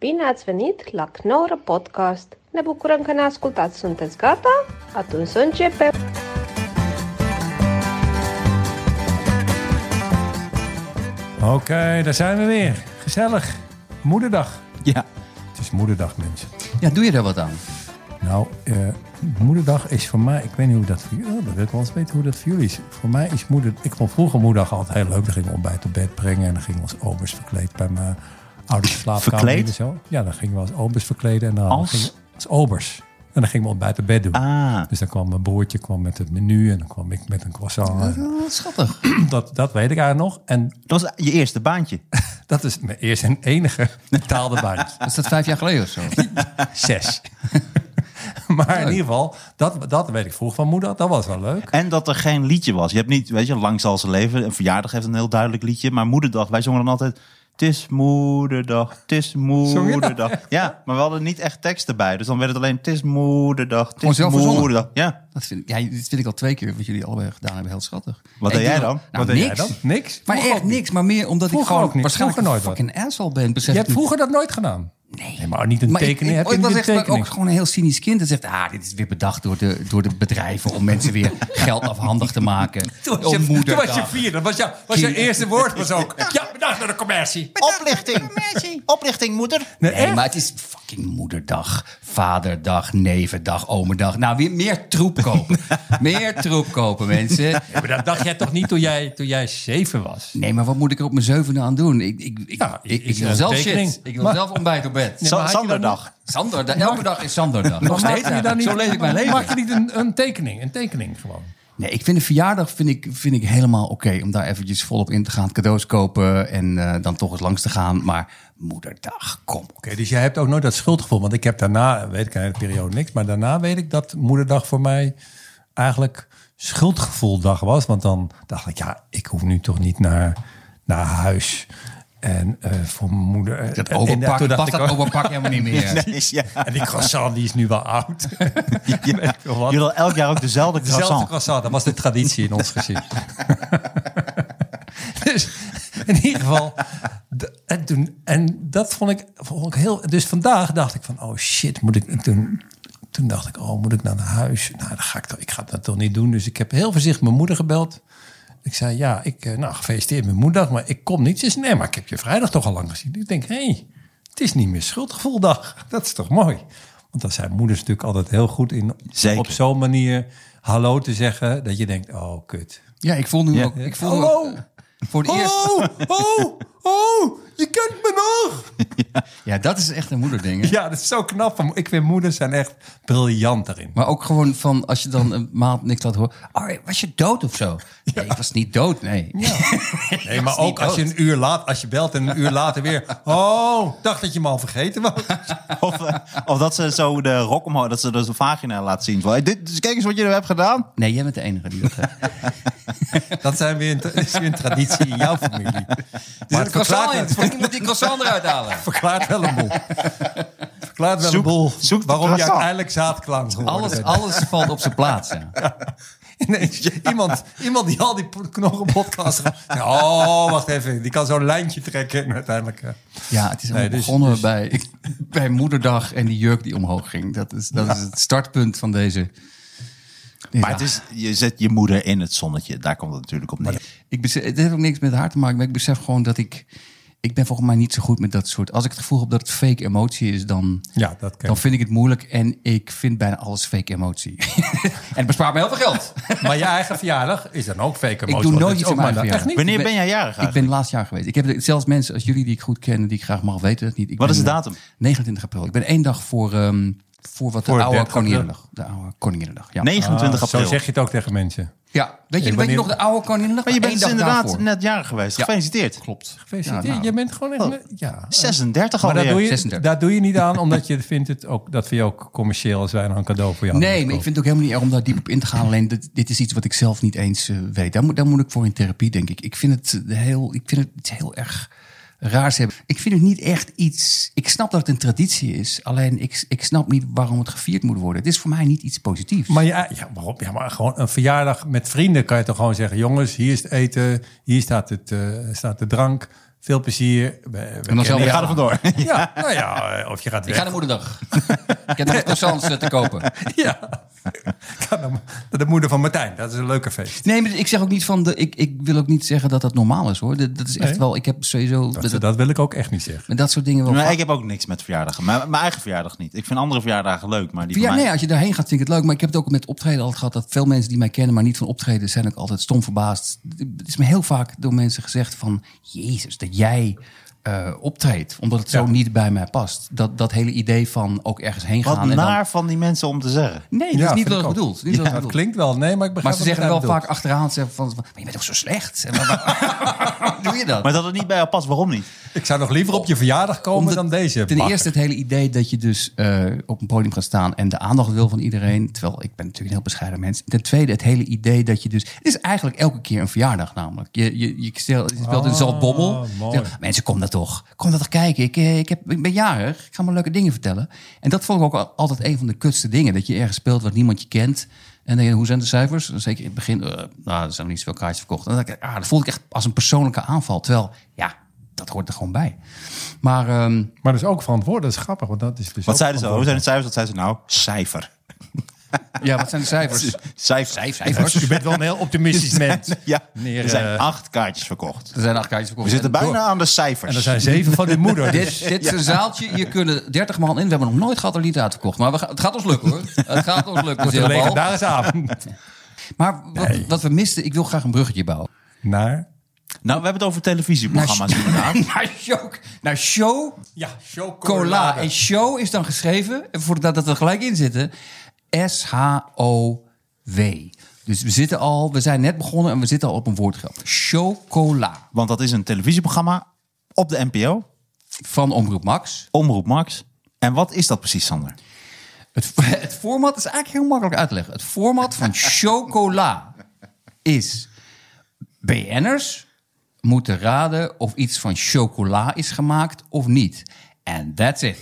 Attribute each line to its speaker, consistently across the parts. Speaker 1: Bine ați venit la Knorr Podcast! Ne bucurăm că ne ascultați! Sunteți gata? Atunci să începem!
Speaker 2: Oké, daar zijn we weer. Gezellig. Moederdag.
Speaker 3: Ja.
Speaker 2: Het is moederdag, mensen.
Speaker 3: ja, doe je daar wat aan?
Speaker 2: Nou, eh, moederdag is voor mij... Ik weet niet hoe dat voor jullie... oh, dat wil ik wel eens weten hoe dat voor jullie is. Voor mij is moeder... Ik vond vroeger moederdag altijd heel leuk. Dan gingen we ontbijt op bed brengen. En dan gingen we als obers verkleed bij mijn ouders slaapkamer.
Speaker 3: Verkleed?
Speaker 2: en Zo. Ja, dan gingen we als obers verkleden. En dan
Speaker 3: Als?
Speaker 2: gingen we- als obers. En dan gingen we ontbijt op bed doen.
Speaker 3: Ah.
Speaker 2: Dus dan kwam mijn broertje kwam met het menu. En dan kwam ik met een croissant. En
Speaker 3: schattig.
Speaker 2: Dat, dat weet ik eigenlijk nog. En
Speaker 4: Dat was je eerste baantje.
Speaker 2: dat is mijn eerste en enige betaalde baantje.
Speaker 3: Is dat vijf jaar geleden of zo?
Speaker 2: zes. maar in ieder geval, dat, dat weet ik vroeg van moeder. Dat was wel leuk.
Speaker 4: En dat er geen liedje was. Je hebt niet, weet je, lang zal ze leven. Een verjaardag heeft een heel duidelijk liedje. Maar moederdag, wij zongen dan altijd... Het is moederdag, het is moederdag. Ja, maar we hadden niet echt tekst erbij. Dus dan werd het alleen... Het is moederdag, het
Speaker 3: Gewoon
Speaker 4: is
Speaker 3: zelf verzonnen.
Speaker 4: moederdag. Ja,
Speaker 3: Dat vind ik, ja, dit vind ik al twee keer wat jullie allebei gedaan hebben heel schattig.
Speaker 4: Wat
Speaker 3: Ik
Speaker 4: deed jij
Speaker 3: doe-
Speaker 4: dan?
Speaker 2: Wat
Speaker 3: Nou,
Speaker 2: deed
Speaker 3: niks.
Speaker 2: jij dan? Niks?
Speaker 3: Maar
Speaker 2: Vroeger
Speaker 3: echt
Speaker 2: ook niet.
Speaker 3: niks. Maar meer omdat
Speaker 2: Vroeger ook
Speaker 3: ik gewoon
Speaker 2: niet.
Speaker 3: waarschijnlijk
Speaker 2: Vroeger
Speaker 3: een
Speaker 2: nooit
Speaker 3: fucking asshole ben. Besef
Speaker 2: Je
Speaker 3: ik
Speaker 2: hebt
Speaker 3: nu.
Speaker 2: vroeger dat nooit gedaan. Nee. maar niet een
Speaker 3: Maar ik,
Speaker 2: tekening.
Speaker 3: ik,
Speaker 2: heb je
Speaker 3: ik
Speaker 2: niet
Speaker 3: was
Speaker 2: een
Speaker 3: echt maar ook
Speaker 2: tekening.
Speaker 3: gewoon een heel cynisch kind. Dat zegt, ah, dit is weer bedacht door de, door de bedrijven om mensen weer geld afhandig te maken. Op
Speaker 2: Oh, toen was je
Speaker 3: moederdag.
Speaker 2: vier. Dat was, jou, was je eerste woord was ook. Ja, bedankt voor de commercie.
Speaker 4: oplichting. Oplichting, moeder.
Speaker 2: Nee,
Speaker 3: Nee,
Speaker 2: echt?
Speaker 3: maar het is fucking moederdag, vaderdag, nevendag, omerdag. Nou, weer meer troep kopen. meer troep kopen, mensen.
Speaker 2: Ja, maar dat dacht jij toch niet toen jij, toen jij zeven was?
Speaker 3: Nee, maar wat moet ik er op mijn zevende aan doen? Ik, ik, ik,
Speaker 2: Ja,
Speaker 3: ik, ik
Speaker 2: is
Speaker 3: wil
Speaker 2: een
Speaker 3: zelf
Speaker 2: tekening.
Speaker 3: shit. Ik wil
Speaker 2: Maar-
Speaker 3: zelf ontbijt op
Speaker 2: maar
Speaker 3: bed.
Speaker 2: had je dat
Speaker 4: Sanderdag.
Speaker 3: Sander, da- elke dag is Sanderdag. Nog
Speaker 2: Maar
Speaker 3: steeds.
Speaker 2: maak je daar niet-
Speaker 3: Zo leef ik mijn leven.
Speaker 2: Maak je niet een, een tekening? Een tekening gewoon.
Speaker 3: Nee, ik vind een verjaardag vind ik, vind ik helemaal oké. om daar eventjes volop in te gaan. Cadeaus kopen en eh, dan toch eens langs te gaan. Maar moederdag, kom.
Speaker 2: Oké, dus jij hebt ook nooit dat schuldgevoel. Want ik heb daarna, weet ik, een hele periode niks. Maar daarna weet ik dat moederdag voor mij eigenlijk schuldgevoeldag was. Want dan dacht ik, ja, ik hoef nu toch niet naar, naar huis. En eh, voor mijn moeder... eh,
Speaker 3: Dat
Speaker 2: en- en
Speaker 3: overpak,
Speaker 2: toen dacht
Speaker 3: past
Speaker 2: ik
Speaker 3: dat
Speaker 2: ook-
Speaker 3: overpak helemaal niet meer.
Speaker 4: Nee, ja.
Speaker 2: En die croissant, die is nu wel oud.
Speaker 4: ja. Jullie
Speaker 2: veel wat.
Speaker 4: hadden elk jaar ook
Speaker 2: Dezelfde
Speaker 4: dezelfde croissant.
Speaker 2: croissant, dat was de traditie in ons gezin. dus in ieder geval. d- En, toen, en dat vond ik, vond ik heel. Dus vandaag dacht ik van: oh shit, moet ik. en Toen, toen dacht ik: oh, moet ik naar huis? Nou, dan ga ik, toch, ik ga dat toch niet doen. Dus ik heb heel voorzichtig mijn moeder gebeld. Ik zei: ja, ik, eh, nou, gefeliciteerd met moederdag, maar ik kom niet. Ze zei: nee, maar ik heb je vrijdag toch al lang gezien. Ik denk: hé, hey, het is niet meer schuldgevoeldag. Dat is toch mooi? Want daar zijn moeders natuurlijk altijd heel goed in.
Speaker 4: Zeker.
Speaker 2: Op zo'n manier hallo te zeggen dat je denkt, oh kut.
Speaker 3: Ja, ik voel nu
Speaker 4: Ja.
Speaker 3: ook... Ik voel nu ook-
Speaker 2: Hallo!
Speaker 3: Voor het eerst...
Speaker 2: Oh, oh, oh, je kent me nog!
Speaker 3: Ja, dat is echt een moederding. hè?
Speaker 2: Ja, dat is zo knap. van- Ik vind moeders zijn echt briljant daarin.
Speaker 3: Maar ook gewoon van, als je dan een maand niks laat horen... Oh, was je dood of zo? Nee, ik was niet dood, nee.
Speaker 2: Nee, maar
Speaker 3: is niet
Speaker 2: ook als je
Speaker 3: dood.
Speaker 2: een uur laat, als je belt en een uur later weer... Oh, dacht dat je me al vergeten was.
Speaker 4: Of, eh, of dat ze zo de rok omhoog, dat ze dus de vagina laat zien. Van, hey, dit, dus kijk eens wat je er hebt gedaan.
Speaker 3: Nee, jij bent de enige die dat heeft.
Speaker 2: Dat zijn weer een, tra- is weer een traditie in jouw familie. Maar het verklaart, wel-
Speaker 3: Ik moet die croissant eruit halen.
Speaker 2: verklaart wel een boel. Verklaart wel een
Speaker 4: Zoek-
Speaker 2: boel
Speaker 4: zoek de
Speaker 2: waarom je
Speaker 4: croissant.
Speaker 2: uiteindelijk zaadklank geworden
Speaker 3: Alles,
Speaker 2: bent.
Speaker 3: alles valt op zijn plaats. Ja.
Speaker 2: Ineens, iemand, iemand die al die knorrenpodcasts... Ja, oh, wacht even. Die kan zo'n lijntje trekken en uiteindelijk... eh,
Speaker 3: Ja, het is allemaal
Speaker 2: Nee, dus-
Speaker 3: begonnen Bij, bij moederdag en die jurk die omhoog ging. Dat is, dat is het startpunt van deze.
Speaker 4: Maar het is, je zet je moeder in het zonnetje. Daar komt het natuurlijk op neer.
Speaker 3: Ik besef, het heeft ook niks met haar te maken, maar ik besef gewoon dat ik... Ik ben volgens mij niet zo goed met dat soort... Als ik het gevoel heb dat het fake emotie is, dan,
Speaker 2: Ja, dat ken
Speaker 3: dan vind ik het moeilijk. En ik vind bijna alles fake emotie. en het bespaart me heel veel geld.
Speaker 2: Maar je eigen verjaardag is dan ook fake emotie.
Speaker 3: Ik doe
Speaker 2: want
Speaker 3: nooit
Speaker 2: dat is
Speaker 3: iets
Speaker 2: ook
Speaker 3: op mijn
Speaker 2: maar-
Speaker 3: verjaardag.
Speaker 2: Echt niet?
Speaker 4: Wanneer ben jij jarig
Speaker 3: Ik ben laatst jaar geweest. Ik heb zelfs mensen als jullie die ik goed ken, die ik graag mag weten. Dat niet. Ik
Speaker 4: Wat
Speaker 3: ben,
Speaker 4: is de
Speaker 3: eh,
Speaker 4: datum?
Speaker 3: 29 april. Ik ben één dag voor, ehm,
Speaker 2: Voor
Speaker 3: voor wat de
Speaker 2: het
Speaker 3: oude
Speaker 2: 30 april.
Speaker 3: Koninginnedag. De oude Koninginnedag, ja.
Speaker 4: 29
Speaker 2: Ah,
Speaker 4: april.
Speaker 2: Zo zeg je het ook tegen mensen.
Speaker 3: Ja, weet je,
Speaker 2: Ik
Speaker 3: weet
Speaker 2: ben
Speaker 3: je
Speaker 2: in-
Speaker 3: nog de oude Koninginnedag?
Speaker 4: Maar je bent
Speaker 3: Eén
Speaker 4: dus
Speaker 3: dag
Speaker 4: inderdaad
Speaker 3: daarvoor.
Speaker 4: net jarig geweest. Gefeliciteerd.
Speaker 3: Klopt.
Speaker 2: Gefeliciteerd.
Speaker 3: Ja, nou.
Speaker 2: Je bent gewoon echt... Ja.
Speaker 4: 36
Speaker 2: Maar
Speaker 4: alweer.
Speaker 2: daar doe, je,
Speaker 3: 36.
Speaker 2: daar doe je niet aan, omdat je vindt het ook, dat vind je ook commercieel als wij dan een cadeau voor jou
Speaker 3: Nee, maar ik vind het ook helemaal niet erg om daar diep op in te gaan. Alleen dit, dit is iets wat ik zelf niet eens eh, weet. Daar moet, daar moet ik voor in therapie, denk ik. Ik vind het eh, heel, ik vind het iets heel erg raars hebben. Ik vind het niet echt iets... Ik snap dat het een traditie is. Alleen ik, ik snap niet waarom het gevierd moet worden. Het is voor mij niet iets positiefs.
Speaker 2: Maar ja, ja, waarom? Ja, maar gewoon een verjaardag met vrienden kan je toch gewoon zeggen: jongens, hier is het eten, hier staat, het, eh, staat de drank. Veel plezier. We- we kennen-
Speaker 3: zelf-
Speaker 4: Je
Speaker 3: Ja.
Speaker 4: gaat er vandoor.
Speaker 2: Ja, nou ja, eh, of je gaat
Speaker 3: Ik
Speaker 2: weg.
Speaker 3: ga naar moederdag. ik heb nog croissants eh, te kopen.
Speaker 2: Ja. Ik ga naar de moeder van Martijn. Dat is een leuke feest.
Speaker 3: Nee, maar ik zeg ook niet van... De, ik, ik wil ook niet zeggen dat dat normaal is, hoor. Dat, dat is echt
Speaker 2: Nee.
Speaker 3: wel... Ik heb sowieso...
Speaker 2: Dat,
Speaker 3: met dat,
Speaker 2: dat wil ik ook echt niet zeggen.
Speaker 3: met dat soort dingen wel...
Speaker 4: Maar
Speaker 3: vaak-
Speaker 4: Nou, ik heb ook niks met verjaardagen. Mijn, mijn eigen verjaardag niet. Ik vind andere verjaardagen leuk, maar die van
Speaker 3: Ja,
Speaker 4: mij...
Speaker 3: nee, als je daarheen gaat, vind ik het leuk. Maar ik heb het ook met optreden altijd gehad. Dat veel mensen die mij kennen, maar niet van optreden, zijn ook altijd stom verbaasd. Het is me heel vaak door mensen gezegd van... Jezus, dat jij eh, optreedt. Omdat het zo
Speaker 2: Ja.
Speaker 3: niet bij mij past. Dat, dat hele idee van ook ergens heen
Speaker 4: Wat
Speaker 3: gaan. en dan-
Speaker 4: naar van die mensen om te zeggen.
Speaker 3: Nee, dat
Speaker 2: Ja,
Speaker 3: is niet
Speaker 2: vind
Speaker 3: wat
Speaker 2: ik
Speaker 3: ik
Speaker 2: ook.
Speaker 3: bedoel. Dat is niet wat ik
Speaker 2: Dat
Speaker 3: bedoel.
Speaker 2: klinkt wel. Nee, maar ik begrijp
Speaker 3: Maar ze
Speaker 2: wat
Speaker 3: zeggen
Speaker 2: Martijn
Speaker 3: wel
Speaker 2: bedoelt.
Speaker 3: vaak achteraan, ze zeggen van, van, maar je bent toch zo slecht? En waar- waar- waarom doe je dat?
Speaker 4: Maar dat het niet bij jou past, waarom niet?
Speaker 2: Ik zou nog liever op je verjaardag komen
Speaker 3: Omdat-
Speaker 2: dan deze.
Speaker 3: Ten
Speaker 2: bakker.
Speaker 3: eerste het hele idee dat je dus eh, op een podium gaat staan en de aandacht wil van iedereen. Terwijl ik ben natuurlijk een heel bescheiden mens. Ten tweede het hele idee dat je dus... Het is eigenlijk elke keer een verjaardag namelijk. Je, je, je stelt, je speelt in zo'n bobbel.
Speaker 2: Ah, mooi.
Speaker 3: Zeg, mensen, kom dat toch. Kom dat toch kijken. Ik, eh, ik, heb, ik ben jarig. Ik ga maar leuke dingen vertellen. En dat vond ik ook al- altijd een van de kutste dingen. Dat je ergens speelt wat niemand je kent. En dan, denk je, hoe zijn de cijfers? Zeker in het begin, eh, nou, er zijn nog niet zoveel kaartjes verkocht. En dan, dacht ik, ah, dat voelde ik echt als een persoonlijke aanval. Terwijl, ja, dat hoort er gewoon bij. Maar... ehm,
Speaker 2: Maar dat is ook verantwoordelijk. Dat is grappig. Want dat is dus
Speaker 4: Wat
Speaker 2: ook
Speaker 4: zeiden ze? Hoe zijn
Speaker 2: verantwoordelijk.
Speaker 4: de cijfers? Wat zeiden ze? Nou, cijfer.
Speaker 3: Ja, wat zijn de cijfers?
Speaker 4: Cijfer.
Speaker 3: Vijf cijfers.
Speaker 2: Je bent wel een heel optimistisch mens.
Speaker 4: Ja,
Speaker 2: Meneer,
Speaker 4: er zijn
Speaker 2: eh,
Speaker 4: acht kaartjes verkocht.
Speaker 3: Er zijn acht kaartjes verkocht.
Speaker 4: We zitten
Speaker 3: En door.
Speaker 4: bijna aan de
Speaker 2: En
Speaker 4: cijfers.
Speaker 2: er zijn zeven van uw moeder. Dus
Speaker 3: Dit, dit is een zaaltje, hier kunnen 30 man in. We hebben nog nooit gehad dat er niet uitverkocht. Maar we gaan, het gaat ons lukken hoor. Het gaat ons lukken.
Speaker 2: een
Speaker 3: Zeerbal.
Speaker 2: legendarische avond.
Speaker 3: Maar wat, wat we misten, ik wil graag een bruggetje bouwen.
Speaker 2: Naar?
Speaker 4: Nou, we hebben het over televisieprogramma's. inderdaad.
Speaker 3: Naar show, naar show
Speaker 2: Ja, Eh,
Speaker 3: cola. En show is dan geschreven, en voordat dat er gelijk in zitten, S-H-O-W. Dus we zitten al, we zijn net begonnen en we zitten al op een woordgrap. Chocola
Speaker 4: Want dat is een televisieprogramma op de NPO,
Speaker 3: van Omroep Max.
Speaker 4: Omroep Max. En wat is dat precies, Sander?
Speaker 3: Het, het format is eigenlijk heel makkelijk uit te leggen. Het format van chocola is... BN'ers moeten raden of iets van chocola is gemaakt of niet. And that's it.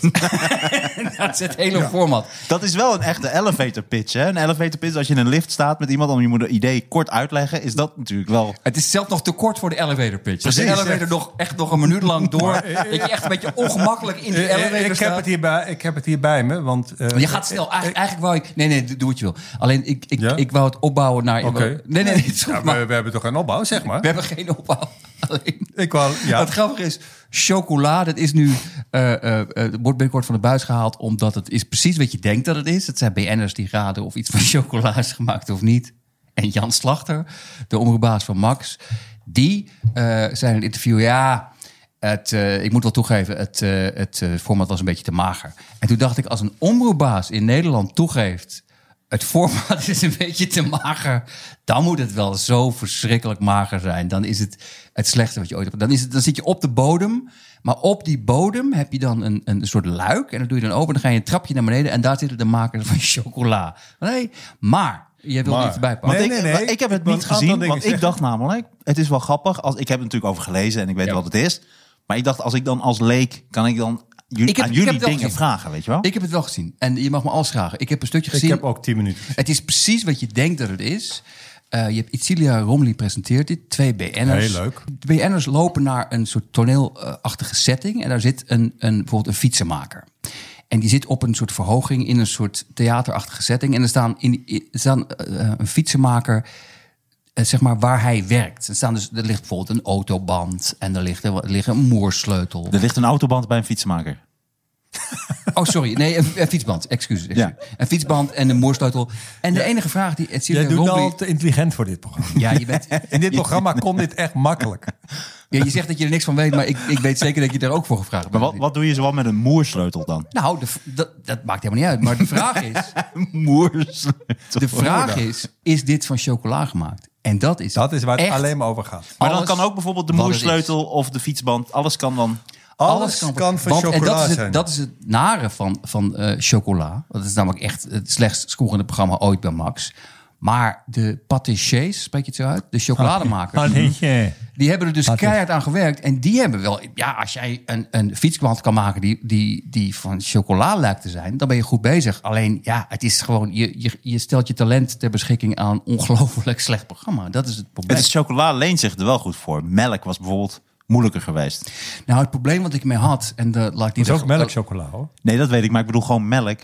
Speaker 3: dat is het hele format.
Speaker 4: Dat is wel een echte elevator pitch, hè? Een elevator pitch, als je in een lift staat met iemand om je moet een idee kort uitleggen, is dat natuurlijk wel...
Speaker 3: Het is zelf nog te kort voor de elevator pitch. Als de
Speaker 4: Precies,
Speaker 3: elevator nog, echt nog een minuut lang door... dat je echt een beetje ongemakkelijk in die elevator
Speaker 2: eh, Ik heb,
Speaker 3: staat.
Speaker 2: het hier bij, ik heb het hier bij me, want... eh,
Speaker 3: Je gaat snel. Eigen- eigenlijk wou ik... Nee, nee, doe wat je wil. Alleen, ik, ik,
Speaker 2: Ja?
Speaker 3: ik wou het opbouwen naar...
Speaker 2: Oké.
Speaker 3: Nee, nee, nee, het is goed,
Speaker 2: ja,
Speaker 3: maar
Speaker 2: we, we hebben toch een opbouw, zeg
Speaker 3: we
Speaker 2: maar.
Speaker 3: hebben geen opbouw. Alleen...
Speaker 2: Ik wou, ja.
Speaker 3: Het grappige is, chocola, dat is nu, eh, eh, eh, wordt binnenkort van de buis gehaald, omdat het is precies wat je denkt dat het is. Het zijn BN'ers die raden of iets van chocola is gemaakt of niet. En Jan Slachter, de omroepbaas van Max, die eh, zei in een interview, ja, het, eh, ik moet wel toegeven, het, eh, het eh, format was een beetje te mager. En toen dacht ik, als een omroepbaas in Nederland toegeeft, het format is een beetje te mager. Dan moet het wel zo verschrikkelijk mager zijn. Dan is het het slechtste wat je ooit hebt. Dan, is het, dan zit je op de bodem. Maar op die bodem heb je dan een, een soort luik. En dat doe je dan open. Dan ga je een trapje naar beneden. En daar zitten de makers van chocola. Nee, maar je wil
Speaker 2: Maar.
Speaker 3: niet erbij pakken.
Speaker 2: Nee,
Speaker 4: Want
Speaker 2: nee,
Speaker 4: ik,
Speaker 2: nee.
Speaker 4: ik heb het
Speaker 2: Ik wil
Speaker 4: niet
Speaker 2: een aantal
Speaker 4: gezien,
Speaker 2: dingen
Speaker 4: want ik
Speaker 2: zeggen.
Speaker 4: dacht namelijk, het is wel grappig. Als, ik heb er natuurlijk over gelezen en ik weet
Speaker 3: Ja.
Speaker 4: wat het is. Maar ik dacht, als ik dan als leek, kan ik dan ju-
Speaker 3: Ik heb-
Speaker 4: aan
Speaker 3: ik heb
Speaker 4: jullie
Speaker 3: het wel
Speaker 4: dingen
Speaker 3: gezien.
Speaker 4: vragen, weet je wel?
Speaker 3: Ik heb het wel gezien. En je mag me alles vragen. Ik heb een stukje
Speaker 2: Ik
Speaker 3: gezien.
Speaker 2: heb ook tien minuten.
Speaker 3: Het is precies wat je denkt dat het is. Eh, je hebt Itzilia Romli presenteert dit. Twee BN'ers.
Speaker 2: Heel leuk.
Speaker 3: De BN'ers lopen naar een soort toneelachtige setting. En daar zit een, een, bijvoorbeeld een fietsenmaker. En die zit op een soort verhoging in een soort theaterachtige setting. En er staan, in, die- er staan eh, een fietsenmaker eh, zeg maar, waar hij werkt. Er, staan dus, er ligt bijvoorbeeld een autoband en er ligt, er ligt een moersleutel.
Speaker 4: Er ligt een autoband bij een fietsenmaker.
Speaker 3: Oh, sorry. Nee, een, een fietsband. Excuses. excuses. Een fietsband en een moersleutel. En de enige vraag die Itzilia
Speaker 2: Jij doet nou
Speaker 3: Romli...
Speaker 2: al te intelligent voor dit programma.
Speaker 3: Ja, je bent,
Speaker 2: In dit programma kon dit echt makkelijk.
Speaker 3: Ja, je zegt dat je er niks van weet, maar ik, ik weet zeker dat je daar ook voor gevraagd
Speaker 4: Maar
Speaker 3: bent.
Speaker 4: wat, wat doe je zoal met een moersleutel dan?
Speaker 3: Nou, de v- dat, dat maakt helemaal niet uit. Maar de vraag is,
Speaker 4: moersleutel.
Speaker 3: de vraag is, is dit van chocola gemaakt? En dat is
Speaker 2: Dat is waar het
Speaker 3: echt
Speaker 2: alleen maar over gaat.
Speaker 4: Maar dan
Speaker 3: alles
Speaker 4: kan ook bijvoorbeeld de
Speaker 3: wat het
Speaker 4: moersleutel of de fietsband. Alles kan dan.
Speaker 2: Alles kan, van
Speaker 3: want- en
Speaker 2: chocola
Speaker 3: dat is het,
Speaker 2: zijn.
Speaker 3: Dat is het nare van, van eh, chocola. Dat is namelijk echt het slechtst scorende programma ooit bij Max. Maar de patissiers, spreek je het zo uit? De chocolademakers. Die hebben er dus keihard aan gewerkt. En die hebben wel... Ja, als jij een, een fietsband kan maken die, die, die van chocola lijkt te zijn... dan ben je goed bezig. Alleen, ja, het is gewoon... Je, je, je stelt je talent ter beschikking aan een ongelooflijk slecht programma. Dat is het probleem.
Speaker 4: Het is chocola leent zich er wel goed voor. Melk was bijvoorbeeld moeilijker geweest?
Speaker 3: Nou, het probleem wat ik mee had... En de, laat ik niet
Speaker 2: Het is ook
Speaker 3: zeggen-
Speaker 2: melkchocola hoor.
Speaker 4: Nee, dat weet ik, maar ik bedoel gewoon melk.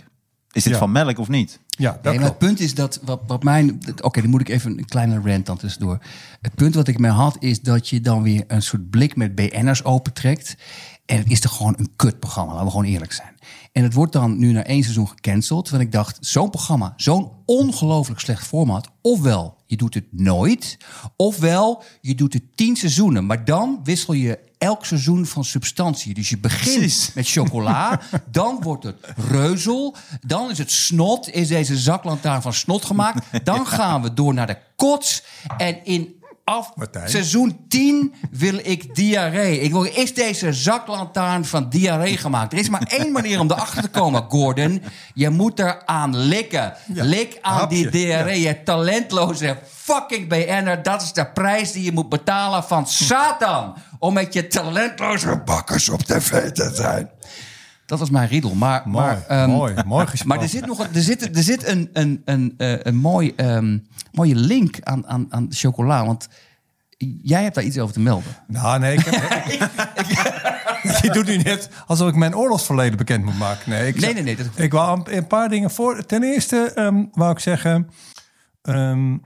Speaker 4: Is dit
Speaker 2: Ja.
Speaker 4: van melk of niet?
Speaker 2: Ja, dat
Speaker 3: Nee, maar het
Speaker 2: klopt.
Speaker 3: punt is dat wat, wat mijn. dat- Oké, dan moet ik even een kleine rant dan tussendoor. Het punt wat ik mee had is dat je dan weer een soort blik met BN'ers opentrekt. En het is toch gewoon een kutprogramma, laten we gewoon eerlijk zijn. En het wordt dan nu na één seizoen gecanceld. Want ik dacht, zo'n programma, zo'n ongelooflijk slecht format. Ofwel, je doet het nooit. Ofwel, je doet het tien seizoenen. Maar dan wissel je elk seizoen van substantie. Dus je begint
Speaker 4: Precies.
Speaker 3: met chocola. dan wordt het reuzel. Dan is het snot. Is deze zaklantaarn van snot gemaakt. Dan gaan we door naar de kots. En in af
Speaker 2: Martijn.
Speaker 3: seizoen 10 wil ik diarree. Ik wil, is deze zaklantaarn van diarree gemaakt? Er is maar één manier om erachter te komen, Gordon. Je moet er aan likken. Lik aan die
Speaker 2: hapje.
Speaker 3: diarree. Je talentloze fucking BN'er. Dat is de prijs die je moet betalen
Speaker 2: Hm.
Speaker 3: van Satan. Om met je talentloze bakkers op tv te zijn. Dat was mijn riedel. Maar,
Speaker 2: Mooi,
Speaker 3: maar, ehm,
Speaker 2: mooi, mooi gesproken.
Speaker 3: maar er zit nog een- er zit, er zit een, een, een, eh, een mooi, ehm, mooie link aan, aan, aan chocola. Want jij hebt daar iets over te melden.
Speaker 2: Nou, nee, ik heb... Je doet nu net alsof ik mijn oorlogsverleden bekend moet maken. Nee, ik,
Speaker 3: Nee, nee, nee, dat hoeft
Speaker 2: ik wou een, een paar dingen voor. Ten eerste ehm, wou ik zeggen... ehm,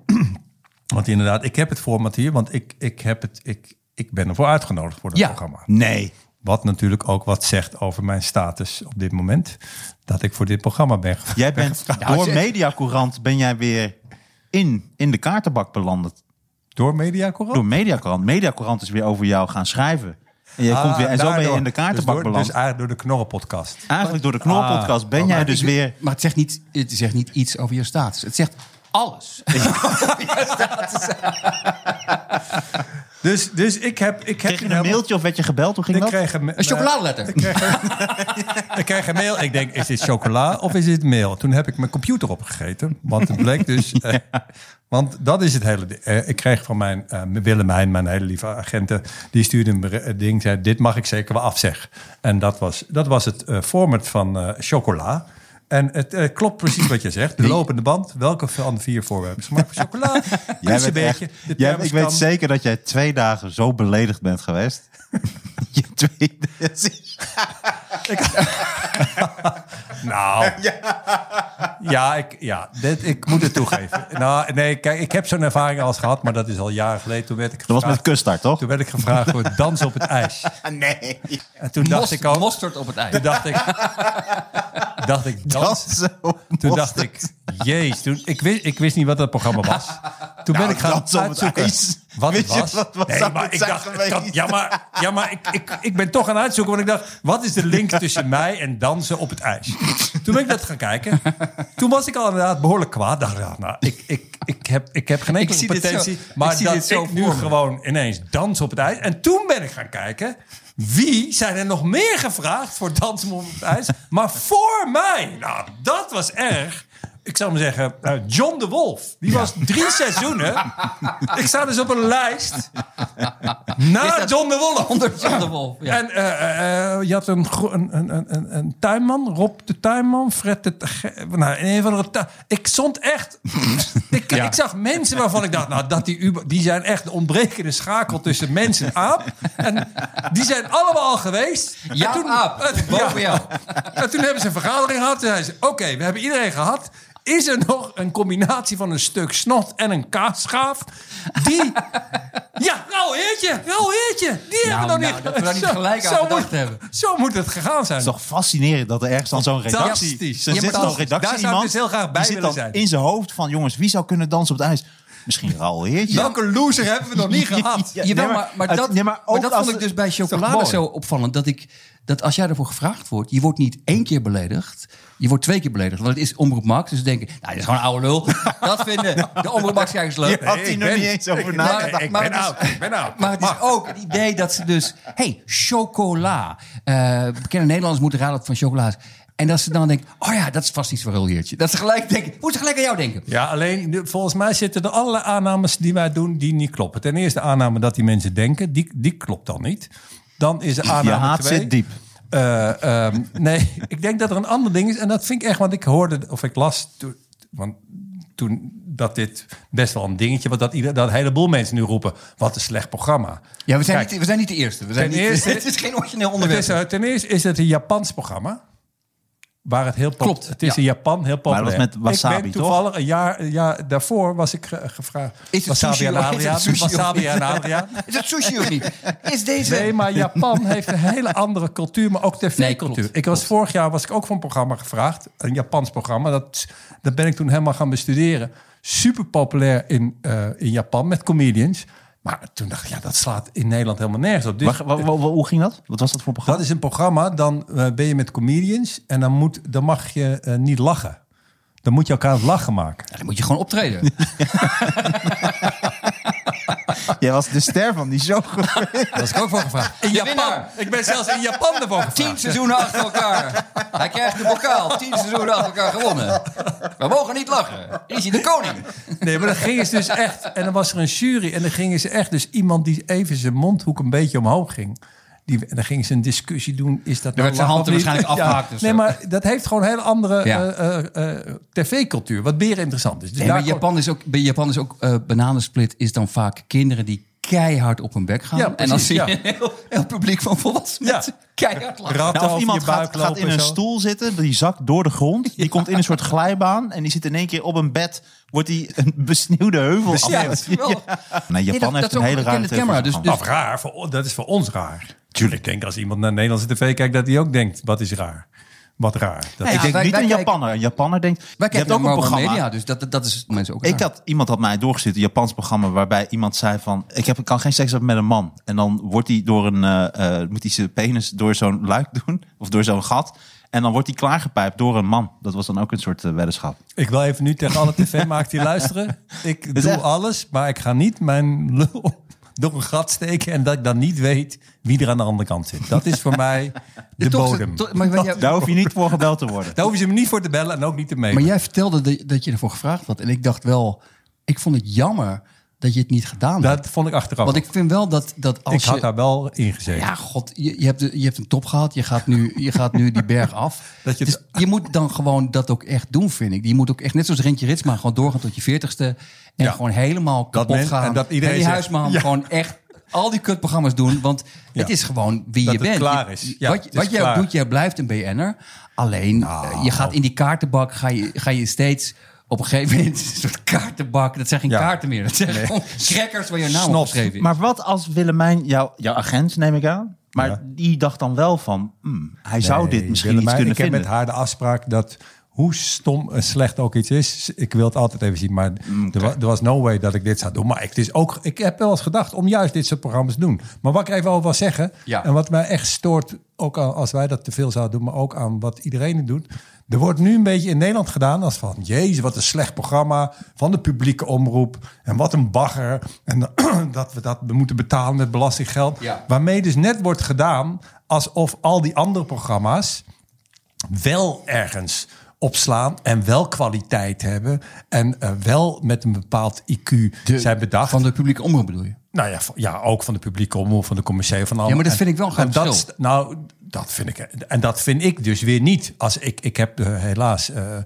Speaker 2: want inderdaad, ik heb het format hier. Want ik, ik, heb het, ik, ik ben ervoor uitgenodigd voor dat
Speaker 3: Ja.
Speaker 2: programma.
Speaker 4: Nee.
Speaker 2: Wat natuurlijk ook wat zegt over mijn status op dit moment. Dat ik voor dit programma ben gevraagd.
Speaker 4: Jij bent door
Speaker 3: zeg-
Speaker 4: Mediacourant ben jij weer in, in de kaartenbak beland.
Speaker 2: Door Mediacorant.
Speaker 4: Door Mediacourant. Mediacourant is weer over jou gaan schrijven. En, jij komt weer, en zo ben je in de kaartenbak
Speaker 2: Ah, dus door,
Speaker 4: beland.
Speaker 2: Dus Ah. Oh, eigenlijk door de Knorrenpodcast.
Speaker 4: Eigenlijk door de Knorpodcast ben jij dus weer...
Speaker 3: Maar het zegt, niet, het zegt niet iets over je status. Het zegt alles.
Speaker 2: Dus, dus ik heb... Ik heb
Speaker 4: Kreeg je
Speaker 2: hier
Speaker 4: een
Speaker 2: helemaal-
Speaker 4: mailtje of werd je gebeld? Hoe ging
Speaker 2: Ik
Speaker 4: dat?
Speaker 2: kreeg een,
Speaker 3: Een chocoladeletter.
Speaker 2: Ik kreeg een mail. Ik denk, is dit chocola of is dit mail? Toen heb ik mijn computer opgegeten. Want het bleek dus... eh, want dat is het hele... di- eh, ik kreeg van mijn eh, Willemijn, mijn hele lieve agenten... die stuurde een ber- eh, ding, zei, dit mag ik zeker wel afzeggen. En dat was, dat was het eh, format van eh, chocola... En het eh, klopt precies wat je zegt. De lopende band. Welke van de vier voorwerpen is gemaakt van chocola?
Speaker 4: Jij
Speaker 2: Kus een beetje.
Speaker 4: bent echt-
Speaker 2: de
Speaker 4: jij, ik weet
Speaker 2: thermoskan.
Speaker 4: zeker dat jij twee dagen zo beledigd bent geweest. je twee,
Speaker 2: Nou. Ja, ik, ja dit, ik moet het toegeven. Nou, nee, kijk, ik heb zo'n ervaring al eens gehad, maar dat is al jaren geleden. Toen werd ik
Speaker 4: dat
Speaker 2: gevraagd,
Speaker 4: was met Kustart, toch? Ah,
Speaker 2: toen werd ik gevraagd voor dans op het ijs.
Speaker 4: Nee.
Speaker 2: En toen dacht ik
Speaker 3: Mosterd-
Speaker 2: al,
Speaker 3: Mosterd op het ei.
Speaker 2: toen dacht ik, dacht ik dans. toen dacht ik, jeez, toen, ik, wist, ik wist niet wat dat programma was. Toen ben ik gaan
Speaker 4: dans Nou, op het
Speaker 2: uitzoeken
Speaker 4: ijs.
Speaker 2: wat het
Speaker 4: Wist je
Speaker 2: was.
Speaker 4: wat- wat zou het zijn
Speaker 2: het kan-
Speaker 4: geweest?
Speaker 2: ja, maar, ja, maar ik, ik, ik ben toch gaan uitzoeken, want ik dacht, wat is de link tussen mij en dansen op het ijs? Toen ben ik dat gaan kijken. Toen was ik al inderdaad behoorlijk kwaad. Dacht, ik, ja, nou, ik, ik, ik, heb, ik heb geen enkele
Speaker 3: zie dit
Speaker 2: potentie,
Speaker 3: zo- ik
Speaker 2: maar
Speaker 3: zie
Speaker 2: dat
Speaker 3: dit zo
Speaker 2: ik
Speaker 3: voor
Speaker 2: nu
Speaker 3: me.
Speaker 2: gewoon ineens dans op het ijs. En toen ben ik gaan kijken, wie zijn er nog meer gevraagd voor dansen op het ijs? Maar voor mij, nou, dat was erg. Ik zou maar zeggen, eh, John de Wolf. Die was drie seizoenen. ik sta dus op een lijst. Na John de Wolf.
Speaker 3: Onder John de Wolf. Ja.
Speaker 2: En eh, eh, eh, je had een, gro- een, een, een- een, een tuinman, Rob de tuinman, Fred de... Ge- Nou, in een van de Ik stond echt... ik, ik zag mensen waarvan ik dacht, nou, dat die, uber- die zijn echt de ontbrekende schakel tussen mens en aap. En die zijn allemaal al geweest.
Speaker 3: Jouw
Speaker 2: en toen,
Speaker 3: aap,
Speaker 2: en-
Speaker 3: boven jou.
Speaker 2: En toen hebben ze een vergadering gehad. Toen zeiden ze, oké, we hebben iedereen gehad. Is er nog een combinatie van een stuk snot en een kaasschaaf? Die... Ja, rauw heertje, rauw heertje. Die
Speaker 3: Nou,
Speaker 2: hebben we nog
Speaker 3: nou,
Speaker 2: niet.
Speaker 3: dat we daar niet
Speaker 2: Zo-
Speaker 3: gelijk aan
Speaker 2: zo
Speaker 3: gedacht
Speaker 2: moet-
Speaker 3: hebben.
Speaker 2: Zo moet het gegaan zijn.
Speaker 4: Het is toch fascinerend dat er ergens dan zo'n redactie...
Speaker 2: Fantastisch.
Speaker 4: Er
Speaker 2: Ja,
Speaker 4: zit
Speaker 2: maar
Speaker 4: zo'n
Speaker 2: dat-
Speaker 4: redactie
Speaker 2: daar zou ik
Speaker 4: iemand,
Speaker 2: dus heel graag
Speaker 4: die
Speaker 2: bij
Speaker 4: zit
Speaker 2: willen
Speaker 4: dan
Speaker 2: zijn.
Speaker 4: in zijn hoofd van... jongens, wie zou kunnen dansen op het ijs? Misschien Raoul Heertje.
Speaker 2: Welke loser hebben we nog niet gehad?
Speaker 4: Ja,
Speaker 3: Jawel,
Speaker 4: nee,
Speaker 3: maar, maar
Speaker 4: het-
Speaker 3: dat,
Speaker 4: nee,
Speaker 3: maar
Speaker 4: ook
Speaker 3: dat
Speaker 4: als
Speaker 3: vond ik
Speaker 4: het-
Speaker 3: dus bij chocolade
Speaker 2: mooi?
Speaker 3: zo opvallend. Dat, ik, dat als jij ervoor gevraagd wordt, je wordt niet één keer beledigd. Je wordt twee keer beledigd. Want het is Omroep Max. Dus ze denken, nou, dit is gewoon een oude lul. Dat vinden de Omroep Max-kijkers leuk.
Speaker 4: Had hij
Speaker 2: ik
Speaker 4: nog
Speaker 2: ben-
Speaker 4: niet eens over
Speaker 3: Maar,
Speaker 4: nagedacht.
Speaker 2: ik
Speaker 3: maar
Speaker 2: ben
Speaker 3: het is-
Speaker 2: oud, ik ben oud.
Speaker 3: Maar het is
Speaker 2: Mag.
Speaker 3: ook het idee dat ze dus... hey, chocola. Eh bekende Nederlanders moeten raden wat van chocola is. En dat ze dan denken... Oh ja, dat is vast iets voor Huljeertje. Dat ze gelijk denken... Moet ze gelijk aan jou denken.
Speaker 2: Ja, alleen nu- volgens mij zitten er allerlei aannames die wij doen die niet kloppen. Ten eerste de aanname dat die mensen denken, die, die klopt dan niet. Dan is de aanname
Speaker 4: haat
Speaker 2: twee-
Speaker 4: zit diep.
Speaker 2: Eh, ehm, nee, ik denk dat er een ander ding is. En dat vind ik echt, want ik hoorde, of ik las, toen, want toen dat dit best wel een dingetje... wat dat, ieder, dat een heleboel mensen nu roepen. Wat een slecht programma.
Speaker 3: Ja, we zijn,
Speaker 2: Kijk.
Speaker 3: niet, we zijn niet de eerste. We zijn
Speaker 2: Ten
Speaker 3: niet,
Speaker 2: eerste-
Speaker 3: het is geen origineel
Speaker 2: Het
Speaker 3: onderwerp.
Speaker 2: is, eh, ten eerste is het een Japans programma. Waar het heel pop-
Speaker 3: Klopt,
Speaker 2: Het is
Speaker 3: ja.
Speaker 2: in Japan heel populair.
Speaker 4: dat was met wasabi,
Speaker 2: ik ben
Speaker 4: toch?
Speaker 2: toevallig een jaar, een jaar daarvoor was ik ge- gevraagd.
Speaker 3: het
Speaker 2: wasabi
Speaker 3: sushi
Speaker 2: en
Speaker 3: of- is het
Speaker 2: Adriaan.
Speaker 3: sushi of
Speaker 2: Wasabi
Speaker 3: niet?
Speaker 2: en Adriaan.
Speaker 3: Is dat sushi of niet? Is deze...
Speaker 2: Nee, maar Japan heeft een hele andere cultuur, maar ook
Speaker 3: Nee,
Speaker 2: tv-cultuur.
Speaker 3: klopt,
Speaker 2: ik was vorig jaar was ik ook voor een programma gevraagd, een Japans programma. Dat, dat ben ik toen helemaal gaan bestuderen. Super populair in, eh, in Japan met comedians. Maar toen dacht ik, ja, dat slaat in Nederland helemaal nergens op. Dus-
Speaker 4: Wacht, wa- wa- wa- hoe ging dat? Wat was dat voor programma?
Speaker 2: dat is een programma, dan eh, ben je met comedians en dan, moet, dan mag je eh, niet lachen. Dan moet je elkaar lachen maken.
Speaker 3: Dan moet je gewoon optreden.
Speaker 4: Jij was de ster van die show.
Speaker 2: Daar was ik ook voor gevraagd. In
Speaker 3: De
Speaker 2: Japan.
Speaker 3: winnaar.
Speaker 2: Ik ben zelfs in Japan ervoor
Speaker 3: Tien
Speaker 2: gevraagd.
Speaker 3: seizoenen achter elkaar. Hij krijgt de bokaal. Tien seizoenen achter elkaar gewonnen. We mogen niet lachen. Is hij de koning?
Speaker 2: Nee, maar dan gingen ze dus echt... En dan was er een jury en dan gingen ze echt... Dus iemand die even zijn mondhoek een beetje omhoog ging... Die, en dan gingen ze een discussie doen. Is dat nou
Speaker 3: werd zijn
Speaker 2: lachen
Speaker 3: hand er
Speaker 2: of niet?
Speaker 3: waarschijnlijk afgehaakt of
Speaker 2: Nee,
Speaker 3: zo.
Speaker 2: maar dat heeft gewoon een hele andere
Speaker 3: Ja.
Speaker 2: eh, eh, eh, tv-cultuur. Wat meer interessant is. Dus
Speaker 3: Nee,
Speaker 2: daar
Speaker 3: maar
Speaker 2: komt-
Speaker 3: Japan is ook, bij Japan is ook eh, bananensplit is dan vaak kinderen die keihard op hun bek gaan.
Speaker 2: Ja,
Speaker 3: en dan
Speaker 2: precies,
Speaker 3: zie je
Speaker 2: ja.
Speaker 3: een heel, heel publiek van volwassenen
Speaker 2: Ja.
Speaker 3: keihard
Speaker 2: ratten
Speaker 3: lachen.
Speaker 4: Nou, of
Speaker 2: over
Speaker 4: iemand
Speaker 2: je
Speaker 4: gaat,
Speaker 2: buik
Speaker 4: gaat
Speaker 2: lopen
Speaker 4: in
Speaker 2: en
Speaker 4: een
Speaker 2: zo.
Speaker 4: stoel zitten, die zakt door de grond. Die komt in een soort glijbaan en die zit in één keer op een bed. Wordt die een besneeuwde heuvel
Speaker 2: Besneeuwd.
Speaker 4: af.
Speaker 3: Wel.
Speaker 4: Nee,
Speaker 3: Nee, dat- dat
Speaker 4: Japan heeft
Speaker 3: is
Speaker 4: een
Speaker 3: ook
Speaker 4: hele
Speaker 3: een
Speaker 4: rare
Speaker 3: bekende camera, dus-
Speaker 2: Of raar, voor, on- dat is voor ons raar. Tuurlijk, ik denk als iemand naar Nederlandse tv kijkt, dat hij ook denkt, wat is raar. Wat raar. Dat
Speaker 3: Nee,
Speaker 4: ik
Speaker 3: ja,
Speaker 4: denk
Speaker 3: wij-
Speaker 4: niet
Speaker 3: wij
Speaker 4: een
Speaker 3: kijken-
Speaker 4: Japanner. Een Japanner denkt,
Speaker 3: Wij
Speaker 4: je hebt
Speaker 3: kijken
Speaker 4: ook een
Speaker 3: naar
Speaker 4: programma.
Speaker 3: media, dus dat, dat is voor mensen ook
Speaker 4: Ik
Speaker 3: raar.
Speaker 4: had, iemand had mij doorgezet, een Japans programma, waarbij iemand zei van, ik, heb, ik kan geen seks hebben met een man. En dan wordt hij door een, eh, eh, moet hij zijn penis door zo'n luik doen, of door zo'n gat. En dan wordt hij klaargepijpt door een man. Dat was dan ook een soort eh, weddenschap.
Speaker 2: Ik wil even nu tegen alle tv-makers die luisteren. Ik
Speaker 4: is
Speaker 2: doe
Speaker 4: echt-
Speaker 2: alles, maar ik ga niet mijn lul door een gat steken... en dat ik dan niet weet wie er aan de andere kant zit. Dat is voor mij de
Speaker 3: Toch-
Speaker 2: bodem.
Speaker 3: toch- maar, maar, jij-
Speaker 4: Daar hoef je niet voor gebeld te worden.
Speaker 2: Daar hoeven ze me niet voor te bellen en ook niet te
Speaker 3: maar
Speaker 2: mailen.
Speaker 3: jij vertelde dat- dat je ervoor gevraagd had. En ik dacht wel, ik vond het jammer dat je het niet gedaan had.
Speaker 2: Dat vond ik achteraf.
Speaker 3: Want ik vind wel dat, dat als
Speaker 2: ik had
Speaker 3: je...
Speaker 2: daar wel in gezeten.
Speaker 3: Ja, god, je, je, hebt, de- je hebt een top gehad. Je gaat nu, je gaat nu die berg af.
Speaker 2: Dat je
Speaker 3: Dus
Speaker 2: het-
Speaker 3: je moet dan gewoon dat ook echt doen, vind ik. Je moet ook echt, net zoals Rentje Ritsma, gewoon doorgaan tot je veertigste. En
Speaker 2: Ja.
Speaker 3: gewoon helemaal kapot
Speaker 2: men-
Speaker 3: gaan.
Speaker 2: en dat iedereen
Speaker 3: die
Speaker 2: zegt,
Speaker 3: huisman
Speaker 2: ja.
Speaker 3: gewoon echt al die kutprogramma's doen. Want
Speaker 2: Ja.
Speaker 3: het is gewoon wie
Speaker 2: Dat
Speaker 3: je
Speaker 2: het
Speaker 3: bent.
Speaker 2: klaar
Speaker 3: Je-
Speaker 2: is. Ja,
Speaker 3: wat
Speaker 2: het is
Speaker 3: wat jij ook
Speaker 2: klaar. Ah.
Speaker 3: doet, jij blijft een BN'er. Alleen, eh, je gaat in die kaartenbak, ga je, ga je steeds... Op een gegeven moment, een soort kaartenbak. Dat zijn geen
Speaker 2: Ja.
Speaker 3: kaarten meer. Dat zijn gewoon crackers waar je naam op
Speaker 2: Snot.
Speaker 3: geschreven is.
Speaker 4: Maar wat als Willemijn, jouw, jouw agent neem ik aan, maar
Speaker 2: Ja.
Speaker 4: die dacht dan wel van, hmm, hij zou
Speaker 2: Nee,
Speaker 4: dit misschien
Speaker 2: Willemijn,
Speaker 4: iets kunnen
Speaker 2: ik heb
Speaker 4: vinden.
Speaker 2: met haar de afspraak dat hoe stom en slecht ook iets is, ik wil het altijd even zien. Maar
Speaker 4: Mm,
Speaker 2: er, wa- er was no way dat ik dit zou doen. Maar ik, het is ook, ik heb wel eens gedacht om juist dit soort programma's te doen. Maar wat ik even over wil zeggen,
Speaker 3: Ja.
Speaker 2: en wat mij echt stoort, ook al- als wij dat te veel zouden doen, maar ook aan wat iedereen het doet. Er wordt nu een beetje in Nederland gedaan als van, jezus, wat een slecht programma van de publieke omroep. En wat een bagger. En dat we dat moeten betalen met belastinggeld.
Speaker 3: Ja.
Speaker 2: Waarmee dus net wordt gedaan alsof al die andere programma's wel ergens opslaan en wel kwaliteit hebben en eh, wel met een bepaald IQ zijn bedacht.
Speaker 3: Van de publieke omroep bedoel je?
Speaker 2: Nou ja, van- ja, ook van de publieke omroep, van de commerciële van
Speaker 3: Ja,
Speaker 2: allemaal.
Speaker 3: maar dat vind ik wel een groot
Speaker 2: en dat
Speaker 3: verschil.
Speaker 2: st- Nou, dat vind ik. En dat vind ik dus weer niet. Als ik, ik heb eh, helaas eh, eh,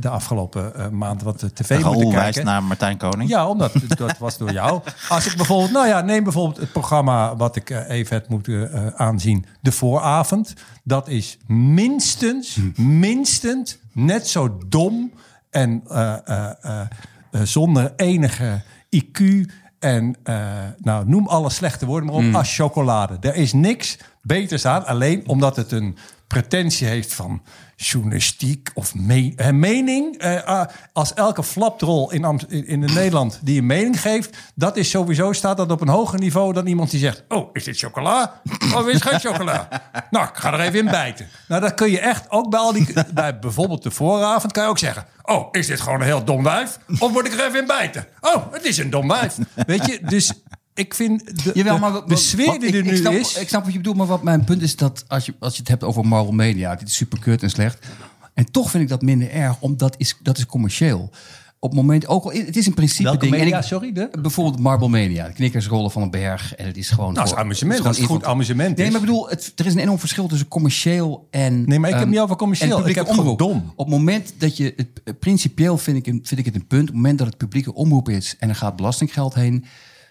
Speaker 2: de afgelopen eh, maand wat eh, tv moeten
Speaker 4: Raoul wijst
Speaker 2: kijken.
Speaker 4: naar Martijn Koning.
Speaker 2: Ja, omdat dat was door jou. Als ik bijvoorbeeld, nou ja, neem bijvoorbeeld het programma wat ik eh, even heb moeten eh, aanzien, de vooravond. Dat is minstens, minstens net zo dom en eh, eh, eh, eh, zonder enige IQ en eh, nou noem alle slechte woorden maar op als chocolade. Er is niks beters aan, alleen omdat het een pretentie heeft van journalistiek of me- eh, mening. Eh, ah, als elke flapdrol in, Amst- in, in Nederland die een mening geeft, dat is sowieso staat dat op een hoger niveau dan iemand die zegt: Oh, is dit chocola? Oh, is geen chocola. nou, ik ga er even in bijten. Nou, dat kun je echt ook bij al die. bij bijvoorbeeld de vooravond kan je ook zeggen: Oh, is dit gewoon een heel dom wijf? Of word ik er even in bijten? Oh, het is een dom wijf. Weet je, dus ik vind de,
Speaker 3: Jawel,
Speaker 2: de-
Speaker 3: maar
Speaker 2: de,
Speaker 3: wat- wat-
Speaker 2: sfeer
Speaker 3: wat-
Speaker 2: die
Speaker 3: ik-
Speaker 2: er
Speaker 3: ik
Speaker 2: nu
Speaker 3: snap,
Speaker 2: is.
Speaker 3: Ik snap wat je bedoelt, maar wat mijn punt is dat als je, als je het hebt over moral media, dit is super kut en slecht. En toch vind ik dat minder erg, omdat is, dat is commercieel. op het moment, ook al, het is in principe
Speaker 2: Welke
Speaker 3: ding.
Speaker 2: media,
Speaker 3: en ik-
Speaker 2: sorry, de?
Speaker 3: Bijvoorbeeld Marble Mania, de knikkersrollen van een berg. En het is gewoon...
Speaker 2: Nou, het is
Speaker 3: voor-
Speaker 2: amusement,
Speaker 3: gewoon
Speaker 2: als het goed
Speaker 3: infantiel.
Speaker 2: amusement
Speaker 3: Nee,
Speaker 2: is.
Speaker 3: maar ik bedoel, het, er is een enorm verschil tussen commercieel en...
Speaker 2: Nee, maar ik heb
Speaker 3: ehm,
Speaker 2: niet over commercieel.
Speaker 3: en publieke
Speaker 2: Ik heb gewoon
Speaker 3: omroep.
Speaker 2: dom.
Speaker 3: Op het moment dat je... Het, eh, principieel vind ik, een- vind ik het een punt. Op het moment dat het publieke omroep is en er gaat belastinggeld heen...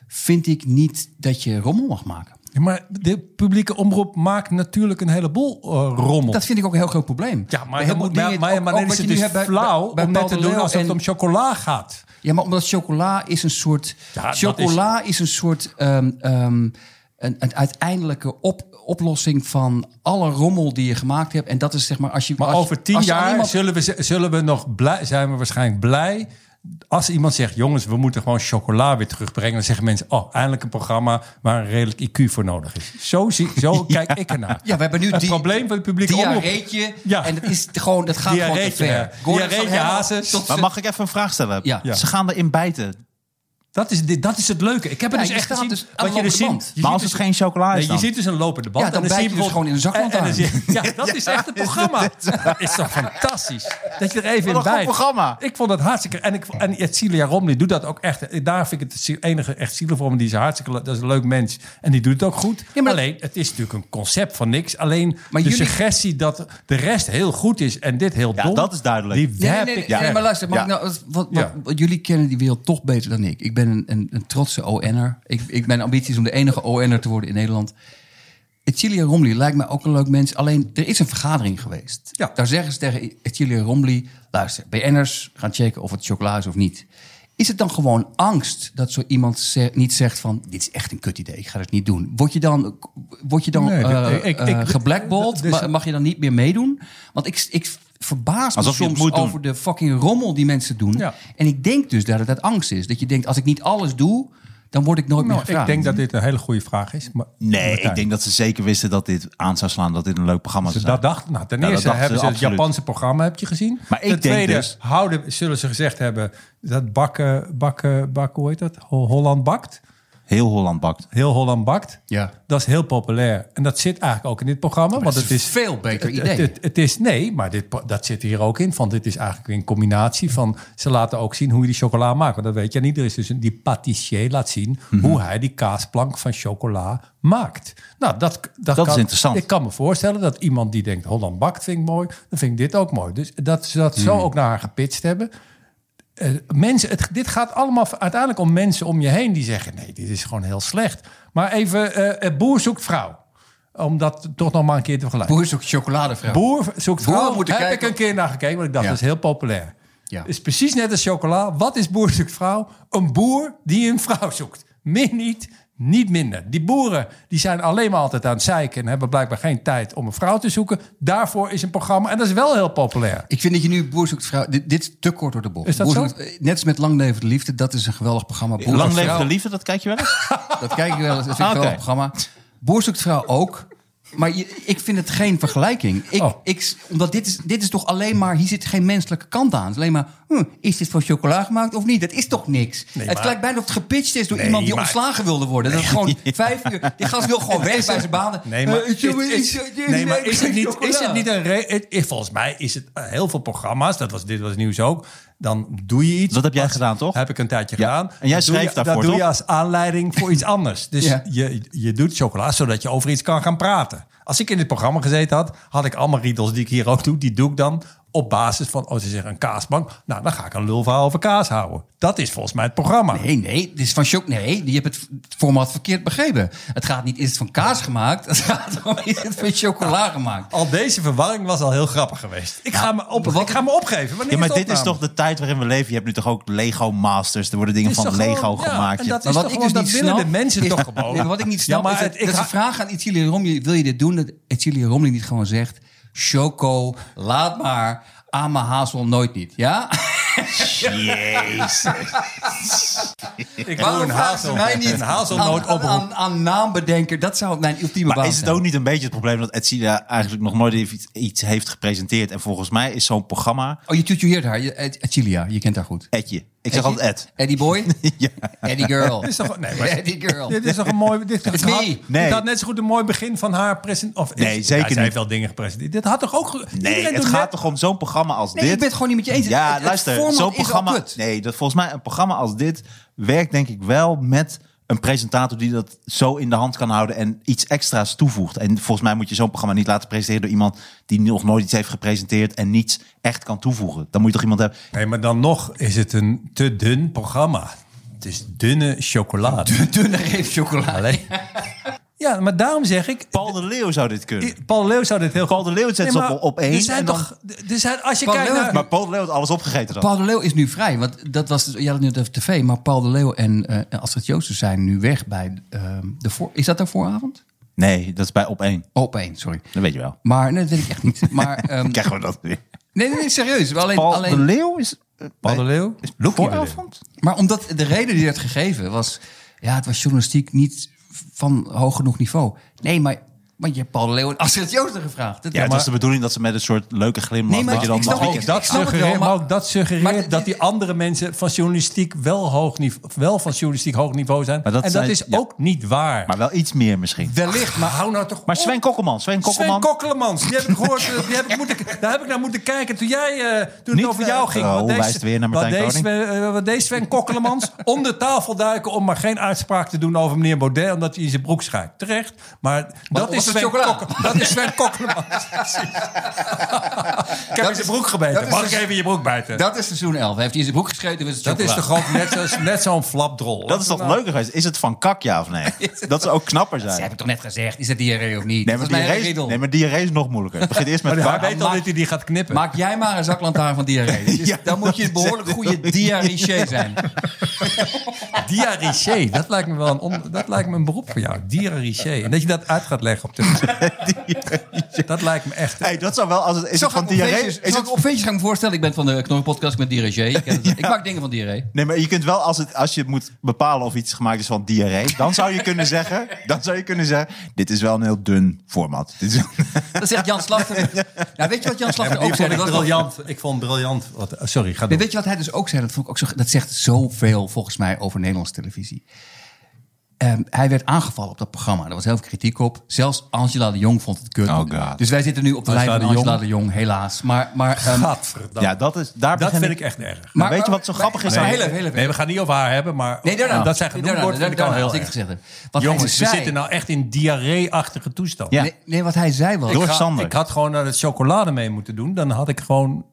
Speaker 3: vind ik niet dat je rommel mag maken.
Speaker 2: Ja, maar de publieke omroep maakt natuurlijk een heleboel eh, rommel.
Speaker 3: Dat vind ik ook een heel groot probleem.
Speaker 2: ja, maar,
Speaker 3: Bij
Speaker 2: dan,
Speaker 3: heel veel
Speaker 2: moet- maar,
Speaker 3: dingen-
Speaker 2: maar,
Speaker 3: ook-
Speaker 2: maar
Speaker 3: ook
Speaker 2: dan
Speaker 3: wat
Speaker 2: is het
Speaker 3: je nu
Speaker 2: dus
Speaker 3: hebt bij-
Speaker 2: flauw
Speaker 3: bij- bij
Speaker 2: om net te
Speaker 3: Paul de
Speaker 2: doen
Speaker 3: Leeuw
Speaker 2: alsof het
Speaker 3: en-
Speaker 2: om chocola gaat.
Speaker 3: Ja, maar omdat chocola is een soort.
Speaker 2: Ja, dat
Speaker 3: chocola is... een soort. ehm, ehm, een, een uiteindelijke op, oplossing van alle rommel die je gemaakt hebt. En dat is zeg maar als je.
Speaker 2: Maar
Speaker 3: als,
Speaker 2: over tien
Speaker 3: als je aan
Speaker 2: jaar
Speaker 3: iemand-
Speaker 2: zullen, we, zullen we nog blij, zijn we waarschijnlijk blij. Als iemand zegt, jongens, we moeten gewoon chocola weer terugbrengen. Dan zeggen mensen, oh, eindelijk een programma waar een redelijk IQ voor nodig is. Zo, zie, zo kijk ik ernaar.
Speaker 3: Ja, we hebben nu
Speaker 2: het
Speaker 3: die-
Speaker 2: probleem van het publiek
Speaker 3: Diarreetje.
Speaker 2: Ja.
Speaker 3: En dat, is gewoon, dat gaat gewoon te
Speaker 2: Diarreetje,
Speaker 3: ver.
Speaker 2: ja.
Speaker 3: Gordon
Speaker 2: Diarreetje,
Speaker 3: van Hemel
Speaker 2: hazes.
Speaker 3: tot
Speaker 4: Maar
Speaker 3: ze-
Speaker 4: mag ik even een vraag stellen?
Speaker 3: Ja. Ja.
Speaker 4: Ze gaan erin bijten.
Speaker 2: Dat is, dit- dat is het leuke. Ik heb het
Speaker 3: Ja,
Speaker 2: dus
Speaker 3: je
Speaker 2: echt
Speaker 3: staat
Speaker 2: gezien.
Speaker 3: dus aan
Speaker 2: wat
Speaker 3: de
Speaker 2: je dus
Speaker 3: lopende
Speaker 2: ziet,
Speaker 3: band.
Speaker 2: je
Speaker 4: Maar als
Speaker 2: ziet
Speaker 4: het
Speaker 2: dus-
Speaker 4: geen chocola is
Speaker 2: Nee,
Speaker 4: dan?
Speaker 2: je ziet dus een lopende band.
Speaker 3: Ja, dan
Speaker 2: en zie
Speaker 3: bijt
Speaker 2: je
Speaker 3: je dus
Speaker 2: bijvoorbeeld-
Speaker 3: gewoon in een
Speaker 2: en- en dan
Speaker 3: zaklantaarn.
Speaker 2: zie je- Ja, dat is echt het programma. Dat is toch fantastisch? Dat je er even
Speaker 4: Wat een
Speaker 2: in bijt.
Speaker 4: goed programma.
Speaker 2: Ik vond dat hartstikke... En, ik, en het Celia Romney doet dat ook echt. Daar vind ik het het enige echt zielig voor. me. Die is hartstikke... le- Dat is een leuk mens. En die doet het ook goed.
Speaker 3: Ja, maar-
Speaker 2: Alleen, het is natuurlijk een concept van niks. Alleen
Speaker 3: Maar
Speaker 2: de
Speaker 3: jullie-
Speaker 2: suggestie dat de rest heel goed is... en dit heel
Speaker 4: Ja,
Speaker 2: dom...
Speaker 4: dat is duidelijk.
Speaker 2: Die
Speaker 3: Nee, nee,
Speaker 2: heb
Speaker 3: nee,
Speaker 2: ik
Speaker 3: nee,
Speaker 2: weg.
Speaker 3: maar luister, mag
Speaker 4: Ja.
Speaker 3: ik nou, wat, wat,
Speaker 2: Ja.
Speaker 3: wat- jullie kennen die wereld toch beter dan ik. Ik ben een, een, een trotse ON'er. Ik, ik, mijn ambitie is om de enige ON'er te worden in Nederland. Etilia Romley lijkt mij ook een leuk mens. Alleen, er is een vergadering geweest.
Speaker 2: Ja.
Speaker 3: Daar zeggen ze tegen Etilia Romley... luister, BN'ers gaan checken of het chocola is of niet. Is het dan gewoon angst dat zo iemand ze- niet zegt van... dit is echt een kut idee, ik ga het niet doen. Word je dan, word je dan
Speaker 2: Nee, dit-
Speaker 3: eh,
Speaker 2: ik-
Speaker 3: eh,
Speaker 2: ik-
Speaker 3: geblackballed?
Speaker 2: dit is-
Speaker 3: Ma- Mag je dan niet meer meedoen? Want ik, ik verbaas me
Speaker 4: Alsof je het
Speaker 3: soms
Speaker 4: moet doen.
Speaker 3: over de fucking rommel die mensen doen.
Speaker 2: Ja.
Speaker 3: En ik denk dus dat het uit angst is. Dat je denkt, als ik niet alles doe, dan word ik nooit
Speaker 2: Nou,
Speaker 3: meer
Speaker 2: ik
Speaker 3: gevraagd.
Speaker 2: denk dat dit een hele goede vraag is. Maar
Speaker 4: Nee,
Speaker 2: Martijn.
Speaker 4: ik denk dat ze zeker wisten dat dit aan zou slaan. Dat dit een leuk programma zou
Speaker 2: Dus
Speaker 4: zijn.
Speaker 2: dat dacht, nou, ten
Speaker 4: dat
Speaker 2: eerste
Speaker 4: dachten
Speaker 2: hebben
Speaker 4: ze
Speaker 2: ze het
Speaker 4: absoluut.
Speaker 2: Japanse programma, heb je gezien.
Speaker 4: Maar ik
Speaker 2: ten
Speaker 4: denk
Speaker 2: tweede
Speaker 4: dus-
Speaker 2: houden, zullen ze gezegd hebben dat bakken, bakken, bakken, hoe heet dat? Ho- Holland bakt.
Speaker 4: Heel Holland bakt.
Speaker 2: Heel Holland bakt.
Speaker 3: Ja.
Speaker 2: Dat is heel populair. En dat zit eigenlijk ook in dit programma. Want
Speaker 3: dat
Speaker 2: het
Speaker 3: is
Speaker 2: is
Speaker 3: een veel beter
Speaker 2: het,
Speaker 3: idee.
Speaker 2: Het, het, het is, nee, maar dit, po- dat zit hier ook in. Van dit is eigenlijk weer een combinatie van. Ze laten ook zien hoe je die chocola maakt. Want dat weet je niet. Er is dus een, die patissier laat zien
Speaker 3: Mhm.
Speaker 2: hoe hij die kaasplank van chocola maakt. Nou, dat, dat,
Speaker 4: Dat
Speaker 2: kan,
Speaker 4: is interessant.
Speaker 2: Ik kan me voorstellen dat iemand die denkt: Holland bakt vind ik mooi. Dan vind ik dit ook mooi. Dus dat ze dat
Speaker 3: Hmm.
Speaker 2: zo ook naar haar gepitcht hebben. Eh, mensen, het, dit gaat allemaal uiteindelijk om mensen om je heen die zeggen: nee, dit is gewoon heel slecht. Maar even, eh, eh, boer zoekt vrouw. Om dat toch nog maar een keer te vergelijken.
Speaker 3: Boer is ook chocoladevrouw.
Speaker 2: Boer zoekt
Speaker 3: Boeren
Speaker 2: vrouw.
Speaker 3: moeten
Speaker 2: Heb
Speaker 3: kijken
Speaker 2: ik een
Speaker 3: op-
Speaker 2: keer naar gekeken, want ik dacht,
Speaker 3: Ja.
Speaker 2: dat is heel populair.
Speaker 3: Ja.
Speaker 2: Is precies net als chocola. Wat is boer zoekt vrouw? Een boer die een vrouw zoekt. Meer niet, niet minder. Die boeren die zijn alleen maar altijd aan het zeiken en hebben blijkbaar geen tijd om een vrouw te zoeken. Daarvoor is een programma en dat is wel heel populair.
Speaker 3: Ik vind dat je nu Boer zoekt vrouw... Dit, dit is te kort door de bocht.
Speaker 2: Is dat
Speaker 3: Boer
Speaker 2: zo?
Speaker 3: zoekt- eh, net als met Lang Leven de Liefde. Dat is een geweldig programma. Boer
Speaker 4: Lang
Speaker 3: zoekt
Speaker 4: leven
Speaker 3: vrouw,
Speaker 2: nou-
Speaker 4: de liefde, dat kijk je wel eens?
Speaker 3: Dat kijk ik wel. eens. Dat vind ik
Speaker 4: Oké.
Speaker 3: wel een programma. Boer zoekt vrouw ook. Maar je- ik vind het geen vergelijking. Ik,
Speaker 2: Oh.
Speaker 3: ik, omdat dit is, dit is toch alleen maar... Hier zit geen menselijke kant aan. Het is alleen maar, hm, is dit van chocola gemaakt of niet? Dat is toch niks? het
Speaker 2: maar-
Speaker 3: lijkt bijna of het gepitcht is door iemand die
Speaker 2: maar-
Speaker 3: ontslagen wilde worden. Dat is gewoon vijf uur... Die gast wil gewoon weg bij zijn baan.
Speaker 2: Nee, maar,
Speaker 3: Eh,
Speaker 2: is,
Speaker 3: ik- ik-
Speaker 2: is-
Speaker 3: ik-
Speaker 2: nee, maar
Speaker 3: ik-
Speaker 2: is, het niet,
Speaker 3: chocola.
Speaker 2: is het niet een... re- het is- volgens mij is het eh, heel veel programma's, dat was, dit was nieuws ook... dan doe je iets.
Speaker 4: Dat heb jij
Speaker 2: als-
Speaker 4: gedaan, toch?
Speaker 2: Heb ik een tijdje
Speaker 4: Ja.
Speaker 2: gedaan.
Speaker 4: En jij
Speaker 2: Dat doe
Speaker 4: schreef
Speaker 2: je-
Speaker 4: daarvoor,
Speaker 2: Dat doe je
Speaker 4: toch?
Speaker 2: als aanleiding voor iets anders. Dus
Speaker 3: Ja.
Speaker 2: je, je doet chocola zodat je over iets kan gaan praten. Als ik in dit programma gezeten had, had ik allemaal riedels die ik hier ook doe. Die doe ik dan op basis van, oh ze zeggen een kaasbank. Nou, dan ga ik een lulverhaal over kaas houden. Dat is volgens mij het programma.
Speaker 3: Nee, nee, dit is van choc. Nee, je hebt het format verkeerd begrepen. Het gaat niet, is het van kaas gemaakt? Het gaat om, is het van chocola gemaakt?
Speaker 2: Al deze verwarring was al heel grappig geweest. Ik, ga, me op,
Speaker 3: wat-
Speaker 2: ik ga me opgeven. Wanneer
Speaker 4: Ja, maar
Speaker 2: is de
Speaker 4: dit is
Speaker 2: opname?
Speaker 4: toch de tijd waarin we leven. Je hebt nu toch ook Lego Masters. Er worden dingen
Speaker 2: Het is
Speaker 4: van
Speaker 2: toch
Speaker 4: Lego
Speaker 2: gewoon- ja,
Speaker 4: gemaakt.
Speaker 2: en
Speaker 4: Je-
Speaker 2: dat
Speaker 3: Maar
Speaker 2: is
Speaker 3: wat
Speaker 2: toch
Speaker 3: ik
Speaker 2: gewoon-
Speaker 3: dus
Speaker 2: dat
Speaker 3: niet
Speaker 2: willen
Speaker 3: snap,
Speaker 2: de mensen
Speaker 3: is-
Speaker 2: toch gewoon.
Speaker 3: Nee, maar wat ik niet snap
Speaker 2: Ja, maar
Speaker 3: is dat,
Speaker 2: het- ik
Speaker 3: dat ze
Speaker 2: ha-
Speaker 3: vragen aan Etilia Romli... wil je dit doen? Dat Etilia Romli niet gewoon zegt... Choco, laat maar. Aan mijn hazel nooit niet. Ja?
Speaker 4: Jezus.
Speaker 2: Ik
Speaker 3: Waarom
Speaker 2: doe een
Speaker 3: vragen ze
Speaker 2: hazel-
Speaker 3: mij niet
Speaker 2: een hazelnoot
Speaker 3: aan, aan,
Speaker 2: oproep.
Speaker 3: aan, aan naambedenker? Dat zou mijn ultieme
Speaker 4: Maar
Speaker 3: baan
Speaker 4: is het
Speaker 3: zijn.
Speaker 4: ook niet een beetje het probleem dat Etsilia eigenlijk nog nooit iets, iets heeft gepresenteerd? En volgens mij is zo'n programma
Speaker 3: Oh, je tutueert haar. je- Et- Etilia, je kent haar goed.
Speaker 4: Etje. Ik zeg altijd Ed.
Speaker 3: Eddie boy?
Speaker 4: Ja.
Speaker 3: Eddie girl.
Speaker 2: Dit is toch, nee, maar-
Speaker 3: Eddie girl.
Speaker 2: dit is toch een mooi... Dit,
Speaker 3: It's
Speaker 2: dit had,
Speaker 3: me.
Speaker 4: Nee.
Speaker 2: dit had net zo goed een mooi begin van haar present. Of,
Speaker 4: Nee,
Speaker 2: ja,
Speaker 4: zeker
Speaker 2: Zij
Speaker 4: niet.
Speaker 2: heeft wel dingen gepresenteerd. Dit had toch ook... ge-
Speaker 4: Nee,
Speaker 2: iedereen
Speaker 4: het
Speaker 2: doet
Speaker 4: gaat
Speaker 2: net-
Speaker 4: toch om zo'n programma als
Speaker 3: Nee,
Speaker 4: dit?
Speaker 3: ik ben het gewoon niet met je eens.
Speaker 4: Ja,
Speaker 3: Het- het
Speaker 4: luister,
Speaker 3: format
Speaker 4: zo'n
Speaker 3: is al
Speaker 4: programma.
Speaker 3: kut.
Speaker 4: Nee, dat, volgens mij een programma als dit werkt denk ik wel met een presentator die dat zo in de hand kan houden en iets extra's toevoegt. En volgens mij moet je zo'n programma niet laten presenteren door iemand die nog nooit iets heeft gepresenteerd en niets echt kan toevoegen. Dan moet je toch iemand hebben.
Speaker 2: Nee, maar dan nog is het een te dun programma. Het is dunne chocolade.
Speaker 3: Dunne reep chocola.
Speaker 2: Alleen. Ja, maar daarom zeg ik...
Speaker 4: Paul de Leeuw zou dit kunnen.
Speaker 2: I- Paul Leeuw zou dit heel
Speaker 4: Paul de Leeuw zet ze
Speaker 2: maar
Speaker 4: op- op één
Speaker 2: Er zijn
Speaker 4: en dan-
Speaker 2: toch... Er zijn, als je
Speaker 3: Paul
Speaker 2: kijkt
Speaker 3: Leeuw-
Speaker 2: naar...
Speaker 4: Maar Paul de Leeuw had alles opgegeten dan.
Speaker 3: Paul de Leeuw is nu vrij, want dat was, dus, ja, dat net over tv, maar Paul de Leeuw en eh Astrid Joosten zijn nu weg bij ehm, de voor, is dat de vooravond?
Speaker 4: Nee, dat is bij op één.
Speaker 3: Oh, op één, sorry.
Speaker 4: Dat weet je wel.
Speaker 3: Maar nee, dat weet ik echt niet. Maar, ehm,
Speaker 4: Dan krijgen we dat weer.
Speaker 3: nee, nee, nee, serieus. Alleen,
Speaker 4: Paul de
Speaker 3: alleen,
Speaker 4: Leeuw is... eh,
Speaker 2: Paul de
Speaker 4: bij-
Speaker 2: Leeuw?
Speaker 4: Is
Speaker 2: Loekie de Leeuw.
Speaker 4: vooravond?
Speaker 3: maar omdat de reden die werd gegeven was, ja, het was journalistiek niet van hoog genoeg niveau. Nee, maar, want je hebt Paul de Leeuw en Astrid Joosten gevraagd. Dat-
Speaker 4: Ja, het was de bedoeling dat ze met een soort leuke glimlach...
Speaker 3: Nee, maar
Speaker 4: dat je dan
Speaker 3: ik
Speaker 4: nog
Speaker 3: snap-
Speaker 4: weekend-
Speaker 3: ik
Speaker 2: Dat
Speaker 3: snap het wel,
Speaker 2: suggereert, maar,
Speaker 3: maar-
Speaker 2: ook dat suggereert
Speaker 3: maar dit-
Speaker 2: dat die andere mensen van journalistiek wel, hoog niveau, wel van journalistiek hoog niveau zijn.
Speaker 4: Maar dat
Speaker 2: en dat
Speaker 4: zijn-
Speaker 2: is
Speaker 4: ja.
Speaker 2: ook niet waar.
Speaker 4: Maar wel iets meer misschien.
Speaker 2: wellicht, maar hou nou toch
Speaker 4: Maar
Speaker 2: op.
Speaker 4: Sven Kokkelman, Sven Kokkelman.
Speaker 2: Sven Kokkelemans, die heb ik gehoord, eh, die heb ik moeten, daar heb ik naar moeten kijken toen, jij, eh, toen
Speaker 4: Niet,
Speaker 2: het over
Speaker 4: eh,
Speaker 2: jou ging.
Speaker 4: oh,
Speaker 2: Wat deed
Speaker 4: wijst weer naar
Speaker 2: wat
Speaker 4: Martijn
Speaker 2: deed
Speaker 4: Koning.
Speaker 2: Sven- eh, wat deed Sven Kokkelemans? Onder tafel duiken om maar geen uitspraak te doen over meneer Baudet, omdat hij in zijn broek schuift. Terecht, maar dat
Speaker 3: was
Speaker 2: is,
Speaker 3: het
Speaker 2: Sven
Speaker 3: chocola?
Speaker 2: Kokke- dat is Sven Kokkelemans. Precies. ik heb in zijn broek
Speaker 3: dat
Speaker 2: gebeten.
Speaker 3: is
Speaker 2: Mag
Speaker 3: dus-
Speaker 2: ik even in je broek bijten?
Speaker 3: Dat is seizoen 11. Heeft hij in zijn broek geschreven? was het
Speaker 2: Dat is
Speaker 3: chocola.
Speaker 2: toch ook net zo'n net zo'n flapdrol.
Speaker 4: Dat is toch leuker geweest? Is het van kak, ja of nee? Dat ze ook knapper
Speaker 3: Dat heb
Speaker 4: zijn.
Speaker 3: ik toch net gezegd? Is dat diarree of niet?
Speaker 4: Nee,
Speaker 3: Dat
Speaker 4: maar
Speaker 3: is mijn Oh,
Speaker 4: diarree is,
Speaker 3: riddel.
Speaker 4: nee, maar diarree is nog moeilijker. Het begint eerst met
Speaker 2: Maar
Speaker 4: kak.
Speaker 2: hij weet al dat hij die gaat knippen.
Speaker 3: Maak jij maar een zaklantaarn van diarree. Dus
Speaker 4: Ja,
Speaker 3: dan moet je
Speaker 4: dat
Speaker 3: een behoorlijk
Speaker 4: is-
Speaker 3: goede diarree zijn.
Speaker 2: Diarrhee, dat lijkt me wel een, on- dat lijkt me een beroep voor jou. Diarrhee. En dat je dat uit gaat leggen op de. dat lijkt me echt.
Speaker 4: Hey, dat zou wel als het is het van diarree.
Speaker 3: Is
Speaker 4: Is het,
Speaker 3: op feestjes ga ik me voorstellen. Ik ben van de Knorrenpodcast ik ben diarree. Ik, ken het. ik maak dingen van diarree.
Speaker 4: nee, maar je kunt wel als het als je moet bepalen of iets gemaakt is van diarree, dan zou je kunnen zeggen, dan zou je kunnen zeggen, dit is wel een heel dun format. Dit is,
Speaker 3: Dat zegt Jan Slachter. Nou, weet je wat Jan Slachter ook zei?
Speaker 2: vond ik
Speaker 3: Dat was wel-
Speaker 2: briljant. Ik vond briljant. Wat, sorry, ga
Speaker 3: Nee,
Speaker 2: door.
Speaker 3: weet je wat hij dus ook zei? Dat, vond ik ook zo, dat zegt zoveel volgens mij over Nederlandse televisie. Ehm, hij werd aangevallen op dat programma. Er was heel veel kritiek op. Zelfs Angela de Jong vond het kut.
Speaker 4: Oh God.
Speaker 3: Dus wij zitten nu op de lijn
Speaker 2: Angela
Speaker 3: van
Speaker 2: de
Speaker 3: Angela
Speaker 2: Jong.
Speaker 3: de Jong, helaas. Maar, maar, ehm,
Speaker 2: Gadverdamme.
Speaker 4: ja, dat is daar
Speaker 2: dat
Speaker 4: begin
Speaker 2: vind ik echt erg.
Speaker 4: Maar weet je wat zo grappig is?
Speaker 3: Nee,
Speaker 4: aan-
Speaker 3: heel even, heel even.
Speaker 2: Nee, we gaan niet over haar hebben, maar
Speaker 3: Nee, daarna.
Speaker 2: dat zij genoemd
Speaker 3: Daarna,
Speaker 2: wordt, vind ik al
Speaker 3: daarna,
Speaker 2: heel
Speaker 3: als ik het
Speaker 2: erg.
Speaker 3: gezegd heb. Wat hij
Speaker 2: Jongens, we
Speaker 3: zei-
Speaker 2: zitten nou echt in diarree-achtige toestand.
Speaker 4: Ja.
Speaker 3: Nee, nee, wat hij zei was...
Speaker 4: Door
Speaker 2: Ik ga-
Speaker 4: Sander.
Speaker 2: Ik had gewoon naar het chocolade mee moeten doen. Dan had ik gewoon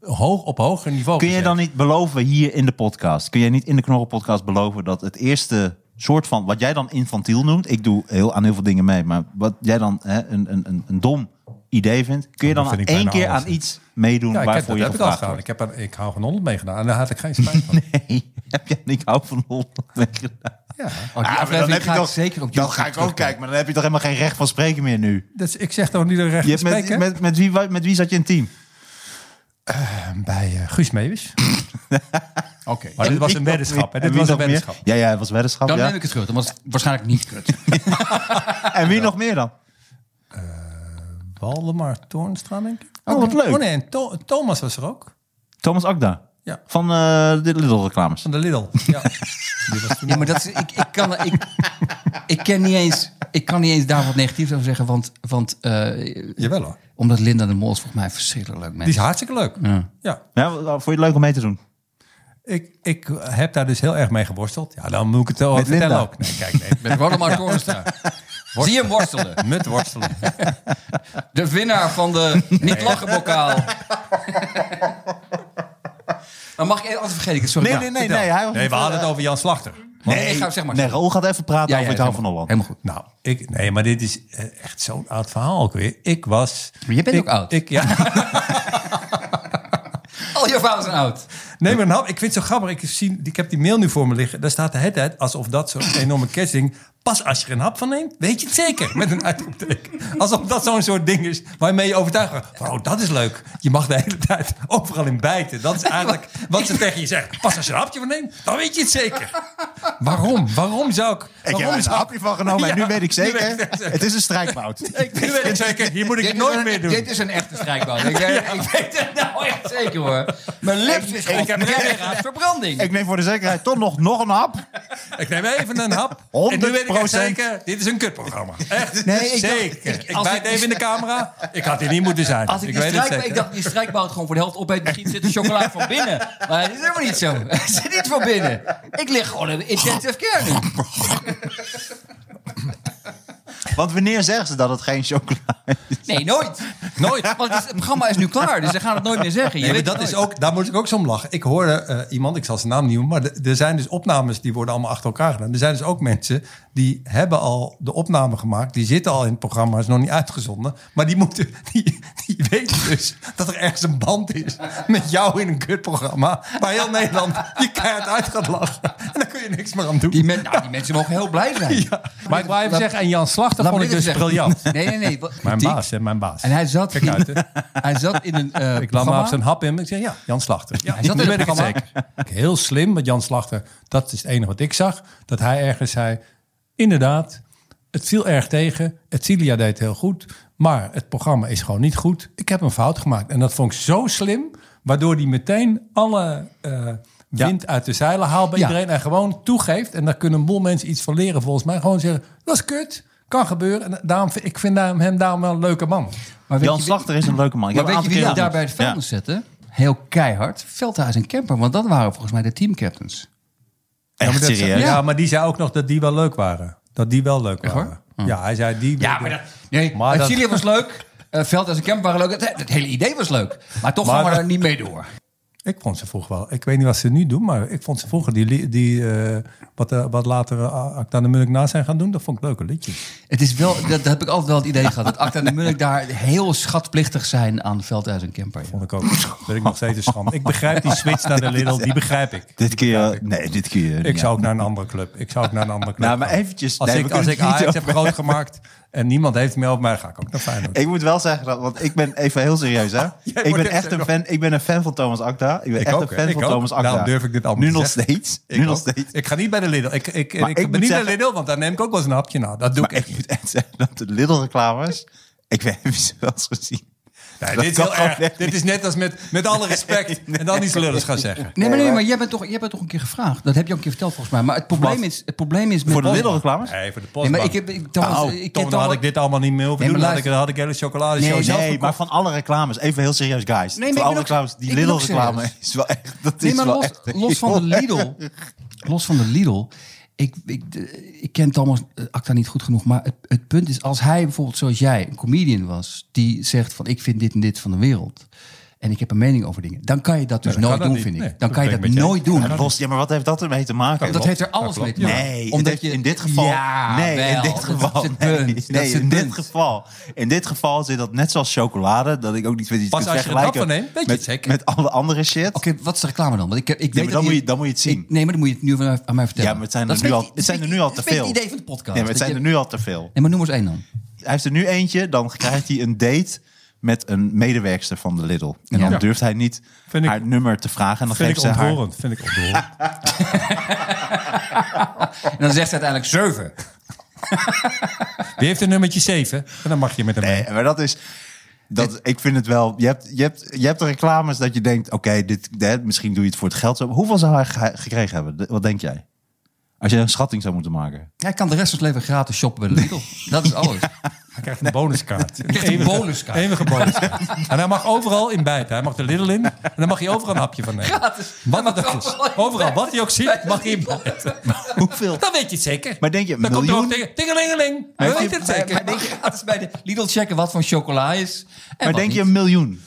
Speaker 2: hoog, op hoger niveau
Speaker 4: Kun je
Speaker 2: gezeten.
Speaker 4: dan niet beloven hier in de podcast? Kun jij niet in de Knorrelpodcast beloven dat het eerste soort van wat jij dan infantiel noemt? Ik doe heel, aan heel veel dingen mee, maar wat jij dan hè, een, een, een, een dom idee vindt, kun je
Speaker 2: Dat
Speaker 4: dan aan
Speaker 2: vind ik
Speaker 4: één
Speaker 2: bijna
Speaker 4: keer
Speaker 2: alles,
Speaker 4: aan
Speaker 2: hè.
Speaker 4: iets meedoen
Speaker 2: Ja, ik heb,
Speaker 4: waarvoor
Speaker 2: dat
Speaker 4: je
Speaker 2: heb ik al
Speaker 4: gevraagd
Speaker 2: gedaan.
Speaker 4: wordt?
Speaker 2: Ik, heb, aan- ik hou van 100 meegedaan. En daar had ik geen spijt van.
Speaker 4: Nee, heb jij niet hou van honderd meegedaan?
Speaker 3: Oh, die aflevering ga ik zeker op
Speaker 4: Dan
Speaker 3: YouTube
Speaker 4: ga ik ook
Speaker 3: terugkijken.
Speaker 4: kijken, maar dan heb je toch helemaal geen recht van spreken meer nu.
Speaker 2: Dus ik zeg toch niet de recht
Speaker 4: Je
Speaker 2: te
Speaker 4: hebt met,
Speaker 2: spreken?
Speaker 4: met, met, wie, wa- met wie zat je in het team?
Speaker 2: Bij eh, Guus Meeuwis.
Speaker 3: Oké.
Speaker 2: Maar dit was
Speaker 4: Ik
Speaker 2: een
Speaker 4: nog
Speaker 2: weddenschap. hè?
Speaker 4: niet.
Speaker 2: Dit was
Speaker 4: wie
Speaker 2: een
Speaker 4: nog meer?
Speaker 2: weddenschap.
Speaker 4: Ja, ja, het was weddenschap.
Speaker 3: Dan
Speaker 4: ja.
Speaker 3: neem ik het terug. Dan was het waarschijnlijk niet kut.
Speaker 4: En wie nog meer dan?
Speaker 2: Waldemar Toornstra, denk ik.
Speaker 4: Oh, wat leuk.
Speaker 2: Oh nee, en To- Thomas was er ook.
Speaker 4: Thomas Akda.
Speaker 2: Ja.
Speaker 4: Van eh de Lidl reclames.
Speaker 2: Van de Lidl. Ja. Die was toen-
Speaker 3: Ja, maar dat is, ik, ik, kan, ik, ik, ken niet eens, ik kan niet eens daar wat negatiefs over zeggen. Want, want eh,
Speaker 2: Jawel hoor.
Speaker 3: omdat Linda de Mol is volgens mij een verschrikkelijk leuk
Speaker 2: Die is
Speaker 3: mens.
Speaker 2: hartstikke leuk.
Speaker 3: Ja.
Speaker 2: ja.
Speaker 4: Ja, vond je het leuk om mee te doen?
Speaker 2: Ik, ik heb daar dus heel erg mee geworsteld. Ja, dan moet ik het wel
Speaker 4: Met
Speaker 2: vertellen
Speaker 4: Linda.
Speaker 2: ook. Nee, kijk, nee.
Speaker 3: Met Waldemar Toornstra. Zie je hem worstelen.
Speaker 2: Met worstelen.
Speaker 3: De winnaar van de niet-lachen-bokaal. Maar mag ik, anders vergeet ik het. Sorry.
Speaker 4: Nee,
Speaker 3: Ja.
Speaker 4: nee, nee.
Speaker 2: Vertel.
Speaker 4: nee, hij was
Speaker 2: nee
Speaker 4: niet,
Speaker 2: we hadden
Speaker 4: eh,
Speaker 2: het over Jan Slachter.
Speaker 3: Nee, ik ga zeg maar.
Speaker 4: nee, Raoul gaat even praten
Speaker 3: Ja, ja,
Speaker 4: over het
Speaker 3: ja,
Speaker 4: Hou
Speaker 3: helemaal-
Speaker 4: van Holland.
Speaker 3: Helemaal goed.
Speaker 2: Nou, ik, nee, maar dit is eh, echt zo'n oud verhaal ook weer. Ik was...
Speaker 3: Maar je bent
Speaker 2: ik,
Speaker 3: ook oud.
Speaker 2: Ik, ja.
Speaker 3: Al Oh, je verhalen zijn oud.
Speaker 2: Nee, maar nou, ik vind het zo grappig. Ik, zie, ik heb die mail nu voor me liggen. Daar staat de hele tijd alsof dat zo'n enorme ketting... Pas als je er een hap van neemt, weet je het zeker. Met een uitroepteken. Alsof dat zo'n soort ding is waarmee je overtuigd wordt. van, Oh, dat is leuk. Je mag de hele tijd overal in bijten. Dat is eigenlijk wat ze tegen je zeggen. Pas als je er een hapje van neemt, dan weet je het zeker. Waarom? Waarom zou ik...
Speaker 4: Ik heb
Speaker 2: waarom
Speaker 4: er een
Speaker 2: zou
Speaker 4: hapje van genomen en
Speaker 2: Ja,
Speaker 4: nu weet ik
Speaker 2: nu
Speaker 4: zeker,
Speaker 2: weet ik het zeker.
Speaker 4: het is een strijkbout.
Speaker 2: Ik nu weet nou, ik zeker, hier moet ik
Speaker 3: Dit
Speaker 2: het
Speaker 3: is
Speaker 2: nooit
Speaker 3: een-
Speaker 2: meer doen.
Speaker 3: Dit is een echte strijkbal. Ik, weet- ik weet het nou echt zeker hoor. Mijn lips is
Speaker 4: Ik
Speaker 2: ik heb geen haat.
Speaker 3: verbranding.
Speaker 4: Ik neem voor de zekerheid toch nog, nog een hap.
Speaker 2: Ik neem even een hap. En nu weet ik
Speaker 4: 100%
Speaker 2: echt zeker, dit is een kutprogramma. Echt
Speaker 3: Nee, ik dacht-
Speaker 2: zeker.
Speaker 3: ik-
Speaker 2: ik
Speaker 3: als
Speaker 2: bijt
Speaker 3: ik-
Speaker 2: even in de camera. Ik had hier niet moeten zijn.
Speaker 3: Als ik,
Speaker 2: ik
Speaker 3: die
Speaker 2: weet het
Speaker 3: strijk,
Speaker 2: zeker.
Speaker 3: ik dacht, die strijkbout gewoon voor de helft opeet. Misschien zit de chocola van binnen. Maar het is helemaal niet zo. Het zit niet van binnen. Ik lig gewoon in intensive care nu.
Speaker 4: Want wanneer zeggen ze dat het geen chocola is?
Speaker 3: Nee, nooit. Nooit. Want het, is- het programma is nu klaar, dus ze gaan het nooit meer zeggen. Je
Speaker 2: Nee, maar
Speaker 3: weet
Speaker 2: dat
Speaker 3: het
Speaker 2: is
Speaker 3: nooit.
Speaker 2: ook, daar moet ik ook zo om lachen. Ik hoorde eh, iemand, ik zal zijn naam niet noemen, maar de- er zijn dus opnames die worden allemaal achter elkaar gedaan. Er zijn dus ook mensen die hebben al de opname gemaakt, die zitten al in het programma, is nog niet uitgezonden, maar die moeten, die, die weten dus dat er ergens een band is met jou in een kutprogramma, waar heel Nederland die keihard uit gaat lachen. En daar kun je niks meer aan doen.
Speaker 3: Die, men- nou, die mensen mogen heel blij zijn.
Speaker 2: Maar ik wou even
Speaker 3: Laat-
Speaker 2: zeggen, en Jan Slachter
Speaker 3: Laat me
Speaker 2: vond ik
Speaker 3: dit
Speaker 2: dus
Speaker 3: even zeggen.
Speaker 2: briljant.
Speaker 3: Nee, nee, nee. wat-
Speaker 2: Mijn
Speaker 3: kritiek.
Speaker 2: baas, hè, mijn baas.
Speaker 3: En hij zat, in,
Speaker 2: uit, hè.
Speaker 3: hij zat in een
Speaker 2: Ik
Speaker 3: eh
Speaker 2: laat maar
Speaker 3: programma.
Speaker 2: op zijn hap in. Ik zeg ja, Jan Slachter. Ja,
Speaker 3: Hij zat
Speaker 2: nu
Speaker 3: in het
Speaker 2: weet ik het
Speaker 3: programma.
Speaker 2: zeker. Ik, Heel slim, want Jan Slachter, dat is het enige wat ik zag. Dat hij ergens zei, inderdaad, het viel erg tegen. Het Cilia deed heel goed, maar het programma is gewoon niet goed. Ik heb een fout gemaakt. En dat vond ik zo slim, waardoor hij meteen alle... eh, Wind uit de zeilen haalt bij
Speaker 3: Ja.
Speaker 2: iedereen en gewoon toegeeft. En daar kunnen een boel mensen iets van leren, volgens mij. Gewoon zeggen: dat is kut, kan gebeuren. En daarom, vind- ik vind hem hem daarom wel een leuke man.
Speaker 3: Maar weet
Speaker 4: Jan
Speaker 3: je-
Speaker 4: Slachter is een leuke man. Ik
Speaker 3: Maar
Speaker 4: heb
Speaker 3: weet
Speaker 4: een
Speaker 3: je wie
Speaker 4: aantal
Speaker 3: ik
Speaker 4: keer
Speaker 3: daar bij het
Speaker 4: ontmoet.
Speaker 3: vuilnis zetten? Heel keihard. Veldhuis en Kemper. Want dat waren volgens mij de teamcaptains.
Speaker 4: Ja. Echt
Speaker 2: maar dat-
Speaker 4: serieus.
Speaker 2: Ja, maar die zei ook nog dat die wel leuk waren. Dat die wel leuk waren.
Speaker 3: waar?
Speaker 4: Hm.
Speaker 2: Ja, hij zei die.
Speaker 3: Nee,
Speaker 2: Maar
Speaker 3: maar
Speaker 2: dat-
Speaker 3: was leuk. eh, Veldhuis en Kemper waren leuk. Het, het hele idee was leuk. Maar toch
Speaker 2: Maar
Speaker 3: gaan we
Speaker 2: dat-
Speaker 3: daar niet mee door.
Speaker 2: Ik vond ze vroeger wel. Ik weet niet wat ze nu doen, maar ik vond ze vroeger die, li- die eh, wat, eh, wat later uh, Acta de Munnik na zijn gaan doen. Dat vond ik leuke liedjes.
Speaker 3: Het is wel, dat, dat heb ik altijd wel het idee gehad. Dat Acta en de Munnik daar heel schatplichtig zijn aan Veldhuis en Kemper. ja.
Speaker 2: Vond ik ook. Weet ik nog steeds een schande. Ik begrijp die switch naar de Lidl. Die begrijp ik.
Speaker 4: Dit keer, nee, dit keer.
Speaker 2: Ik zou ook naar een andere club. Ik zou ook naar een andere club.
Speaker 4: Nou, maar
Speaker 2: gaan.
Speaker 4: eventjes.
Speaker 2: Als
Speaker 4: Nee,
Speaker 2: ik,
Speaker 4: we
Speaker 2: als
Speaker 4: kunnen
Speaker 2: ik
Speaker 4: het niet
Speaker 2: Ajax heb
Speaker 4: over-
Speaker 2: groot gemaakt en niemand heeft meer op mij, ga ik ook naar Feyenoord.
Speaker 4: Ik moet wel zeggen dat, want ik ben even heel serieus, hè? ik
Speaker 2: wordt
Speaker 4: ben
Speaker 2: echt
Speaker 4: echt een fan. Ik ben een fan van Thomas Akda. Ik ben
Speaker 2: Ik
Speaker 4: echt
Speaker 2: ook,
Speaker 4: een
Speaker 2: hè?
Speaker 4: fan
Speaker 2: Ik
Speaker 4: van
Speaker 2: ook.
Speaker 4: Thomas Akda.
Speaker 2: Daarom durf ik dit allemaal
Speaker 4: Nu
Speaker 2: te
Speaker 4: nog
Speaker 2: zeggen.
Speaker 4: steeds. Nu nog
Speaker 2: ook.
Speaker 4: steeds.
Speaker 2: Ik ga niet bij de Lidl. Ik, ik,
Speaker 4: Maar
Speaker 2: ik, ben
Speaker 4: ik moet
Speaker 2: niet bij
Speaker 4: zeggen-
Speaker 2: de Lidl, want daar neem ik ook wel eens een hapje na. Dat doe ik
Speaker 4: Maar
Speaker 2: echt
Speaker 4: ik
Speaker 2: niet.
Speaker 4: moet echt zeggen dat de Lidl reclames. Ik weet heb je ze wel eens gezien.
Speaker 2: Nee,
Speaker 4: Dat
Speaker 2: dit is
Speaker 4: kan
Speaker 2: heel
Speaker 4: gewoon
Speaker 2: erg.
Speaker 4: echt
Speaker 2: Dit is net als met, met alle respect. En dan iets lulligs gaan zeggen.
Speaker 3: Nee, maar, nee, maar jij, bent toch, jij bent toch een keer gevraagd. Dat heb je ook een keer verteld volgens mij. Maar het probleem, is, het probleem is... Met
Speaker 4: Voor de Lidl reclames?
Speaker 2: Nee, voor de
Speaker 3: Nee,
Speaker 2: post.
Speaker 3: maar ik heb... Ik, Thomas,
Speaker 4: Oh,
Speaker 3: ik ken
Speaker 2: Tom, dan had
Speaker 3: Thomas-
Speaker 2: ik dit allemaal niet meer hoeven
Speaker 3: Nee,
Speaker 2: doen.
Speaker 3: maar
Speaker 2: Dan had ik, dan had ik hele chocolade
Speaker 3: Nee,
Speaker 2: zelf
Speaker 4: Nee,
Speaker 2: verkocht.
Speaker 4: maar van alle reclames. Even heel serieus, guys.
Speaker 3: Nee, maar ik
Speaker 4: van
Speaker 3: ben
Speaker 4: alle
Speaker 3: ook-
Speaker 4: reclames.
Speaker 3: ik
Speaker 4: Die
Speaker 3: ben
Speaker 4: Lidl
Speaker 3: ook
Speaker 4: reclame
Speaker 3: serieus.
Speaker 4: is wel echt. Dat
Speaker 3: Nee,
Speaker 4: is
Speaker 3: maar
Speaker 4: wel
Speaker 3: los,
Speaker 4: echt.
Speaker 3: los van de Lidl. Los van de Lidl. Ik, ik, ik ken Thomas eh, Acta niet goed genoeg. Maar het, het punt is, als hij bijvoorbeeld zoals jij een comedian was... die zegt van ik vind dit en dit van de wereld... en ik heb een mening over dingen... dan kan je dat dus
Speaker 2: Nee, dat
Speaker 3: nooit
Speaker 2: kan
Speaker 3: doen,
Speaker 2: dat
Speaker 3: vind ik.
Speaker 2: niet. Nee,
Speaker 3: dan
Speaker 2: dat
Speaker 3: kan je
Speaker 2: ben ik
Speaker 3: dat
Speaker 2: met je
Speaker 3: nooit doen.
Speaker 4: Ja, los- Ja, maar wat heeft dat ermee te maken?
Speaker 3: Dat heeft er alles
Speaker 2: klopt.
Speaker 3: mee te maken.
Speaker 4: Nee,
Speaker 3: Omdat
Speaker 4: het heeft
Speaker 3: je,
Speaker 4: in dit geval.
Speaker 3: Ja,
Speaker 4: nee,
Speaker 3: wel,
Speaker 4: in dit
Speaker 3: dat
Speaker 4: geval.
Speaker 3: is het
Speaker 4: nee,
Speaker 3: punt. Dat
Speaker 4: nee,
Speaker 3: is het
Speaker 4: in dit
Speaker 3: punt.
Speaker 4: geval. In dit geval zit dat net zoals chocolade. Dat ik ook niet weet iets
Speaker 2: Pas
Speaker 4: kunt
Speaker 2: als je er een hap
Speaker 4: vergelijken
Speaker 2: van neemt, weet je
Speaker 4: met,
Speaker 2: het zeker.
Speaker 4: Met alle andere shit.
Speaker 3: Oké, wat is de reclame dan? Want ik, ik weet
Speaker 4: maar
Speaker 3: dat
Speaker 4: dan
Speaker 3: je-
Speaker 4: moet je- dan moet je het zien.
Speaker 3: Ik, nee, maar dan moet je het nu aan mij- aan mij vertellen.
Speaker 4: Ja, maar het zijn er
Speaker 3: Dat is
Speaker 4: nu
Speaker 3: een
Speaker 4: al-
Speaker 3: beetje-
Speaker 4: het zijn er
Speaker 3: dat is
Speaker 4: nu al
Speaker 3: een
Speaker 4: te
Speaker 3: beetje
Speaker 4: veel.
Speaker 3: Het idee van de podcast.
Speaker 4: nee, maar het
Speaker 3: Dat
Speaker 4: zijn er
Speaker 3: je-
Speaker 4: nu al te veel.
Speaker 3: Nee, maar noem eens één dan.
Speaker 4: Hij heeft er nu eentje, dan krijgt hij een date met een medewerkster van de Lidl. En dan
Speaker 3: Ja.
Speaker 4: durft hij niet
Speaker 2: Vind ik-
Speaker 4: haar nummer te vragen. En dan
Speaker 2: Vind
Speaker 4: geeft
Speaker 2: ik
Speaker 4: ze haar.
Speaker 2: ontroerend. Vind ik ontroerend.
Speaker 3: En dan zegt ze uiteindelijk zeven.
Speaker 2: Wie heeft een nummertje 7? En dan mag je met hem mee.
Speaker 4: Nee, maar dat is. Dat, ik vind het wel. Je hebt, je, hebt, je hebt de reclames dat je denkt: oké, dit hè, misschien doe je het voor het geld. zo. Hoeveel zou hij ge- gekregen hebben? De- Wat denk jij? Als je een schatting zou moeten maken.
Speaker 3: Hij kan de rest van zijn leven gratis shoppen bij de Lidl. Dat is alles.
Speaker 2: Hij krijgt een bonuskaart. Een
Speaker 3: krijgt een
Speaker 2: eeuwige-
Speaker 3: bonuskaart.
Speaker 2: Eeuwige bonuskaart. En hij mag overal in bijten. Hij mag de Lidl in. En dan mag hij overal een hapje van nemen. Wat het ook is.
Speaker 3: overal in
Speaker 2: Overal. Wat hij ook ziet, mag hij in bijten.
Speaker 4: Hoeveel?
Speaker 2: Dan weet je het zeker.
Speaker 4: Maar denk je,
Speaker 2: dan komt er ook
Speaker 4: miljoen?
Speaker 2: tegen. Tingelingeling. Dan weet je het zeker.
Speaker 3: Hij mag gratis bij de Lidl checken wat voor chocola is. En
Speaker 4: Maar
Speaker 3: wat
Speaker 4: denk je
Speaker 3: niet.
Speaker 4: een miljoen?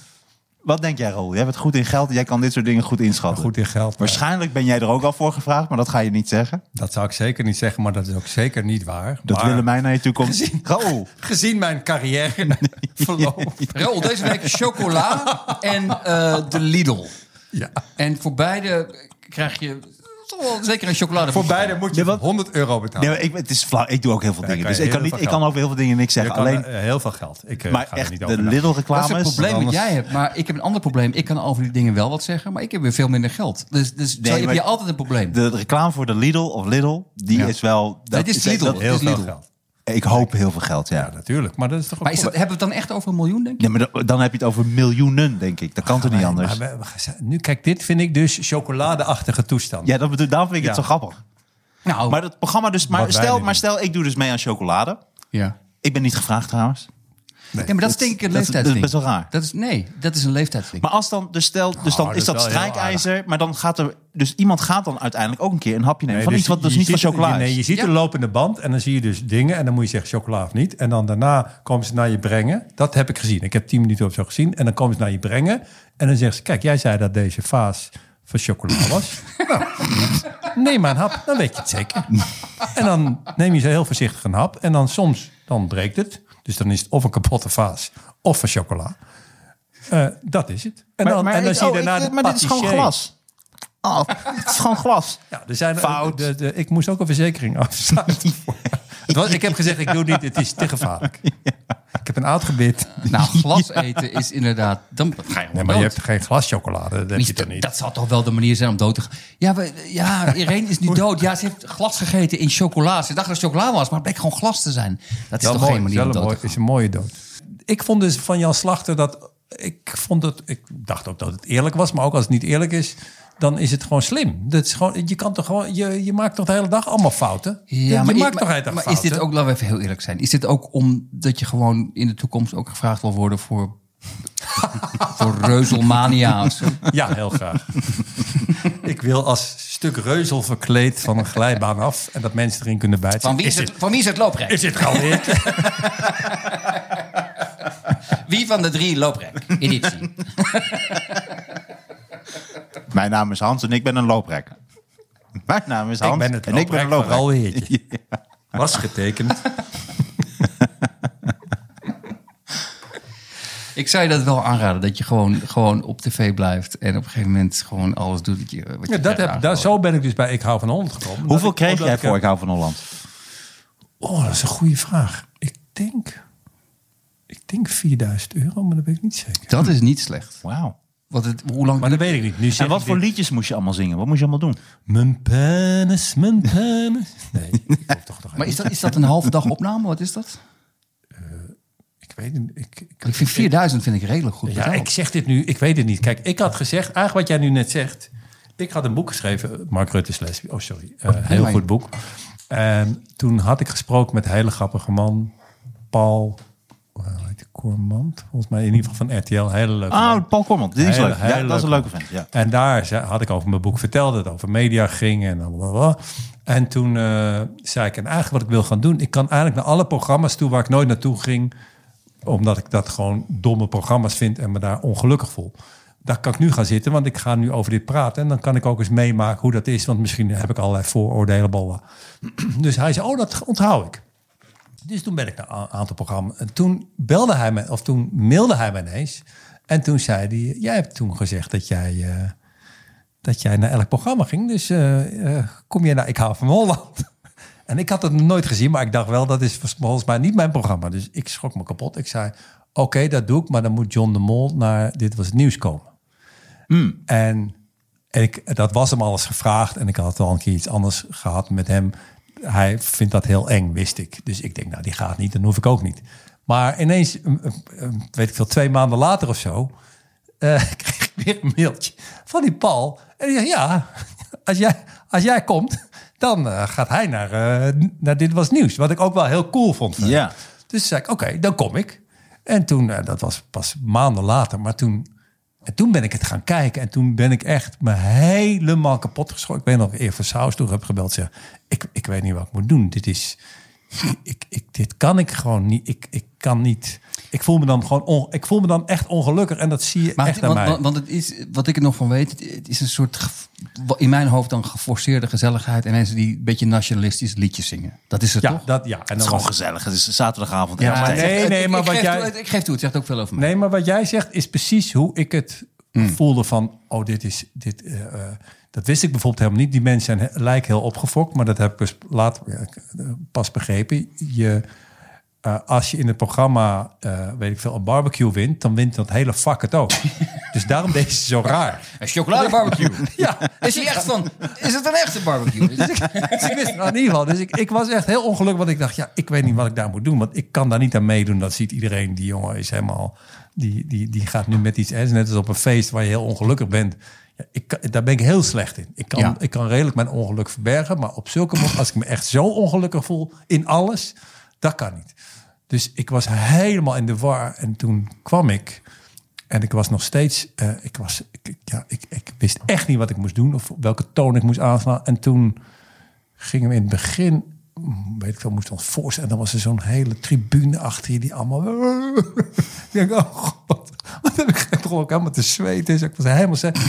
Speaker 4: Wat denk jij, Roel? Jij bent goed in geld. Jij kan dit soort dingen goed inschatten.
Speaker 2: Goed in geld. maar-
Speaker 4: Waarschijnlijk ben jij er ook al voor gevraagd, maar dat ga je niet zeggen.
Speaker 2: Dat zou ik zeker niet zeggen, maar dat is ook zeker niet waar.
Speaker 4: Dat
Speaker 2: maar,
Speaker 4: willen mij naar je toe komen. Roel,
Speaker 2: Gezien mijn carrière verloop.
Speaker 3: Raoul, deze week chocola en eh, de Lidl.
Speaker 2: Ja.
Speaker 3: En voor beide krijg je toch wel zeker een chocolade.
Speaker 2: Voor beide moet je 100 euro betalen.
Speaker 4: nee, maar ik, het is flauw. Ik doe ook heel veel dingen.
Speaker 2: kan je
Speaker 4: Dus ik kan,
Speaker 2: heel
Speaker 4: niet,
Speaker 2: veel
Speaker 4: ik kan
Speaker 2: geld.
Speaker 4: over heel veel dingen niks
Speaker 2: Je
Speaker 4: zeggen.
Speaker 2: kan,
Speaker 4: Alleen,
Speaker 2: eh, heel veel geld. Ik eh,
Speaker 4: maar
Speaker 2: ga er niet
Speaker 4: echt
Speaker 2: over
Speaker 4: de
Speaker 2: na.
Speaker 4: Lidl
Speaker 3: Dat is
Speaker 4: reclames.
Speaker 3: het probleem wat
Speaker 4: anders-
Speaker 3: jij hebt. Maar ik heb een ander probleem. Ik kan over die dingen wel wat zeggen, maar ik heb weer veel minder geld. Dus, dus zo heb
Speaker 4: maar-
Speaker 3: je altijd een probleem.
Speaker 4: De reclame voor de Lidl of Lidl, die
Speaker 3: Ja.
Speaker 4: is wel.
Speaker 3: Nee, het is Lidl.
Speaker 4: dat-
Speaker 3: Het
Speaker 2: Heel
Speaker 3: is
Speaker 2: veel
Speaker 3: Lidl.
Speaker 2: geld.
Speaker 4: Ik hoop heel veel geld, ja.
Speaker 2: Ja, natuurlijk. Maar dat is toch ook...
Speaker 3: Maar is dat, hebben we het dan echt over een miljoen, denk je?
Speaker 4: Ja, maar dan- dan heb je het over miljoenen, denk ik. Dat kan toch niet
Speaker 2: Nee,
Speaker 4: anders?
Speaker 2: maar we- we- nu, kijk, dit vind ik dus chocoladeachtige toestand.
Speaker 4: Ja, dat bedoel, daarom vind ik het
Speaker 2: Ja.
Speaker 4: zo grappig.
Speaker 3: Nou,
Speaker 4: Maar dat programma dus... Maar
Speaker 2: Wat wij
Speaker 4: stel,
Speaker 2: nu
Speaker 4: maar stel, ik doe dus mee aan chocolade.
Speaker 3: ja.
Speaker 4: Ik ben niet gevraagd trouwens.
Speaker 3: ja, maar dat is denk ik een
Speaker 4: dat is- dat is
Speaker 3: leeftijdsding.
Speaker 2: dus
Speaker 4: best wel raar.
Speaker 3: Dat is, nee, dat is een leeftijdsding.
Speaker 4: Maar als dan, dus stel, dus
Speaker 2: Oh,
Speaker 4: dan
Speaker 2: dat
Speaker 4: is
Speaker 2: is
Speaker 4: dat
Speaker 2: wel heel
Speaker 4: strijkijzer, maar dan gaat er, dus iemand gaat dan uiteindelijk ook een keer een hapje nemen
Speaker 2: Nee,
Speaker 4: van
Speaker 2: dus
Speaker 4: iets wat dus
Speaker 2: je
Speaker 4: niet van
Speaker 2: ziet-
Speaker 4: chocola is.
Speaker 2: Nee, je ziet
Speaker 3: Ja.
Speaker 2: een lopende band en dan zie je dus dingen en dan moet je zeggen chocola of niet. En dan daarna komen ze naar je brengen. Dat heb ik gezien. Ik heb tien minuten of zo gezien. En dan komen ze naar je brengen en dan zeggen ze... Kijk, jij zei dat deze vaas van chocola was. nou, neem maar een hap, dan weet je het zeker. en dan neem je ze heel voorzichtig een hap. En dan soms, dan breekt het. Dus dan is het of een kapotte vaas of van chocola. Eh, dat is het. En dan, en dan
Speaker 4: ik-
Speaker 2: zie je
Speaker 4: oh, ik-
Speaker 2: daarna de
Speaker 4: maar dit is gewoon
Speaker 2: patissier.
Speaker 4: glas. Oh, het is gewoon glas.
Speaker 2: Ja, er zijn,
Speaker 4: Fout.
Speaker 2: De, de- ik moest ook een verzekering afsluiten. voor- Het was, ik heb gezegd, ik doe niet, het is te gevaarlijk. Ik heb een oud gebit.
Speaker 3: nou, glas eten is inderdaad... Dan ga je gewoon
Speaker 2: Nee, maar je
Speaker 3: dood.
Speaker 2: hebt geen glas chocolade, dat heb je
Speaker 3: Niet-
Speaker 2: toch niet?
Speaker 3: Dat zal toch wel de manier zijn om dood te gaan. Ja, we, ja Irene is nu dood. Ja, ze heeft glas gegeten in chocola. Ze dacht dat het chocola was, maar het bleek gewoon glas te zijn. Dat is
Speaker 2: Wel
Speaker 3: toch
Speaker 2: mooi,
Speaker 3: geen manier
Speaker 2: wel
Speaker 3: om
Speaker 2: een
Speaker 3: dood
Speaker 2: mooi-
Speaker 3: te gaan.
Speaker 2: is een mooie dood. Ik vond dus van Jan Slachter dat... Ik, vond dat, ik dacht ook dat het eerlijk was, maar ook als het niet eerlijk is... dan is het gewoon slim. Dat is gewoon, je, kan toch gewoon, je, je maakt toch de hele dag allemaal fouten? je
Speaker 3: maar,
Speaker 2: maakt
Speaker 3: ik-
Speaker 2: toch de hele dag
Speaker 3: maar is
Speaker 2: fouten?
Speaker 3: dit ook, laten we even heel eerlijk zijn. Is dit ook omdat je gewoon in de toekomst ook gevraagd wil worden voor, voor reuzelmania? of zo?
Speaker 2: Ja, heel graag. ik wil als stuk reuzel verkleed van een glijbaan af en dat mensen erin kunnen bijten.
Speaker 3: Van wie is het, van wie is het looprek?
Speaker 2: Is dit gewoon ik?
Speaker 3: Wie van de drie looprek? Editie.
Speaker 4: Mijn naam is Hans en ik ben een looprek. Mijn naam is Hans
Speaker 2: Ik ben het
Speaker 4: en ik ben een
Speaker 2: looprek
Speaker 4: looprek.
Speaker 2: van Ralweertje. Was getekend.
Speaker 3: Ik zou je dat wel aanraden, dat je gewoon, gewoon op tv blijft en op een gegeven moment gewoon alles doet wat je, wat je
Speaker 2: Ja, dat
Speaker 3: krijgt
Speaker 2: heb, daar,
Speaker 3: aangeboden.
Speaker 2: zo ben ik dus bij Ik hou van Holland gekomen. Dat
Speaker 4: Hoeveel
Speaker 2: ik-
Speaker 4: kreeg
Speaker 2: omdat
Speaker 4: jij
Speaker 2: ik eh,
Speaker 4: voor
Speaker 2: heb-
Speaker 4: Ik hou van Holland?
Speaker 2: Oh, dat is een goede vraag. Ik denk... Ik denk 4000 euro, maar dat weet ik niet zeker.
Speaker 3: Dat is niet slecht.
Speaker 4: Wauw.
Speaker 3: Want het, hoe lang
Speaker 2: Maar dat weet ik niet. Nu zeg
Speaker 4: En
Speaker 2: ik
Speaker 4: wat voor
Speaker 2: dit.
Speaker 4: liedjes moest je allemaal zingen? Wat moest je allemaal doen?
Speaker 2: Mijn penis, mijn penis. Nee, ik hoop toch nog
Speaker 3: Maar is dat, is dat een halve dag opname? Wat is dat?
Speaker 2: Ik weet het niet. Ik, ik,
Speaker 3: Ik vind 4000 vind ik redelijk goed
Speaker 2: Ja,
Speaker 3: betaald.
Speaker 2: ik zeg dit nu, ik weet het niet. Kijk, ik had gezegd, eigenlijk wat jij nu net zegt. Ik had een boek geschreven, Mark Rutte's Les. Oh, sorry. Eh, heel
Speaker 3: maar-
Speaker 2: goed boek. En toen had ik gesproken met een hele grappige man, Paul eh, hoe heet die, Cormand, volgens mij in ieder geval van RTL. Hele leuke man.
Speaker 4: Ah, Paul Kormand. Dit is
Speaker 2: Nou, Hele-
Speaker 4: leuk. Ja,
Speaker 2: hele
Speaker 4: dat is een leuke
Speaker 2: leuke
Speaker 4: vent. Ja.
Speaker 2: En daar ze- had ik over mijn boek verteld, dat het over media ging en blablabla. En toen eh, zei ik, en eigenlijk wat ik wil gaan doen, ik kan eigenlijk naar alle programma's toe waar ik nooit naartoe ging, omdat ik dat gewoon domme programma's vind en me daar ongelukkig voel. Daar kan ik nu gaan zitten, want ik ga nu over dit praten. En dan kan ik ook eens meemaken hoe dat is, want misschien heb ik allerlei vooroordelen. blablabla. Dus hij zei, oh, dat onthoud ik. Dus toen ben ik naar een aantal programma's. En toen belde hij me, of toen mailde hij me ineens. En toen zei hij, jij hebt toen gezegd dat jij, eh, dat jij naar elk programma ging. Dus eh, eh, kom je naar Ik hou van Holland. En ik had het nog nooit gezien, maar ik dacht wel, dat is volgens mij niet mijn programma. Dus ik schrok me kapot. Ik zei, oké, dat doe ik, maar dan moet John de Mol naar Dit Was Het Nieuws komen. En, en ik, dat was hem alles gevraagd. En ik had al een keer iets anders gehad met hem. Hij vindt dat heel eng, wist ik. Dus ik denk, nou, die gaat niet, dan hoef ik ook niet. Maar ineens, een- een- een- weet ik veel, twee maanden later of zo... eh, kreeg ik weer een mailtje van die Paul. En die zei, ja, als jij, als jij komt, dan eh, gaat hij naar, eh, naar Dit Was Nieuws. Wat ik ook wel heel cool vond. van hem.
Speaker 4: Ja.
Speaker 2: Dus zei ik, oké, dan kom ik. En toen, eh, dat was pas maanden later, maar toen, en toen ben ik het gaan kijken. En toen ben ik echt me helemaal kapot geschrokken. Ik weet nog, Eer van Saus toen heb gebeld. Zeg, ik, ik weet niet wat ik moet doen. Dit is, ik, ik, dit kan ik gewoon niet. Ik, ik kan niet. Ik voel me dan gewoon, on- ik voel me dan echt ongelukkig. En dat zie je
Speaker 3: Maar
Speaker 2: echt
Speaker 3: het-
Speaker 2: aan
Speaker 3: want,
Speaker 2: mij.
Speaker 3: want, want het is, wat ik er nog van weet, het- het is een soort, ge- wa- in mijn hoofd dan geforceerde gezelligheid en mensen die een beetje nationalistisch liedjes zingen. Dat is het
Speaker 2: ja,
Speaker 3: toch?
Speaker 2: dat, ja. En
Speaker 4: Het is
Speaker 2: dan
Speaker 4: gewoon
Speaker 2: was,
Speaker 4: gezellig. Het is zaterdagavond.
Speaker 2: Ja, maar
Speaker 4: entertainment.
Speaker 2: nee,
Speaker 3: Het-
Speaker 2: nee,
Speaker 3: het-
Speaker 2: maar
Speaker 3: ik
Speaker 2: wat
Speaker 3: geef
Speaker 2: jij-
Speaker 3: toe, het- ik geef toe, het zegt ook veel over mij.
Speaker 2: nee, maar wat jij zegt is precies hoe ik het voelde van... oh, dit is... Dit, eh, eh, dat wist ik bijvoorbeeld helemaal niet. Die mensen zijn, he- lijken heel opgefokt. Maar dat heb ik dus later eh, pas begrepen. Je, eh, als je in het programma, eh, weet ik veel, een barbecue wint, dan wint dat hele vak het ook. dus daarom deed ze zo raar.
Speaker 3: Een chocoladebarbecue.
Speaker 2: Ja,
Speaker 3: Is hij echt van, is het een echte barbecue? Is het-
Speaker 2: dus ik wist het nou in ieder geval. Dus ik, ik was echt heel ongelukkig, want ik dacht, ja, ik weet niet wat ik daar moet doen. Want ik kan daar niet aan meedoen. Dat ziet iedereen. Die jongen is helemaal, die, die, die gaat nu met iets erns. Net als op een feest waar je heel ongelukkig bent. Ja, ik, kan- daar ben ik heel slecht in. Ik kan,
Speaker 3: Ja.
Speaker 2: ik kan redelijk mijn ongeluk verbergen. Maar op zulke momenten, als ik me echt zo ongelukkig voel in alles, dat kan niet. Dus ik was helemaal in de war. En toen kwam ik. En ik was nog steeds, eh, ik, was, ik, ik- ja, ik, ik wist echt niet wat ik moest doen of welke toon ik moest aanslaan. En toen gingen we in het begin, mm, weet ik veel, moesten we ons voorstellen. En dan was er zo'n hele tribune achter je die allemaal... ik denk, oh god, wat heb ik geen begon ook helemaal te zweten. Dus ik was helemaal zet.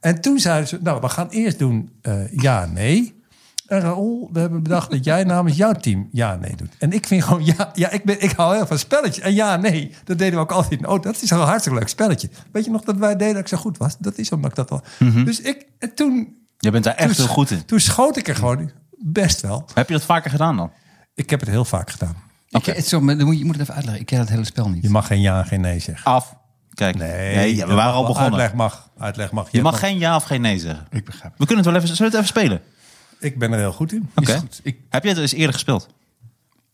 Speaker 2: En toen zeiden ze, nou, we gaan eerst doen eh, ja, nee. En Raoul, we hebben bedacht dat jij namens jouw team ja, nee doet. En ik vind gewoon, ja, ja ik, ben, ik hou heel van spelletjes. En ja, nee, dat deden we ook altijd. Oh, dat is een hartstikke leuk spelletje. Weet je nog dat wij deden dat ik zo goed was? Dat is omdat ik dat al... Dus ik, en toen
Speaker 4: Je bent daar echt
Speaker 2: toen
Speaker 4: heel goed in.
Speaker 2: sch- Toen schoot ik er gewoon best wel.
Speaker 4: Heb je dat vaker gedaan dan?
Speaker 2: Ik heb het heel vaak gedaan.
Speaker 3: Ik- het- zo, maar dan moet je, je moet het even uitleggen. Ik ken het hele spel niet.
Speaker 2: Je mag geen ja en geen nee zeggen.
Speaker 4: Af. Kijk, nee, ja, we waren al begonnen.
Speaker 2: Uitleg mag. Uitleg mag.
Speaker 4: Je mag
Speaker 2: hebt
Speaker 4: geen ja of geen nee zeggen.
Speaker 3: Ik begrijp het.
Speaker 4: We kunnen het wel even, zullen we het even spelen?
Speaker 2: nog- Ik ben er heel goed in.
Speaker 4: Oké.
Speaker 3: goed. Ik-
Speaker 4: Heb je het eens eerder gespeeld?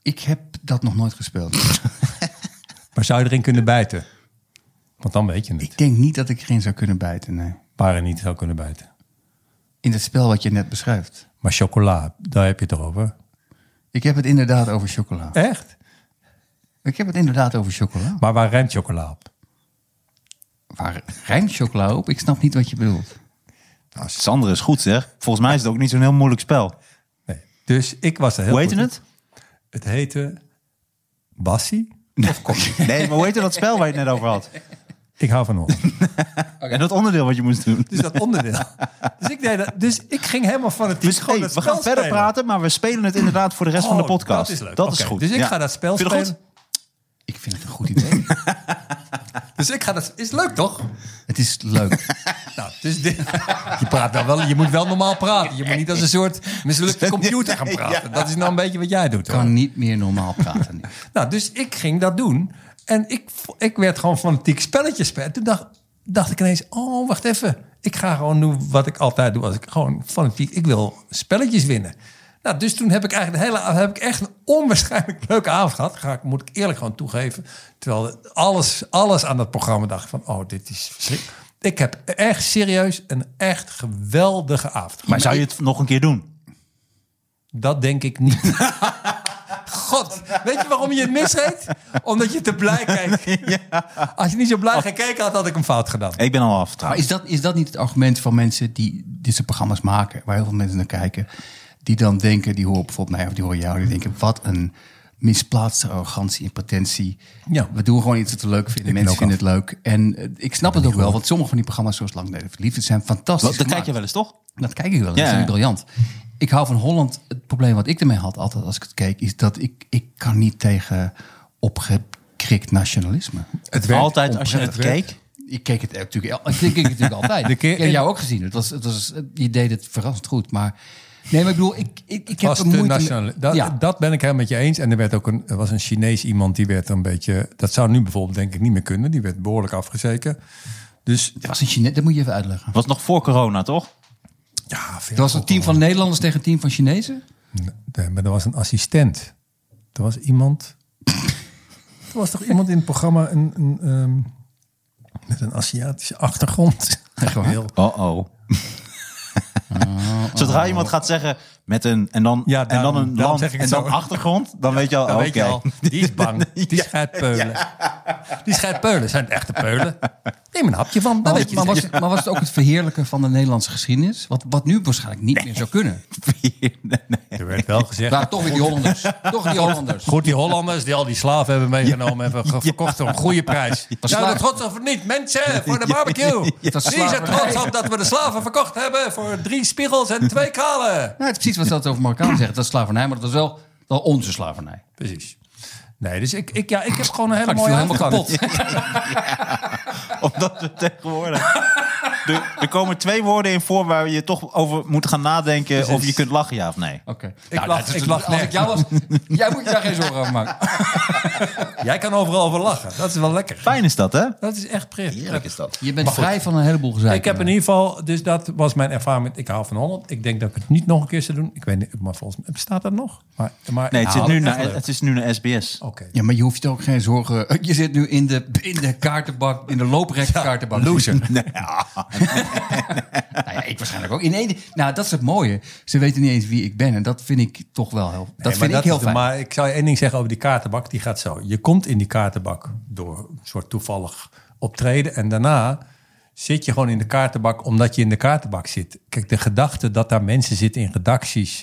Speaker 3: Ik heb dat nog nooit gespeeld.
Speaker 2: Maar zou je erin kunnen bijten? Want dan weet je het.
Speaker 3: Ik denk niet dat ik erin zou kunnen bijten, nee.
Speaker 2: Paren niet zou kunnen bijten.
Speaker 3: In het spel wat je net beschrijft.
Speaker 2: Maar chocola, daar heb je het toch over?
Speaker 3: Ik heb het inderdaad over chocola.
Speaker 2: Echt?
Speaker 3: Ik heb het inderdaad over chocola.
Speaker 2: Maar waar ruimt chocola op?
Speaker 3: Waar rijmt chocola op? Ik snap niet wat je bedoelt.
Speaker 4: Sander is goed zeg. Volgens mij is het ook niet zo'n heel moeilijk spel.
Speaker 2: Nee. Dus ik was er heel
Speaker 4: hoe heette
Speaker 2: goed in.
Speaker 4: het?
Speaker 2: Het heette Bassie.
Speaker 4: Nee, maar hoe heette dat spel waar je het net over had?
Speaker 2: Ik hou van Holland.
Speaker 4: En dat onderdeel wat je moest doen.
Speaker 2: Dus dat onderdeel. Dus ik, deed dat, dus ik ging helemaal fanatiek
Speaker 4: Dus,
Speaker 2: gewoon
Speaker 4: hey,
Speaker 2: dat
Speaker 4: we
Speaker 2: spel
Speaker 4: gaan verder
Speaker 2: spelen.
Speaker 4: praten, maar we spelen het inderdaad voor de rest van de
Speaker 2: Oh,
Speaker 4: podcast.
Speaker 2: Dat is leuk.
Speaker 4: Dat
Speaker 2: Oké,
Speaker 4: is goed.
Speaker 2: Dus ik
Speaker 4: Ja.
Speaker 2: ga dat spel
Speaker 4: Vind je dat
Speaker 2: spelen.
Speaker 3: Ik vind het een goed idee.
Speaker 2: Dus ik ga dat. Is leuk toch?
Speaker 3: het is leuk.
Speaker 2: Nou, dus dit- je praat nou wel. Je moet wel normaal praten. Je moet niet als een soort mislukte computer gaan praten. Dat is nou een beetje wat jij doet.
Speaker 3: Ik
Speaker 2: hoor.
Speaker 3: kan niet meer normaal praten. nu.
Speaker 2: Nou, dus ik ging dat doen. En ik, vo- ik werd gewoon fanatiek spelletjes spelen. Toen dacht, dacht ik ineens, oh, wacht even. Ik ga gewoon doen wat ik altijd doe. Als ik gewoon fanatiek, ik wil spelletjes winnen. Nou, dus toen heb ik eigenlijk de hele avond- heb ik echt een onwaarschijnlijk leuke avond gehad. Ga ik, moet ik eerlijk gewoon toegeven. Terwijl alles, alles aan dat programma dacht ik van, oh, dit is verschrikkelijk. Ik heb echt serieus een echt geweldige avond gehad.
Speaker 4: Maar zou je het nog een keer doen?
Speaker 2: Dat denk ik niet. God, weet je waarom je het misreed? Omdat je te blij kijkt. Als je niet zo blij gekeken had, had ik hem fout gedaan.
Speaker 4: Ik ben al af.
Speaker 3: Maar
Speaker 4: trouwens.
Speaker 3: is dat, is dat niet het argument van mensen die dit soort programma's maken, waar heel veel mensen naar kijken, die dan denken, die horen bijvoorbeeld mij of die horen jou, die denken, wat een misplaatste arrogantie en pretentie.
Speaker 2: Ja.
Speaker 3: We doen gewoon iets wat we leuk vinden. mensen
Speaker 2: ben ook
Speaker 3: vinden het leuk. En eh, ik snap het ook wel, want sommige van die programma's zoals Lang Leven Verliefd zijn fantastisch
Speaker 4: Wat, dat kijk
Speaker 3: gemaakt.
Speaker 4: je wel eens, toch?
Speaker 3: Dat kijk ik wel. Dat
Speaker 4: Ja,
Speaker 3: is
Speaker 4: ja.
Speaker 3: natuurlijk briljant. Ik hou van Holland. Het probleem wat ik ermee had altijd als ik het keek, is dat ik, ik kan niet tegen opgekrikt nationalisme.
Speaker 2: Het
Speaker 4: Altijd als je het
Speaker 2: onprettig.
Speaker 4: keek.
Speaker 3: Ik keek het natuurlijk, el- ik keek het natuurlijk altijd.
Speaker 2: De keer-
Speaker 3: ik heb jou ook gezien. Het was, het was, je deed het verrassend goed. Maar nee, maar ik bedoel, ik, ik, ik heb
Speaker 2: was
Speaker 3: een
Speaker 2: te
Speaker 3: moeite. met-
Speaker 2: nationaal. Dat,
Speaker 3: ja,
Speaker 2: dat ben ik helemaal met je eens. En er, werd ook een, er was een Chinees iemand die werd een beetje... Dat zou nu bijvoorbeeld denk ik niet meer kunnen. Die werd behoorlijk afgezeken. Dus
Speaker 3: dat was een Chinees. Dat moet je even uitleggen.
Speaker 4: Was nog voor corona, toch?
Speaker 2: ja, veel
Speaker 3: Er was een team van Nederlanders tegen een team van Chinezen.
Speaker 2: Nee, maar er was een assistent. Er was iemand. er was toch iemand in het programma een, een, ehm, met een Aziatische achtergrond?
Speaker 3: waar?
Speaker 2: Heel.
Speaker 4: Oh-oh. Zodra iemand gaat zeggen met een en dan,
Speaker 2: Ja,
Speaker 4: en dan
Speaker 2: daarom-
Speaker 4: een
Speaker 2: daarom
Speaker 4: land
Speaker 2: zeg ik
Speaker 4: en
Speaker 2: het
Speaker 4: dan
Speaker 2: zo.
Speaker 4: achtergrond, dan weet je al,
Speaker 2: Dan
Speaker 4: oké.
Speaker 2: weet je al, die is bang. Die scheidt peulen. Die scheidt peulen. Zijn het echte peulen? Neem een hapje van. Dan
Speaker 3: Maar,
Speaker 2: Nou, weet
Speaker 3: was-
Speaker 2: je
Speaker 3: Nou,
Speaker 2: het.
Speaker 3: maar, was, het- maar was het ook het verheerlijken van de Nederlandse geschiedenis? Wat, wat nu waarschijnlijk niet meer zou kunnen.
Speaker 2: Er werd wel gezegd.
Speaker 3: Maar toch weer die Hollanders. Toch die Hollanders.
Speaker 2: Nou,
Speaker 3: Nou,
Speaker 2: Goed, die Hollanders die al die slaven hebben meegenomen... hebben ge- verkocht voor een goede prijs. Zijn we er trots op of niet? Mensen, voor de barbecue.
Speaker 3: Dat is
Speaker 2: Wie is er
Speaker 3: slavernij.
Speaker 2: trots op dat we de slaven verkocht hebben... voor drie spiegels en twee kralen?
Speaker 3: Nou, het is precies wat ze altijd over Marokkaan zeggen. Dat is slavernij, maar dat is wel, wel onze slavernij.
Speaker 2: Precies. Nee, dus ik, ik, ja, ik heb gewoon een hele
Speaker 3: Maar Oh, die
Speaker 2: mooie
Speaker 3: viel helemaal
Speaker 2: avond gehad.
Speaker 3: kapot.
Speaker 4: Omdat we tegenwoordig Er, er komen twee woorden in voor waar je toch over moet gaan nadenken
Speaker 3: Dus het
Speaker 4: of je
Speaker 3: is-
Speaker 4: kunt lachen, ja of nee.
Speaker 3: Oké.
Speaker 2: lach-
Speaker 3: dat is-
Speaker 2: ik lach
Speaker 3: Nou, dus als ik jou was, jij moet je daar geen zorgen over maken.
Speaker 2: Jij kan overal over lachen. Dat is wel lekker.
Speaker 4: Fijn is dat, hè?
Speaker 2: Dat is echt prettig.
Speaker 4: is dat.
Speaker 3: Je bent vrij van een heleboel gezeik.
Speaker 2: Ik heb in ieder geval, dus dat was mijn ervaring met Ik hou van Holland. Ik denk dat ik het niet nog een keer zou doen. Ik weet niet, maar volgens mij bestaat dat nog. Maar, maar
Speaker 4: Nee, het,
Speaker 2: Ja,
Speaker 4: zit nu
Speaker 2: echt
Speaker 4: naar,
Speaker 2: leuk.
Speaker 4: het is nu naar SBS.
Speaker 2: Oké.
Speaker 3: Ja, maar je hoeft je ook geen zorgen. Je zit nu in de, in de kaartenbak, in de looprek kaartenbak. Loser.
Speaker 4: Nee, ja.
Speaker 3: Nou ja, ik waarschijnlijk ook. In één, nou, dat is het mooie. Ze weten niet eens wie ik ben. En dat vind ik toch wel heel. dat
Speaker 2: Nee,
Speaker 3: vind
Speaker 2: maar
Speaker 3: ik heel
Speaker 2: is de-
Speaker 3: fijn.
Speaker 2: Maar ik zou je één ding zeggen over die kaartenbak. Die gaat zo. Je komt in die kaartenbak door een soort toevallig optreden. En daarna zit je gewoon in de kaartenbak omdat je in de kaartenbak zit. Kijk, de gedachte dat daar mensen zitten in redacties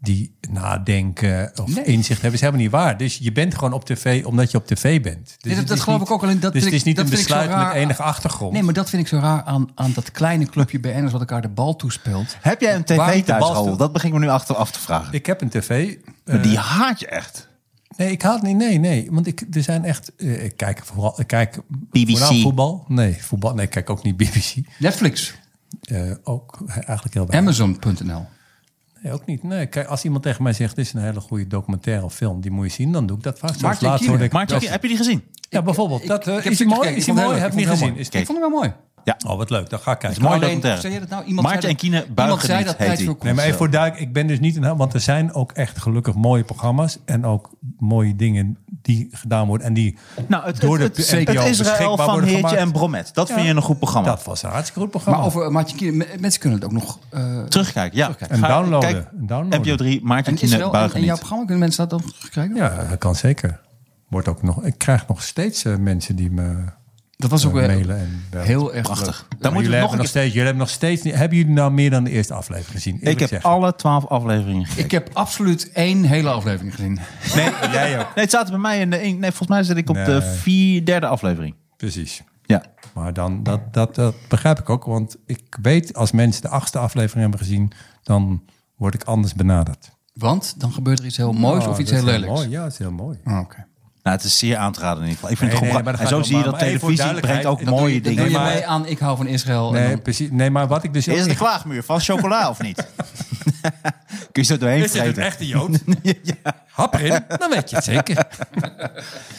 Speaker 2: die nadenken of
Speaker 3: Nee.
Speaker 2: inzicht hebben, is helemaal niet waar. Dus je bent gewoon op tv omdat je op tv bent. Dus
Speaker 3: dat-
Speaker 2: het
Speaker 3: dat
Speaker 2: is
Speaker 3: geloof
Speaker 2: niet-
Speaker 3: ik ook, alleen dat
Speaker 2: dus het
Speaker 3: vind
Speaker 2: is
Speaker 3: ik-
Speaker 2: niet
Speaker 3: dat
Speaker 2: een
Speaker 3: vind ik zo
Speaker 2: besluit met
Speaker 3: raar.
Speaker 2: enige achtergrond.
Speaker 3: Nee, maar dat vind ik zo raar aan, aan dat kleine clubje BN'ers wat elkaar de bal toespeelt.
Speaker 4: Heb jij een
Speaker 3: Waar
Speaker 4: tv
Speaker 3: moet de
Speaker 4: thuis,
Speaker 3: bal
Speaker 4: Raoul?
Speaker 3: staan?
Speaker 4: Dat begin ik me nu achter af te vragen.
Speaker 2: Ik heb een tv. eh,
Speaker 4: Maar die haat je echt.
Speaker 2: Nee, ik haat niet. Nee, nee. Want ik, er zijn echt. eh, ik kijk vooral. Ik kijk
Speaker 4: BBC.
Speaker 2: vooral voetbal. Nee, voetbal. Nee, ik kijk ook niet BBC.
Speaker 3: Netflix,
Speaker 2: Eh, ook he- eigenlijk heel weinig.
Speaker 3: Amazon.nl.
Speaker 2: Nee, ook niet. Nee, kijk, als iemand tegen mij zegt: Dit is een hele goede documentaire of film, die moet je zien, dan doe ik dat vaak. Zoals
Speaker 3: Maarten
Speaker 2: laatst
Speaker 3: Kienen.
Speaker 2: hoorde ik.
Speaker 4: Maarten, heb je die gezien?
Speaker 2: ja, bijvoorbeeld. dat, eh,
Speaker 3: Ik- ik heb
Speaker 2: is die
Speaker 3: stukjes
Speaker 2: mooi?
Speaker 3: gekeken.
Speaker 2: Is die
Speaker 3: Ik vond het heel
Speaker 2: mooi?
Speaker 3: leuk.
Speaker 2: Heb
Speaker 3: Ik
Speaker 2: ik niet
Speaker 3: vond het heel
Speaker 2: gezien.
Speaker 3: mooi.
Speaker 2: Is
Speaker 3: Ik vond hem wel mooi.
Speaker 2: Oh, wat leuk. Dan ga ik kijken.
Speaker 4: mooi
Speaker 3: Alleen,
Speaker 4: documentaire.
Speaker 3: zei je dat nou? Iemand
Speaker 4: Maarten
Speaker 3: zei
Speaker 4: en
Speaker 3: dat-
Speaker 4: Kiene buigen
Speaker 3: Iemand zei
Speaker 4: niet,
Speaker 3: dat
Speaker 4: heet
Speaker 3: tijdens
Speaker 4: die.
Speaker 3: uw
Speaker 2: Nee, maar even voor duik. Ik ben dus niet een. Want er zijn ook echt gelukkig mooie programma's. En ook mooie dingen die gedaan worden. En die
Speaker 4: Nou, het,
Speaker 2: door
Speaker 4: het, het,
Speaker 2: de
Speaker 4: het
Speaker 2: NPO
Speaker 4: Israël
Speaker 2: beschikbaar
Speaker 4: van
Speaker 2: worden
Speaker 4: Heertje
Speaker 2: gemaakt.
Speaker 4: en Bromet. Dat vind
Speaker 2: Ja.
Speaker 4: je een goed programma.
Speaker 2: Dat was een hartstikke goed programma.
Speaker 3: Maar over Maartje Kier, me- mensen kunnen het ook nog. eh
Speaker 4: Terugkijken, ja.
Speaker 3: Terugkijken.
Speaker 2: En
Speaker 4: Ga-
Speaker 2: downloaden.
Speaker 4: kijk,
Speaker 2: En downloaden.
Speaker 4: NPO 3, Maarten
Speaker 3: en
Speaker 4: en Kiene
Speaker 3: Israël en,
Speaker 4: buigen
Speaker 3: en jouw
Speaker 4: niet.
Speaker 3: programma, kunnen mensen dat ook krijgen?
Speaker 2: Ja, dat kan zeker. Wordt ook nog, ik krijg nog steeds eh, mensen die me
Speaker 3: Dat was ook
Speaker 2: eh,
Speaker 3: wel
Speaker 2: mailen. En, bellen.
Speaker 3: heel erg
Speaker 4: Prachtig.
Speaker 3: leuk. Eh,
Speaker 4: Dan
Speaker 2: Maar
Speaker 4: moeten
Speaker 2: jullie,
Speaker 4: we
Speaker 2: hebben
Speaker 4: nog een
Speaker 2: nog
Speaker 4: keer...
Speaker 2: steeds, jullie hebben nog steeds niet- Hebben jullie nou meer dan de eerste aflevering gezien?
Speaker 4: Ik
Speaker 2: Eerlijk
Speaker 4: heb
Speaker 2: zeggen.
Speaker 4: alle twaalf afleveringen gekeken.
Speaker 3: Ik heb absoluut één hele aflevering gezien.
Speaker 4: Nee, jij ook. Nee, het zaten bij mij in de... één- Nee, volgens mij zit ik op
Speaker 2: Nee.
Speaker 4: de vier, derde aflevering.
Speaker 2: Precies.
Speaker 4: Ja.
Speaker 2: Maar dan, dat, dat, dat begrijp ik ook. Want ik weet, als mensen de achtste aflevering hebben gezien... dan word ik anders benaderd.
Speaker 3: Want dan gebeurt er iets heel moois
Speaker 2: Oh,
Speaker 3: of
Speaker 2: dat
Speaker 3: iets
Speaker 2: is
Speaker 3: heel lelijks.
Speaker 2: mooi. Ja, dat is heel mooi.
Speaker 3: Oh, oké.
Speaker 4: Nou, het is zeer aan te raden in ieder geval. Ik vind
Speaker 2: Nee,
Speaker 4: het gewoon...
Speaker 2: nee, maar dat gaat
Speaker 4: en zo
Speaker 2: wel,
Speaker 4: zie je dat
Speaker 2: maar even voor
Speaker 4: televisie brengt ook
Speaker 2: duidelijkheid,
Speaker 4: mooie
Speaker 3: Dan
Speaker 4: dingen.
Speaker 3: doe je
Speaker 2: maar-
Speaker 3: mee aan Ik hou van Israël. en
Speaker 2: Nee,
Speaker 3: dan-
Speaker 2: precies. Nee, maar wat ik dus...
Speaker 4: Is het de
Speaker 2: ik-
Speaker 4: klaagmuur van chocola of niet? Kun je zo doorheen
Speaker 2: Is dit een
Speaker 4: vreten?
Speaker 2: echte Jood? Hap erin, dan weet je het zeker.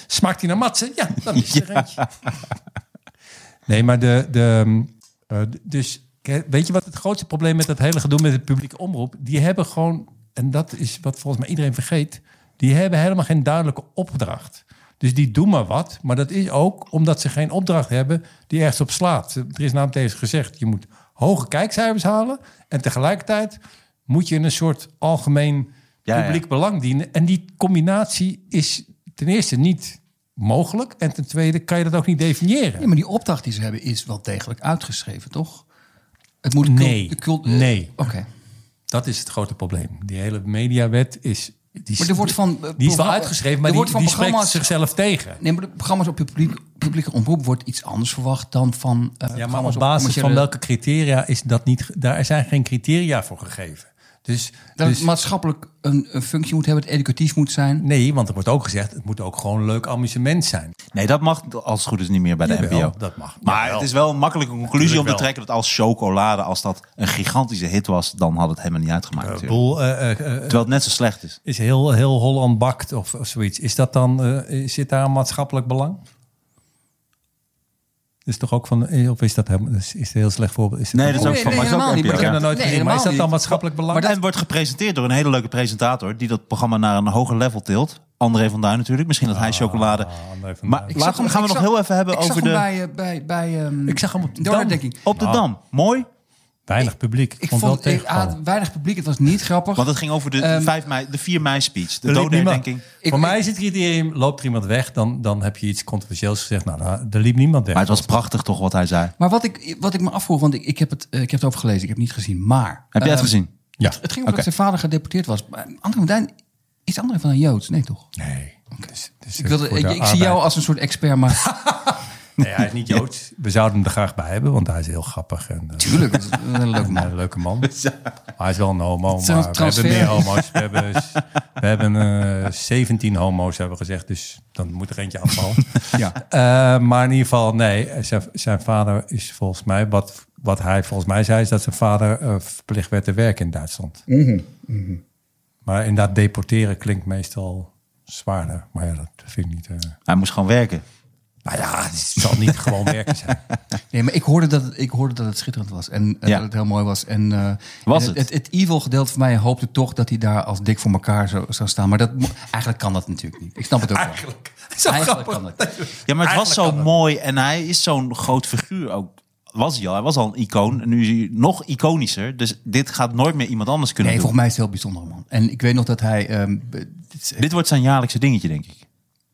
Speaker 2: Smaakt hij naar matsen? Ja, dan is het er eentje. Nee, maar de... de eh, dus ke- weet je wat het grootste probleem met dat hele gedoe met het publieke omroep? Die hebben gewoon, en dat is wat volgens mij iedereen vergeet... die hebben helemaal geen duidelijke opdracht. Dus die doen maar wat. Maar dat is ook omdat ze geen opdracht hebben die ergens op slaat. Er is namelijk tegen ze gezegd, je moet hoge kijkcijfers halen... en tegelijkertijd moet je in een soort algemeen
Speaker 4: Ja, ja.
Speaker 2: publiek belang dienen. En die combinatie is ten eerste niet mogelijk. En ten tweede kan je dat ook niet definiëren.
Speaker 3: Ja, maar die opdracht die ze hebben is wel degelijk uitgeschreven, toch? Het moet cul-
Speaker 2: Nee.
Speaker 3: de cul- eh,
Speaker 2: Nee.
Speaker 3: Oké.
Speaker 2: Dat is het grote probleem. Die hele mediawet is. Die,
Speaker 3: Maar er wordt van, eh,
Speaker 2: die is wel
Speaker 3: programma-
Speaker 2: uitgeschreven,
Speaker 3: er
Speaker 2: maar die,
Speaker 3: wordt van
Speaker 2: die spreekt
Speaker 3: programma's-
Speaker 2: zichzelf tegen.
Speaker 3: Nee, maar de programma's op publiek, publieke omroep wordt iets anders verwacht dan van.
Speaker 2: Ja,
Speaker 3: eh,
Speaker 2: maar
Speaker 3: programma's
Speaker 2: op basis van
Speaker 3: commerciële-
Speaker 2: welke criteria is dat niet. ge- Daar zijn geen criteria voor gegeven. Dus,
Speaker 3: Dat
Speaker 2: dus
Speaker 3: het maatschappelijk een, een functie moet hebben, het educatief moet zijn.
Speaker 2: nee, want er wordt ook gezegd: het moet ook gewoon leuk amusement zijn.
Speaker 4: Nee, dat mag als het goed is niet meer bij de
Speaker 2: Jawel,
Speaker 4: NPO.
Speaker 2: dat mag.
Speaker 4: Maar
Speaker 2: Jawel.
Speaker 4: het is wel een makkelijke conclusie om
Speaker 2: Tuurlijk
Speaker 4: te
Speaker 2: wel.
Speaker 4: trekken dat als chocolade, als dat een gigantische hit was, dan had het helemaal niet uitgemaakt.
Speaker 2: Ik
Speaker 4: natuurlijk.
Speaker 2: bedoel, eh, eh, eh,
Speaker 4: Terwijl het net zo slecht is.
Speaker 2: is heel, heel Holland bakt of, of zoiets. Is dat dan, eh, zit daar een maatschappelijk belang? Is toch ook van, eh, of is dat helemaal, is, is het een heel slecht voorbeeld? Is het
Speaker 4: Nee,
Speaker 2: een-
Speaker 4: dat is ook van- maar is ook NPO,
Speaker 3: Maar
Speaker 4: ja.
Speaker 2: Ik heb dat nooit gezien, maar is dat dan maatschappelijk belang?
Speaker 3: Maar
Speaker 4: En
Speaker 3: dat,
Speaker 4: het wordt gepresenteerd door een hele leuke presentator die dat programma naar een hoger level tilt. André van Duin natuurlijk. Misschien dat hij chocolade.
Speaker 2: Ah, André van
Speaker 4: Maar
Speaker 2: Duin.
Speaker 4: ik
Speaker 3: ik zag
Speaker 4: laten,
Speaker 3: hem-
Speaker 4: gaan we
Speaker 3: ik
Speaker 4: nog
Speaker 3: zag-
Speaker 4: heel even hebben
Speaker 3: ik zag
Speaker 4: over
Speaker 3: hem
Speaker 4: de.
Speaker 3: bij, eh, bij, bij ehm,
Speaker 2: Ik zag hem op de
Speaker 3: Donor
Speaker 2: Dam.
Speaker 3: Dekking.
Speaker 4: op
Speaker 2: Nou.
Speaker 4: de dam. Mooi.
Speaker 2: Weinig publiek.
Speaker 3: Ik vond
Speaker 2: wel
Speaker 3: het had
Speaker 2: tegenvallen.
Speaker 3: weinig publiek, het was niet grappig.
Speaker 4: Want het ging over de,
Speaker 3: Ehm,
Speaker 4: 5 mei, de 4 mei speech. De
Speaker 2: Er liep niemand.
Speaker 4: doodherdenking.
Speaker 3: Ik-
Speaker 2: Voor
Speaker 3: ik-
Speaker 2: mij is het criterium, loopt er iemand weg, dan, dan heb je iets controversieels gezegd. Nou, daar, daar liep niemand weg.
Speaker 4: Maar het was prachtig toch wat hij zei.
Speaker 3: Maar wat ik, wat ik me afvroeg, want ik, ik, heb het, eh, ik heb het over gelezen, ik heb het niet gezien. Maar
Speaker 4: Heb jij het
Speaker 3: ehm,
Speaker 4: gezien?
Speaker 2: ja.
Speaker 3: Het ging om dat
Speaker 4: Oké.
Speaker 3: zijn vader gedeporteerd was. Maar André van Duin, is André van een Joods? Nee, toch?
Speaker 2: Nee. Dus, dus
Speaker 3: Ik, wilde,
Speaker 2: voor
Speaker 3: ik,
Speaker 2: de
Speaker 3: ik zie jou
Speaker 2: arbeid-
Speaker 3: als een soort expert, maar
Speaker 2: Nee, hij is niet Joods. We zouden hem er graag bij hebben, want hij is heel grappig. En, eh,
Speaker 3: tuurlijk, dat is een leuke
Speaker 2: Ja,
Speaker 3: man.
Speaker 2: Een leuke man. Maar hij is wel een homo.
Speaker 3: is een
Speaker 2: Maar we hebben
Speaker 3: transfer.
Speaker 2: meer homo's. We hebben, we hebben eh, 17 homo's, hebben we gezegd. Dus dan moet er eentje afvallen.
Speaker 3: Ja.
Speaker 2: Eh, maar in ieder geval, nee. Zijn, zijn vader is volgens mij, wat wat hij volgens mij zei, is dat zijn vader eh, verplicht werd te werken in Duitsland. mhm. Maar inderdaad, deporteren klinkt meestal zwaarder. Maar ja, dat vind ik niet. eh
Speaker 4: Hij moest gewoon werken.
Speaker 2: Nou ja, het zal niet gewoon werken zijn.
Speaker 3: Nee, maar ik hoorde dat het, ik hoorde dat het schitterend was. En eh,
Speaker 4: Ja.
Speaker 3: dat het heel mooi was. En, eh,
Speaker 4: Was
Speaker 3: en
Speaker 4: het?
Speaker 3: het? Het evil gedeelte van mij hoopte toch dat hij daar als dik voor elkaar zou, zou staan. Maar dat, mo- eigenlijk kan dat natuurlijk niet. Ik snap het ook wel.
Speaker 2: Eigenlijk. Ah, Zo
Speaker 3: Eigenlijk
Speaker 2: grappig.
Speaker 3: kan dat.
Speaker 4: Ja, maar het
Speaker 3: Eigenlijk
Speaker 4: was
Speaker 3: kan
Speaker 4: zo
Speaker 3: dat.
Speaker 4: mooi en hij is zo'n groot figuur ook. Was hij al, hij was al een icoon. En nu is hij nog iconischer. Dus dit gaat nooit meer iemand anders kunnen
Speaker 3: Nee,
Speaker 4: doen.
Speaker 3: volgens mij is het heel bijzonder, man. En ik weet nog dat hij... ehm, be- dit is-
Speaker 4: Dit wordt zijn jaarlijkse dingetje, denk ik.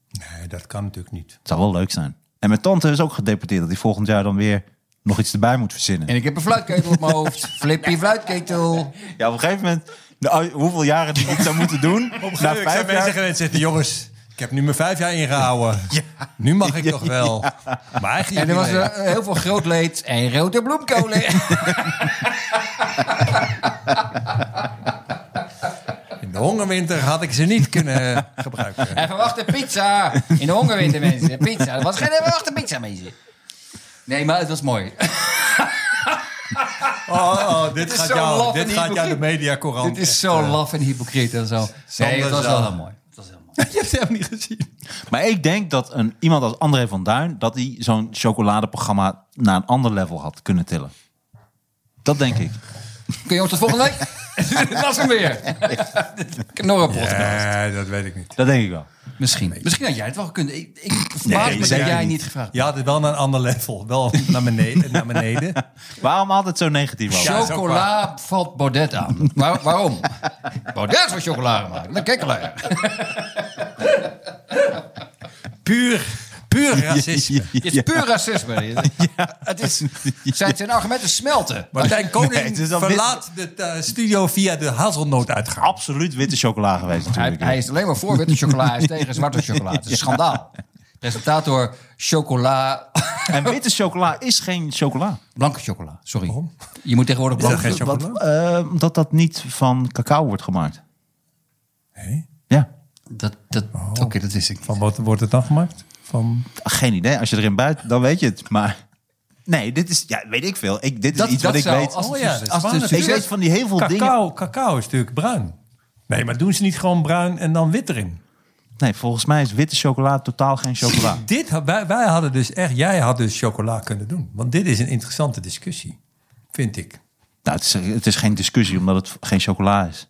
Speaker 2: Nee, dat kan natuurlijk niet.
Speaker 4: Het zou wel leuk zijn. En mijn tante is ook gedeporteerd dat hij volgend jaar dan weer nog iets erbij moet verzinnen.
Speaker 3: en ik heb een fluitketel op mijn hoofd. Flippy fluitketel.
Speaker 4: Ja, op een gegeven moment, nou, hoeveel jaren die dit zou moeten doen. na vijf jaar.
Speaker 2: mensen zitten, jongens, ik heb nu mijn vijf jaar ingehouden. Nu mag ik toch wel. Maar eigenlijk
Speaker 3: En er was eh, heel veel groot leed en rode bloemkolen.
Speaker 2: In de hongerwinter had ik ze niet kunnen gebruiken.
Speaker 3: En verwachte pizza. In de hongerwinter, mensen. Pizza. Er was geen verwachte pizza, mensen. Nee, maar het was mooi.
Speaker 2: Oh, oh, dit,
Speaker 3: is
Speaker 2: gaat
Speaker 3: zo
Speaker 2: jou,
Speaker 3: laf
Speaker 2: dit
Speaker 3: en
Speaker 2: gaat jou de
Speaker 3: hypocriet.
Speaker 2: mediacorant.
Speaker 3: Dit is zo laf en hypocriet en zo. Nee, het was wel
Speaker 2: Zaal.
Speaker 3: heel mooi. Het was heel mooi.
Speaker 2: Je hebt hem niet gezien.
Speaker 4: Maar ik denk dat een, iemand als André van Duin... dat hij zo'n chocoladeprogramma naar een ander level had kunnen tillen. Dat denk ik.
Speaker 3: Kun je ons tot volgende week? dat was hem weer. Knorrenpot.
Speaker 2: Nee, dat weet ik niet.
Speaker 4: Dat denk ik wel.
Speaker 3: Misschien. Misschien had jij het wel kunnen. Ik, ik verbaas
Speaker 4: Nee,
Speaker 3: me dat
Speaker 4: zeker
Speaker 3: jij
Speaker 4: niet.
Speaker 3: niet gevraagd
Speaker 2: Je had het wel naar een ander level. Wel naar beneden. naar beneden.
Speaker 4: Waarom altijd zo negatief over?
Speaker 2: Ja,
Speaker 3: Chocola
Speaker 2: is ook waar.
Speaker 3: valt Baudet aan. Waar- waarom? Baudet voor chocolade maken. Dan kijk maar.
Speaker 2: Puur, puur racisme.
Speaker 3: Het is puur racisme. Het is, zijn zijn argumenten smelten.
Speaker 2: Martijn Koning
Speaker 4: Nee, het is dan
Speaker 2: verlaat de eh, studio via de hazelnootuitgang.
Speaker 4: Absoluut witte chocola geweest
Speaker 3: Hij,
Speaker 4: natuurlijk.
Speaker 3: hij is alleen maar voor witte chocola. Hij is tegen zwarte chocola. Het is een schandaal. Presentator chocola.
Speaker 4: En witte chocola is geen chocola.
Speaker 3: Blanke chocola, sorry. Je moet tegenwoordig blanke
Speaker 2: geen
Speaker 3: chocola.
Speaker 2: chocola?
Speaker 4: Eh, Omdat dat niet van cacao wordt gemaakt.
Speaker 2: Nee.
Speaker 4: Ja,
Speaker 3: Dat, dat, Oké, dat wist ik. niet.
Speaker 2: Van wat wordt het dan gemaakt? Van...
Speaker 4: geen idee. Als je erin buiten, dan weet je het. Maar nee, dit is, ja, weet ik veel. Ik, dit is
Speaker 3: Dat-
Speaker 4: iets
Speaker 3: dat
Speaker 4: wat ik
Speaker 3: zou-
Speaker 4: weet.
Speaker 3: als-
Speaker 2: Oh ja, dat is
Speaker 3: als het
Speaker 2: waar.
Speaker 3: een
Speaker 4: Ik
Speaker 3: succes-
Speaker 4: weet van die heel veel dingen.
Speaker 2: Cacao, cacao is natuurlijk bruin. Nee, maar doen ze niet gewoon bruin en dan wit erin?
Speaker 4: Nee, volgens mij is witte chocola totaal geen chocola.
Speaker 2: Dit, had- wij, wij hadden dus echt, jij had dus chocola kunnen doen. Want dit is een interessante discussie, vind ik.
Speaker 4: nou, het is, het is geen discussie omdat het geen chocola is.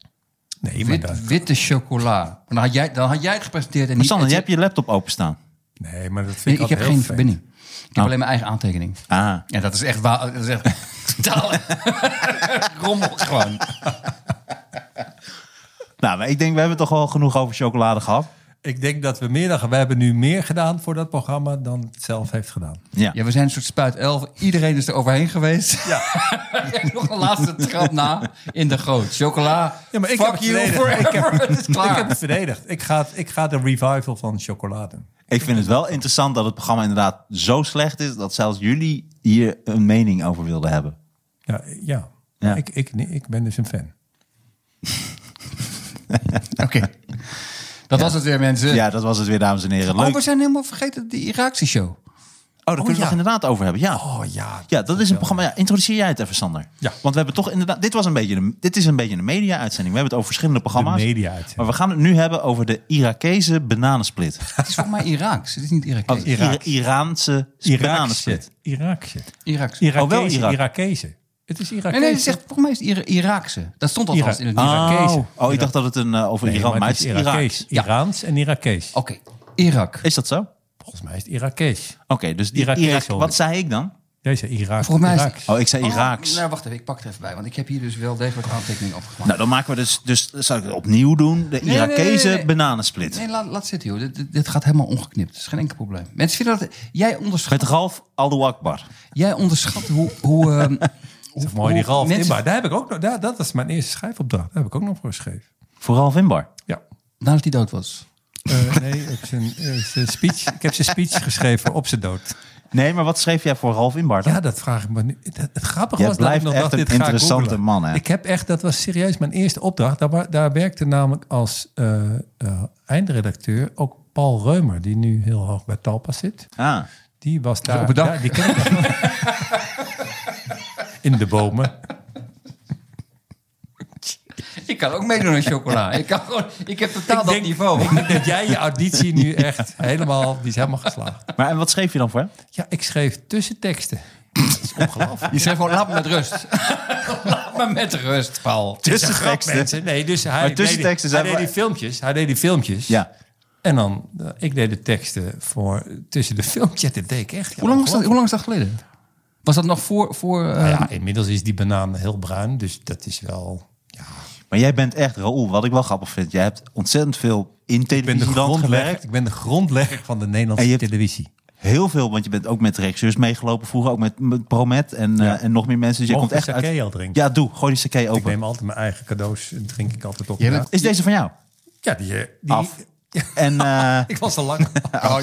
Speaker 2: Nee, maar dat,
Speaker 3: Wit, witte chocola. Maar Dan had, jij, dan had jij het gepresenteerd en niet...
Speaker 4: Sander,
Speaker 3: het-
Speaker 4: jij hebt je laptop openstaan.
Speaker 2: nee, maar dat vind
Speaker 3: Nee,
Speaker 2: ik
Speaker 3: ik heb
Speaker 2: altijd
Speaker 3: geen
Speaker 2: heel vreemd.
Speaker 3: verbinding. Ik
Speaker 4: Nou.
Speaker 3: heb alleen mijn eigen aantekening.
Speaker 4: Ah.
Speaker 3: Ja, dat is echt waar. Dat is echt totaal rommel gewoon.
Speaker 4: Nou, maar ik denk, we hebben toch wel genoeg over chocolade gehad.
Speaker 2: Ik denk dat we meer dan... We hebben nu meer gedaan voor dat programma dan het zelf heeft gedaan.
Speaker 4: Ja.
Speaker 3: Ja, we zijn een soort spuit elf. Iedereen is er overheen geweest. Ja. nog een laatste trap na in de goot. Chocola.
Speaker 2: Ja, maar ik
Speaker 3: fuck
Speaker 2: heb het
Speaker 3: you
Speaker 2: verdedigd.
Speaker 3: forever. Het is klaar.
Speaker 2: Ik heb het verdedigd. Ik ga, het- ik ga de revival van chocolade.
Speaker 4: Ik vind het wel interessant dat het programma inderdaad zo slecht is... dat zelfs jullie hier een mening over wilden hebben.
Speaker 2: Ja, ja.
Speaker 4: Ja.
Speaker 2: Ik, ik, nee, ik ben dus een fan.
Speaker 3: Oké. Dat was het weer, mensen.
Speaker 4: Ja, dat was het weer, dames en heren.
Speaker 3: Oh,
Speaker 4: Leuk.
Speaker 3: we
Speaker 4: Oh,
Speaker 3: zijn helemaal vergeten die Iraakse show.
Speaker 4: daar kunnen
Speaker 2: ja.
Speaker 4: we het nog inderdaad over hebben. Ja.
Speaker 2: Oh ja.
Speaker 4: Ja, dat is een programma. Ja, introduceer jij het even, Sander.
Speaker 2: Ja.
Speaker 4: Want we hebben toch inderdaad... Dit, was een beetje een, dit is een beetje een media-uitzending. We hebben het over verschillende programma's.
Speaker 2: media-uitzending.
Speaker 4: Maar we gaan het nu hebben over de Irakese bananensplit.
Speaker 3: Het is volgens mij Iraaks. Het is niet Irakees.
Speaker 4: Ira- Iraanse
Speaker 2: Iraakse.
Speaker 4: bananensplit.
Speaker 2: Iraakse.
Speaker 3: Iraaks.
Speaker 2: Irakese.
Speaker 4: Oh, wel Irak.
Speaker 2: Irakese. Het is Irakese.
Speaker 3: Nee, nee, het is echt, volgens mij is het Ira- Iraakse. Dat stond alvast
Speaker 2: Ira-
Speaker 3: in het
Speaker 4: Oh,
Speaker 3: Irakees.
Speaker 4: oh, ik dacht dat het een, eh, over
Speaker 2: Nee,
Speaker 4: Iran, maar het is
Speaker 2: Irakees.
Speaker 4: Iraaks.
Speaker 3: Ja.
Speaker 2: Iraans en Irakees.
Speaker 3: Oké, Irak.
Speaker 4: Is dat zo? Oké,
Speaker 2: Volgens mij is het Irakees.
Speaker 4: dus die
Speaker 2: Irakees,
Speaker 4: Irak,
Speaker 2: hoor ik.
Speaker 4: wat zei ik dan?
Speaker 2: Deze Irak.
Speaker 3: Volgens mij is-
Speaker 2: Iraks.
Speaker 4: Oh, ik zei Iraaks.
Speaker 3: Oh, nou, wacht even. Ik pak het even bij. Want ik heb hier dus wel degelijk aantekeningen opgemaakt.
Speaker 4: Nou, dan maken we dus, dus zal ik het opnieuw doen, de
Speaker 3: nee,
Speaker 4: Irakese
Speaker 3: nee, nee.
Speaker 2: Nou.
Speaker 4: bananensplit.
Speaker 3: Nee, laat, laat zitten, joh. Dit, dit- dit gaat helemaal ongeknipt. Dat is geen enkel probleem. Mensen vinden dat... Jij onderschat,
Speaker 4: Met Ralf Aldo Akbar.
Speaker 3: jij onderschat hoe... hoe ehm, hoe-
Speaker 2: Mooi, die
Speaker 3: hoe
Speaker 2: Ralf
Speaker 3: mensen-
Speaker 2: Timbaar. Daar heb ik ook nog, daar, dat is mijn eerste schrijfopdracht. Daar heb ik ook nog voor geschreven.
Speaker 4: Voor Ralf Inbar.
Speaker 2: Ja.
Speaker 3: Nadat hij dood was.
Speaker 2: Eh, nee, op zijn, eh, zijn speech. ik heb zijn speech geschreven op zijn dood.
Speaker 4: Nee, maar wat schreef jij voor Ralf Inbar dan?
Speaker 2: Ja, dat vraag ik me nu. Het, het grappige
Speaker 4: Jij
Speaker 2: was dat ik
Speaker 4: blijft
Speaker 2: nog
Speaker 4: echt
Speaker 2: dacht,
Speaker 4: een
Speaker 2: dit ga ik
Speaker 4: interessante
Speaker 2: googlen.
Speaker 4: man, hè?
Speaker 2: Ik heb echt, dat was serieus mijn eerste opdracht. Daar, wa- daar werkte namelijk als eh, eh, eindredacteur ook Paul Reumer, die nu heel hoog bij Talpa zit.
Speaker 4: Ah,
Speaker 2: Die was daar.
Speaker 3: Op het dak.
Speaker 2: Ja, die ken ik nog. in de bomen.
Speaker 5: Ik kan ook meedoen aan chocola. Ik, kan gewoon, ik heb totaal dat
Speaker 2: denk-
Speaker 5: niveau.
Speaker 2: Ik denk dat jij je auditie nu echt helemaal, die is helemaal geslaagd.
Speaker 4: Maar en wat schreef je dan voor?
Speaker 2: Ja, ik schreef tussenteksten. Dat is ongelooflijk.
Speaker 5: Je zei gewoon, laat me met rust. laat me met rust, Paul.
Speaker 2: Mensen, nee, dus hij,
Speaker 4: Maar
Speaker 2: deed,
Speaker 4: tussenteksten
Speaker 2: die-
Speaker 4: zijn
Speaker 2: hij deed
Speaker 4: wel-
Speaker 2: die filmpjes. Hij deed die filmpjes.
Speaker 4: Ja.
Speaker 2: En dan, eh, ik deed de teksten voor tussen de filmpjes. Ja, Dit deed ik echt. Ja,
Speaker 3: Hoe lang, is dat, hoe
Speaker 2: ongelooflijk.
Speaker 3: lang is dat geleden? Was dat nog voor... voor eh,
Speaker 2: Nou ja, inmiddels is die banaan heel bruin, dus dat is wel... Ja,
Speaker 4: Maar jij bent echt, Raoul, wat ik wel grappig vind. Jij hebt ontzettend veel in televisieland gewerkt.
Speaker 2: ik ben de grondlegger van de Nederlandse
Speaker 4: En je hebt-
Speaker 2: televisie.
Speaker 4: Heel veel, want je bent ook met regisseurs meegelopen vroeger. Ook met, met Promet en, eh, en nog meer mensen. Dus je
Speaker 2: Mogen
Speaker 4: komt
Speaker 2: we
Speaker 4: echt
Speaker 2: sake
Speaker 4: uit...
Speaker 2: al drinken?
Speaker 4: Ja, doe. Gooi die sake
Speaker 2: Ik
Speaker 4: open.
Speaker 2: neem altijd mijn eigen cadeaus en drink ik altijd op.
Speaker 3: Jij bent-
Speaker 4: Is deze van jou?
Speaker 2: Ja, die, eh, die-
Speaker 4: Af. En... eh,
Speaker 2: Ik was al lang. Oh,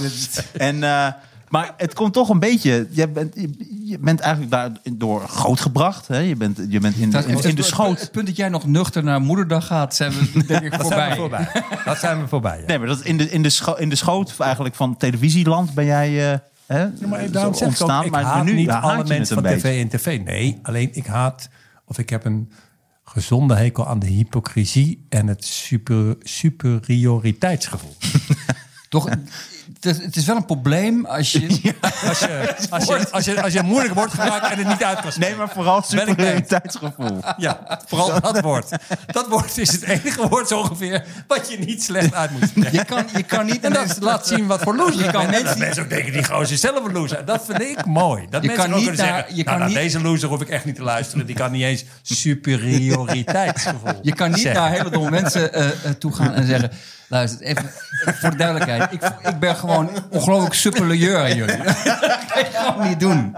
Speaker 4: En, eh, maar het komt toch een beetje. Je bent, je, je bent eigenlijk daardoor grootgebracht. Hè? Je, bent, je bent in,
Speaker 5: Dat-
Speaker 4: in, in de
Speaker 5: het-
Speaker 4: schoot.
Speaker 5: Het punt dat jij nog nuchter naar moederdag gaat, zijn we denk ik
Speaker 2: Dat zijn we
Speaker 5: voorbij.
Speaker 2: voorbij. Dat zijn we voorbij. ja.
Speaker 4: Nee, maar dat is in, de, in, de scho- in de schoot eigenlijk van televisieland ben jij eh, hè,
Speaker 2: maar
Speaker 4: zo
Speaker 2: daarom zeg ik ook, ik
Speaker 4: maar
Speaker 2: haat niet
Speaker 4: haat je
Speaker 2: alle
Speaker 4: het
Speaker 2: mensen
Speaker 4: een
Speaker 2: van
Speaker 4: beetje.
Speaker 2: tv en tv. Nee, alleen ik haat of ik heb een gezonde hekel aan de hypocrisie en het super, superioriteitsgevoel.
Speaker 5: Toch, het, is- het is wel een probleem als je...
Speaker 2: Als je, als je, als je, als je een moeilijk woord gebruikt en het niet uit kan
Speaker 4: Nee, maar vooral het
Speaker 2: Ben ik mee.
Speaker 4: superioriteitsgevoel.
Speaker 2: Ja, vooral dat woord. Dat woord is het enige woord zo ongeveer wat je niet slecht uit moet spreken.
Speaker 5: Je kan, je kan niet...
Speaker 2: En dat laat zien wat voor loser je
Speaker 5: Je
Speaker 2: kan
Speaker 5: kan
Speaker 2: mensen.
Speaker 5: mensen-
Speaker 2: Dat mensen ook denken, die gozer is zelf een loser. Dat vind ik mooi. Dat
Speaker 5: Je
Speaker 2: mensen
Speaker 5: kan
Speaker 2: ook
Speaker 5: niet
Speaker 2: kunnen
Speaker 5: naar-
Speaker 2: zeggen,
Speaker 5: je
Speaker 2: nou,
Speaker 5: kan
Speaker 2: naar
Speaker 5: niet-
Speaker 2: deze loser hoef ik echt niet te luisteren. Die kan niet eens superioriteitsgevoel
Speaker 5: Je kan niet
Speaker 2: zeggen.
Speaker 5: naar hele domme mensen eh, eh, toe gaan en zeggen... Luister, even eh, voor de duidelijkheid. Ik, ik ben gewoon ongelooflijk superieur aan jullie. dat kan je gewoon niet doen.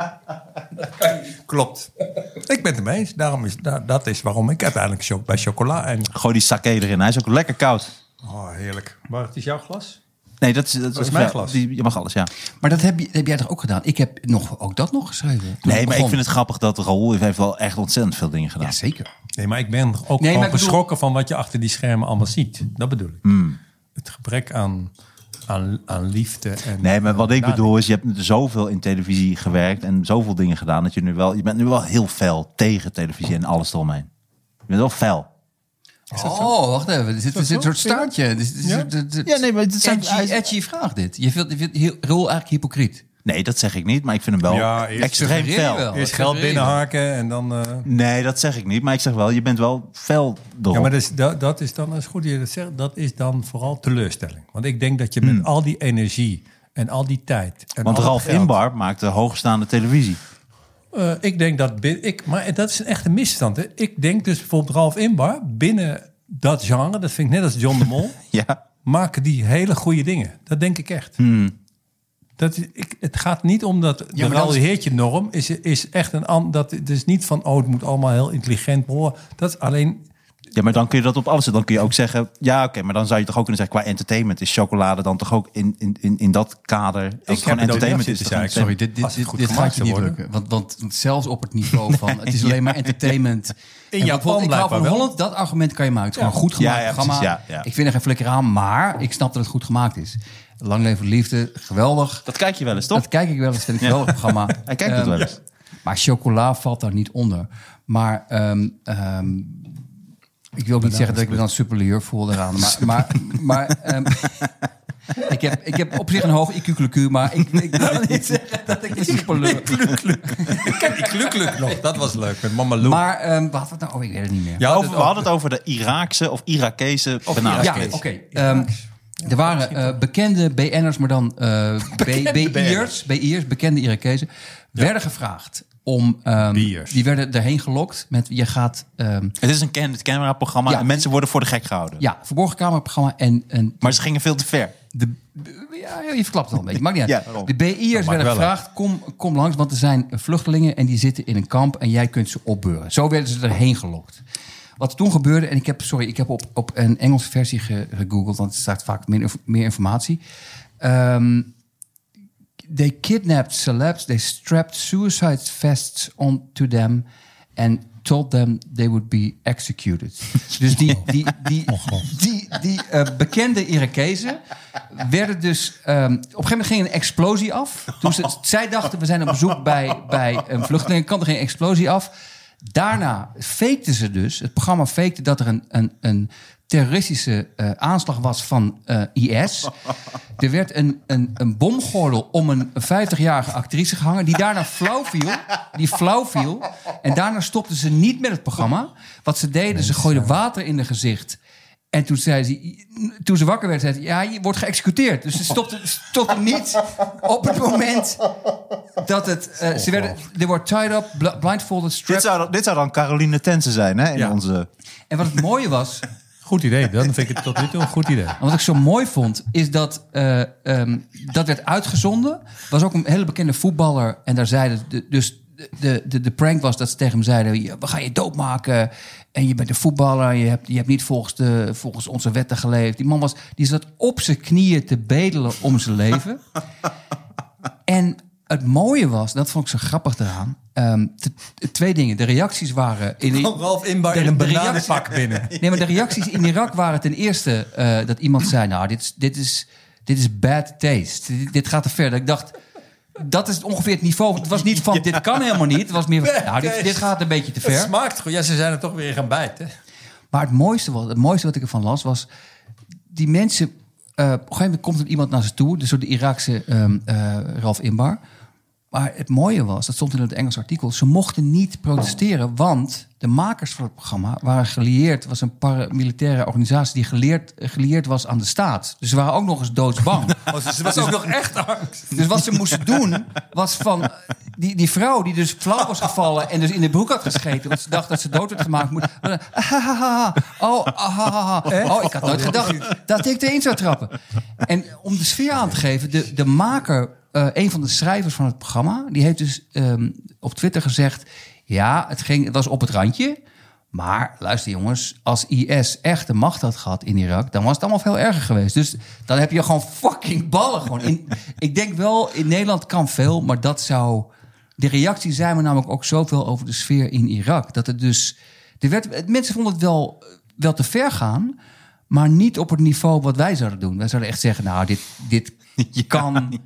Speaker 2: Klopt. Ik ben het ermee eens. Daarom is, da- dat is waarom ik uiteindelijk cho- bij chocola... En,
Speaker 4: Gooi die sake erin. Hij is ook lekker koud.
Speaker 2: oh, heerlijk. Maar het is jouw glas?
Speaker 4: Nee, dat is, dat
Speaker 2: is mijn
Speaker 4: ja,
Speaker 2: glas.
Speaker 4: die- je mag alles, ja.
Speaker 3: Maar dat heb, je, heb jij toch ook gedaan? Ik heb nog, ook dat nog geschreven. toen
Speaker 4: Nee, maar ik
Speaker 3: begon.
Speaker 4: vind het grappig dat Raoul heeft wel echt ontzettend veel dingen gedaan.
Speaker 3: Jazeker.
Speaker 2: Nee, maar ik ben ook
Speaker 5: maar ik
Speaker 2: gewoon
Speaker 5: bedoel-
Speaker 2: geschrokken van wat je achter die schermen allemaal ziet. Dat bedoel ik.
Speaker 5: Hmm.
Speaker 2: Het gebrek aan, aan, aan liefde. En
Speaker 4: Nee, maar wat ik
Speaker 2: Nadenken.
Speaker 4: bedoel is, je hebt zoveel in televisie gewerkt en zoveel dingen gedaan dat je nu wel, je bent nu wel heel fel tegen televisie en alles eromheen. Je bent wel fel.
Speaker 5: Oh, wacht even. Er zit, er zit een soort staartje. Er zit- er zit-
Speaker 2: Ja?
Speaker 5: er zit-
Speaker 4: Ja, nee, maar het zijn- hij
Speaker 5: edgy,
Speaker 4: is-
Speaker 5: edgy vraag dit. Je vindt, je vindt heel, Roel eigenlijk hypocriet.
Speaker 4: Nee, dat zeg ik niet, maar ik vind hem wel
Speaker 2: Ja, eerst
Speaker 4: extreem
Speaker 5: suggereer je
Speaker 4: fel.
Speaker 5: wel.
Speaker 2: Eerst
Speaker 5: Wat
Speaker 2: geld
Speaker 5: suggereer je?
Speaker 2: binnenharken en dan... eh,
Speaker 4: Nee, dat zeg ik niet, maar ik zeg wel, je bent wel fel erop.
Speaker 2: Ja, maar dat is, dat, dat is dan, als goed dat je dat zegt, dat is dan vooral teleurstelling. Want ik denk dat je met al die energie en al die tijd... En
Speaker 4: Want
Speaker 2: al dat
Speaker 4: Ralf
Speaker 2: geld-
Speaker 4: Inbar maakte hoogstaande televisie.
Speaker 2: Eh, ik denk dat... bin- Ik, maar dat is een echte misstand. Hè. Ik denk dus bijvoorbeeld Ralf Inbar binnen dat genre... Dat vind ik net als John de Mol.
Speaker 4: Ja.
Speaker 2: maken die hele goede dingen. Dat denk ik echt. Dat is, ik, het gaat niet om dat de
Speaker 3: maar dat
Speaker 2: rauwe
Speaker 3: is-
Speaker 2: heertje norm is, is echt een an, dat het is niet van oh het moet allemaal heel intelligent worden. Dat is alleen
Speaker 4: ja, maar dan kun je dat op alles zetten. Dan kun je ook zeggen, ja oké, maar dan zou je toch ook kunnen zeggen, qua entertainment is chocolade dan toch ook in, in, in, in dat kader. Als het
Speaker 2: heb
Speaker 4: gewoon
Speaker 2: het ook
Speaker 4: entertainment
Speaker 2: zitten
Speaker 4: is. toch
Speaker 2: zeggen.
Speaker 4: gewoon
Speaker 3: Sorry, dit,
Speaker 2: Als het
Speaker 3: dit, dit,
Speaker 2: goed
Speaker 3: dit
Speaker 2: gemaakt
Speaker 3: gaat je niet
Speaker 2: zou worden.
Speaker 3: lukken. Want, want zelfs op het niveau van... het is alleen maar entertainment. In
Speaker 2: Japan blijkbaar
Speaker 3: van
Speaker 2: wel.
Speaker 3: Holland, dat argument kan je maken. Het is gewoon een goed gemaakt
Speaker 4: Ja, ja, precies,
Speaker 3: programma.
Speaker 4: ja, ja.
Speaker 3: Ik vind er geen flikker aan, maar ik snap dat het goed gemaakt is. Lang leven de liefde, geweldig.
Speaker 4: Dat kijk je wel eens, toch?
Speaker 3: Dat kijk ik wel eens, vind ik een geweldig programma.
Speaker 4: Hij kijkt het
Speaker 3: Ehm,
Speaker 4: wel eens.
Speaker 3: Maar chocola valt daar niet onder. Maar ehm, ehm, ik wil ook niet zeggen dat ik me dan superieur voel eraan. Maar, maar, maar ehm, ik, heb, ik heb op zich een hoog IQ-QQ, maar ik, ik wil niet zeggen dat ik een superieur
Speaker 2: kijk die klukluk nog. Dat was leuk met Mama Lou.
Speaker 3: Maar ehm, wat was het nou? Oh, ik weet het niet meer.
Speaker 2: Ja,
Speaker 4: Over- we hadden het over de Iraakse of Irakese benadering.
Speaker 3: Ja, oké. Ehm, er waren eh, bekende BN'ers, maar dan eh B- BI'ers, BI'ers, bekende Irakezen, werden gevraagd om... ehm,
Speaker 2: Bi'ers.
Speaker 3: die werden erheen gelokt met je gaat... ehm,
Speaker 4: Het is een ken- het cameraprogramma
Speaker 3: Ja.
Speaker 4: en mensen worden voor de gek gehouden.
Speaker 3: ja, verborgen kamerprogramma en, en
Speaker 4: Maar ze gingen veel te ver.
Speaker 3: de, ja, je verklapt het al een beetje. Maakt niet uit.
Speaker 4: Ja, daarom.
Speaker 3: de BI'ers werden
Speaker 2: wel
Speaker 3: gevraagd, kom, kom langs, want er zijn vluchtelingen en die zitten in een kamp en jij kunt ze opbeuren. Zo werden ze erheen gelokt. Wat er toen gebeurde, en ik heb, sorry, ik heb op, op een Engelse versie ge- gegoogeld, want er staat vaak meer, inf- meer informatie. Ehm, they kidnapped celebs, they strapped suicide vests onto them and told them they would be executed. Dus die, die, die, die, die eh, bekende Irakezen werden dus... ehm, op een gegeven moment ging een explosie af. Toen ze, zij dachten, we zijn op bezoek bij, bij een vluchtelingenkamp. Er ging een explosie af. Daarna fakten ze dus, het programma fakte dat er een, een, een terroristische eh, aanslag was van eh, IS. Er werd een, een, een bomgordel om een 50-jarige actrice gehangen, die daarna flauw viel. Die flauw viel. En daarna stopten ze niet met het programma. Wat ze deden, ze gooiden water in haar gezicht. En toen, zei ze, toen ze wakker werd, zei ze: Ja, je wordt geëxecuteerd. Dus ze stopte, stopte niet op het moment dat het. eh, ze werden. They were tied up, bl- blindfolded,
Speaker 4: Dit
Speaker 3: strapped.
Speaker 4: zou, dit zou dan Caroline Tense zijn, hè? In
Speaker 2: Ja.
Speaker 4: onze...
Speaker 3: En wat het mooie was,
Speaker 2: Goed idee. Dan vind ik het tot nu toe een goed idee.
Speaker 3: wat ik zo mooi vond, is dat eh, ehm, dat werd uitgezonden. Er was ook een hele bekende voetballer. En daar zeiden de, dus de, de, de prank was dat ze tegen hem zeiden: "Ja, We gaan je doodmaken. En je bent een voetballer. Je hebt, je hebt niet volgens, de, volgens onze wetten geleefd. Die man was, die zat op zijn knieën te bedelen om zijn leven. En het mooie was, dat vond ik zo grappig eraan. ehm, t- t- twee dingen. De reacties waren. In de-
Speaker 2: Ralf Inbar in
Speaker 3: De-
Speaker 2: een
Speaker 3: de
Speaker 2: bananenpak binnen.
Speaker 3: Nee, maar de reacties in Irak waren ten eerste eh, dat iemand zei: Nou, dit is, dit is, dit is bad taste. Dit, dit gaat te ver. Dat ik dacht. Dat is ongeveer het niveau. Want Het was niet van, dit kan helemaal niet. Het was meer van,
Speaker 2: Bad
Speaker 3: nou, dit,
Speaker 2: taste.
Speaker 3: dit gaat een beetje te
Speaker 2: Het
Speaker 3: ver.
Speaker 2: smaakt goed. Ja, ze zijn er toch weer gaan bijten.
Speaker 3: Maar het mooiste, was, het mooiste wat ik ervan las was... die mensen... eh, op een gegeven moment komt er iemand naar ze toe. Dus door de Iraakse ehm eh, Ralf Inbar. Maar het mooie was, dat stond in het Engels artikel... ze mochten niet protesteren, want de makers van het programma... waren gelieerd, was een paramilitaire organisatie... die geleerd, gelieerd was aan de staat. Dus ze waren ook nog eens doodsbang.
Speaker 2: Oh, Ze was ook nog echt angst.
Speaker 3: Dus wat ze moesten doen, was van... eh, Die, die vrouw die dus flauw was gevallen en dus in de broek had gescheten... want ze dacht dat ze dood werd gemaakt. Moet, ah, ah, ah, ah, oh, ah, ah, ah, ah. oh, ik had nooit gedacht dat ik erin zou trappen. En om de sfeer aan te geven, de, de maker... eh, een van de schrijvers van het programma... die heeft dus ehm, op Twitter gezegd... ja, het, ging, het was op het randje... Maar luister jongens, als IS echt de macht had gehad in Irak, dan was het allemaal veel erger geweest. Dus dan heb je gewoon fucking ballen. Gewoon. In, ik denk wel, in Nederland kan veel, maar dat zou. De reactie zei me namelijk ook zoveel over de sfeer in Irak. Dat het dus. Er werd, het- mensen vonden het wel, wel te ver gaan, maar niet op het niveau wat wij zouden doen. Wij zouden echt zeggen: nou, dit, dit kan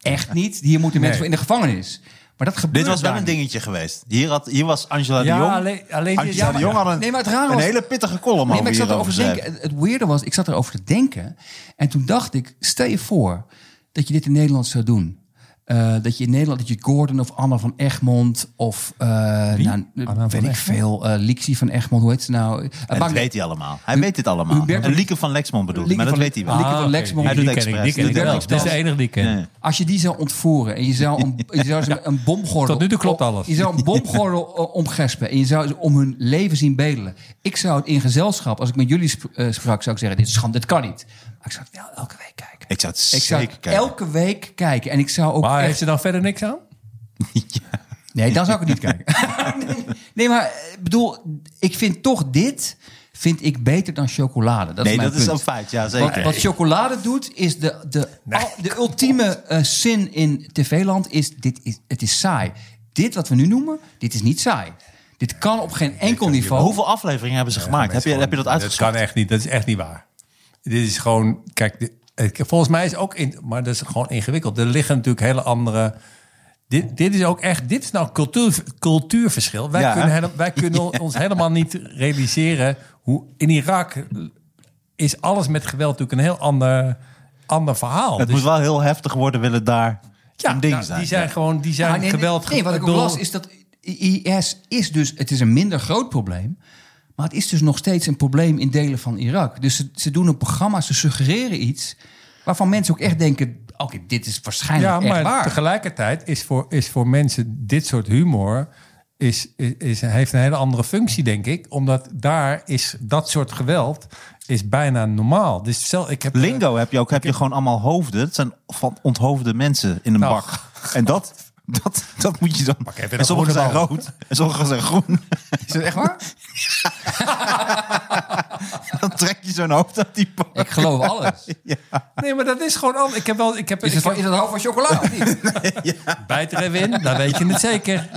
Speaker 3: echt niet. Hier moeten mensen
Speaker 2: Nee.
Speaker 3: voor in de gevangenis. Maar dat gebeurde
Speaker 4: Dit was wel
Speaker 3: daar
Speaker 4: een
Speaker 3: niet.
Speaker 4: dingetje geweest. Hier, had, hier was Angela
Speaker 2: Ja,
Speaker 4: de Jong.
Speaker 2: alleen- alleen-
Speaker 4: Angela
Speaker 2: ja,
Speaker 4: de
Speaker 2: maar-
Speaker 4: Jong had een,
Speaker 3: nee, maar het rare
Speaker 4: een
Speaker 3: was-
Speaker 4: hele pittige column
Speaker 3: Nee, maar ik zat
Speaker 4: over hierover
Speaker 3: erover te denken.
Speaker 4: geschreven.
Speaker 3: Het, het weirde was, ik zat erover te denken. En toen dacht ik, stel je voor dat je dit in Nederland zou doen. Eh, dat je in Nederland, dat je Gordon of Anne van Egmond of, eh nou,
Speaker 2: van
Speaker 3: weet ik
Speaker 2: Egmond?
Speaker 3: veel, eh Lixie van Egmond, hoe heet ze nou? Eh,
Speaker 4: En
Speaker 3: maakt
Speaker 4: dat
Speaker 3: niet-
Speaker 4: weet hij allemaal. Hij weet dit allemaal.
Speaker 3: Hubert-
Speaker 4: en Lieke van Lexmond bedoelt,
Speaker 3: Lieke
Speaker 4: maar dat
Speaker 3: van-
Speaker 4: weet hij wel.
Speaker 3: Ah, oké. Lexmond.
Speaker 4: Hij
Speaker 2: Die
Speaker 4: doet
Speaker 2: ken ik, die
Speaker 4: expres.
Speaker 2: ken
Speaker 4: Dat
Speaker 2: ik
Speaker 4: doet
Speaker 2: wel. Dat
Speaker 4: hij
Speaker 2: is de
Speaker 4: expres.
Speaker 2: enige die ik ken.
Speaker 4: Nee.
Speaker 3: Als je die zou ontvoeren en je zou een, je zou ze met een bomgordel...
Speaker 2: Tot nu toe klopt alles.
Speaker 3: Je zou een bomgordel eh, omgespen en je zou ze om hun leven zien bedelen. Ik zou het in gezelschap, als ik met jullie sp- eh, sprak, zou ik zeggen... dit is schande, dit kan niet. Maar ik zou het wel elke week kijken.
Speaker 4: Ik zou het
Speaker 3: Ik zou
Speaker 4: zeker
Speaker 3: het
Speaker 4: kijken.
Speaker 3: elke week kijken. En ik zou ook
Speaker 2: Maar heeft
Speaker 3: echt...
Speaker 2: ze dan verder niks aan?
Speaker 3: Nee, dan zou ik het niet kijken. nee, nee, maar eh, bedoel, ik vind toch dit vind ik beter dan chocolade. Dat
Speaker 4: Nee,
Speaker 3: is mijn
Speaker 4: dat is
Speaker 3: punt.
Speaker 4: een feit. Ja,
Speaker 3: Wat,
Speaker 4: zeker.
Speaker 3: wat chocolade doet, is de, de, al- de ultieme eh, zin in tv-land is, dit is, het is saai. Dit wat we nu noemen, dit is niet saai. Dit kan op geen enkel niveau.
Speaker 4: Hoeveel afleveringen hebben ze gemaakt? Heb je, heb je
Speaker 2: Dat
Speaker 4: dat
Speaker 2: kan
Speaker 4: uitgezocht?
Speaker 2: echt niet. Dat is echt niet waar. Dit is gewoon... Kijk, dit- ik- volgens mij is ook... In, maar dat is gewoon ingewikkeld. Er liggen natuurlijk hele andere... Dit, dit is ook echt... Dit is nou cultuur, cultuurverschil. Wij
Speaker 4: Ja, hè?
Speaker 2: kunnen, hele- wij kunnen ons helemaal niet realiseren... hoe in Irak is alles met geweld natuurlijk een heel ander, ander verhaal.
Speaker 4: Het
Speaker 2: Dus-
Speaker 4: moet wel heel heftig worden, willen daar een ding
Speaker 2: nou,
Speaker 4: zijn.
Speaker 2: die zijn
Speaker 4: Ja.
Speaker 2: gewoon... Die zijn
Speaker 3: Ah, nee, nee,
Speaker 2: geweld...
Speaker 3: Nee, wat ik ook
Speaker 2: bedoel-
Speaker 3: las is dat IS is dus... Het is een minder groot probleem. Maar het is dus nog steeds een probleem in delen van Irak. Dus ze, ze doen een programma, ze suggereren iets... waarvan mensen ook echt denken... Oké, dit is waarschijnlijk
Speaker 2: Ja, maar
Speaker 3: echt waar.
Speaker 2: tegelijkertijd is voor, is voor mensen dit soort humor... Is, is, is- heeft een hele andere functie, denk ik. Omdat daar is dat soort geweld is bijna normaal. Dus zelf, ik heb,
Speaker 4: Lingo heb je ook. Heb je gewoon allemaal hoofden. Het zijn van onthoofde mensen in een
Speaker 2: Nou.
Speaker 4: bak. En dat, dat, dat moet je dan...
Speaker 2: even
Speaker 4: En
Speaker 2: een
Speaker 4: sommigen
Speaker 2: groene
Speaker 4: zijn
Speaker 2: bal.
Speaker 4: rood. En sommigen zijn groen.
Speaker 3: Is dat echt waar?
Speaker 4: Dan trek je zo'n hoofd uit die bak.
Speaker 3: Ik geloof alles.
Speaker 2: Nee, maar dat is gewoon anders. Ik heb wel... Ik heb,
Speaker 3: Is
Speaker 2: ik
Speaker 3: het, van, is het een half van chocola of niet?
Speaker 2: Oh, heb- bijt er even in, dan weet je het zeker.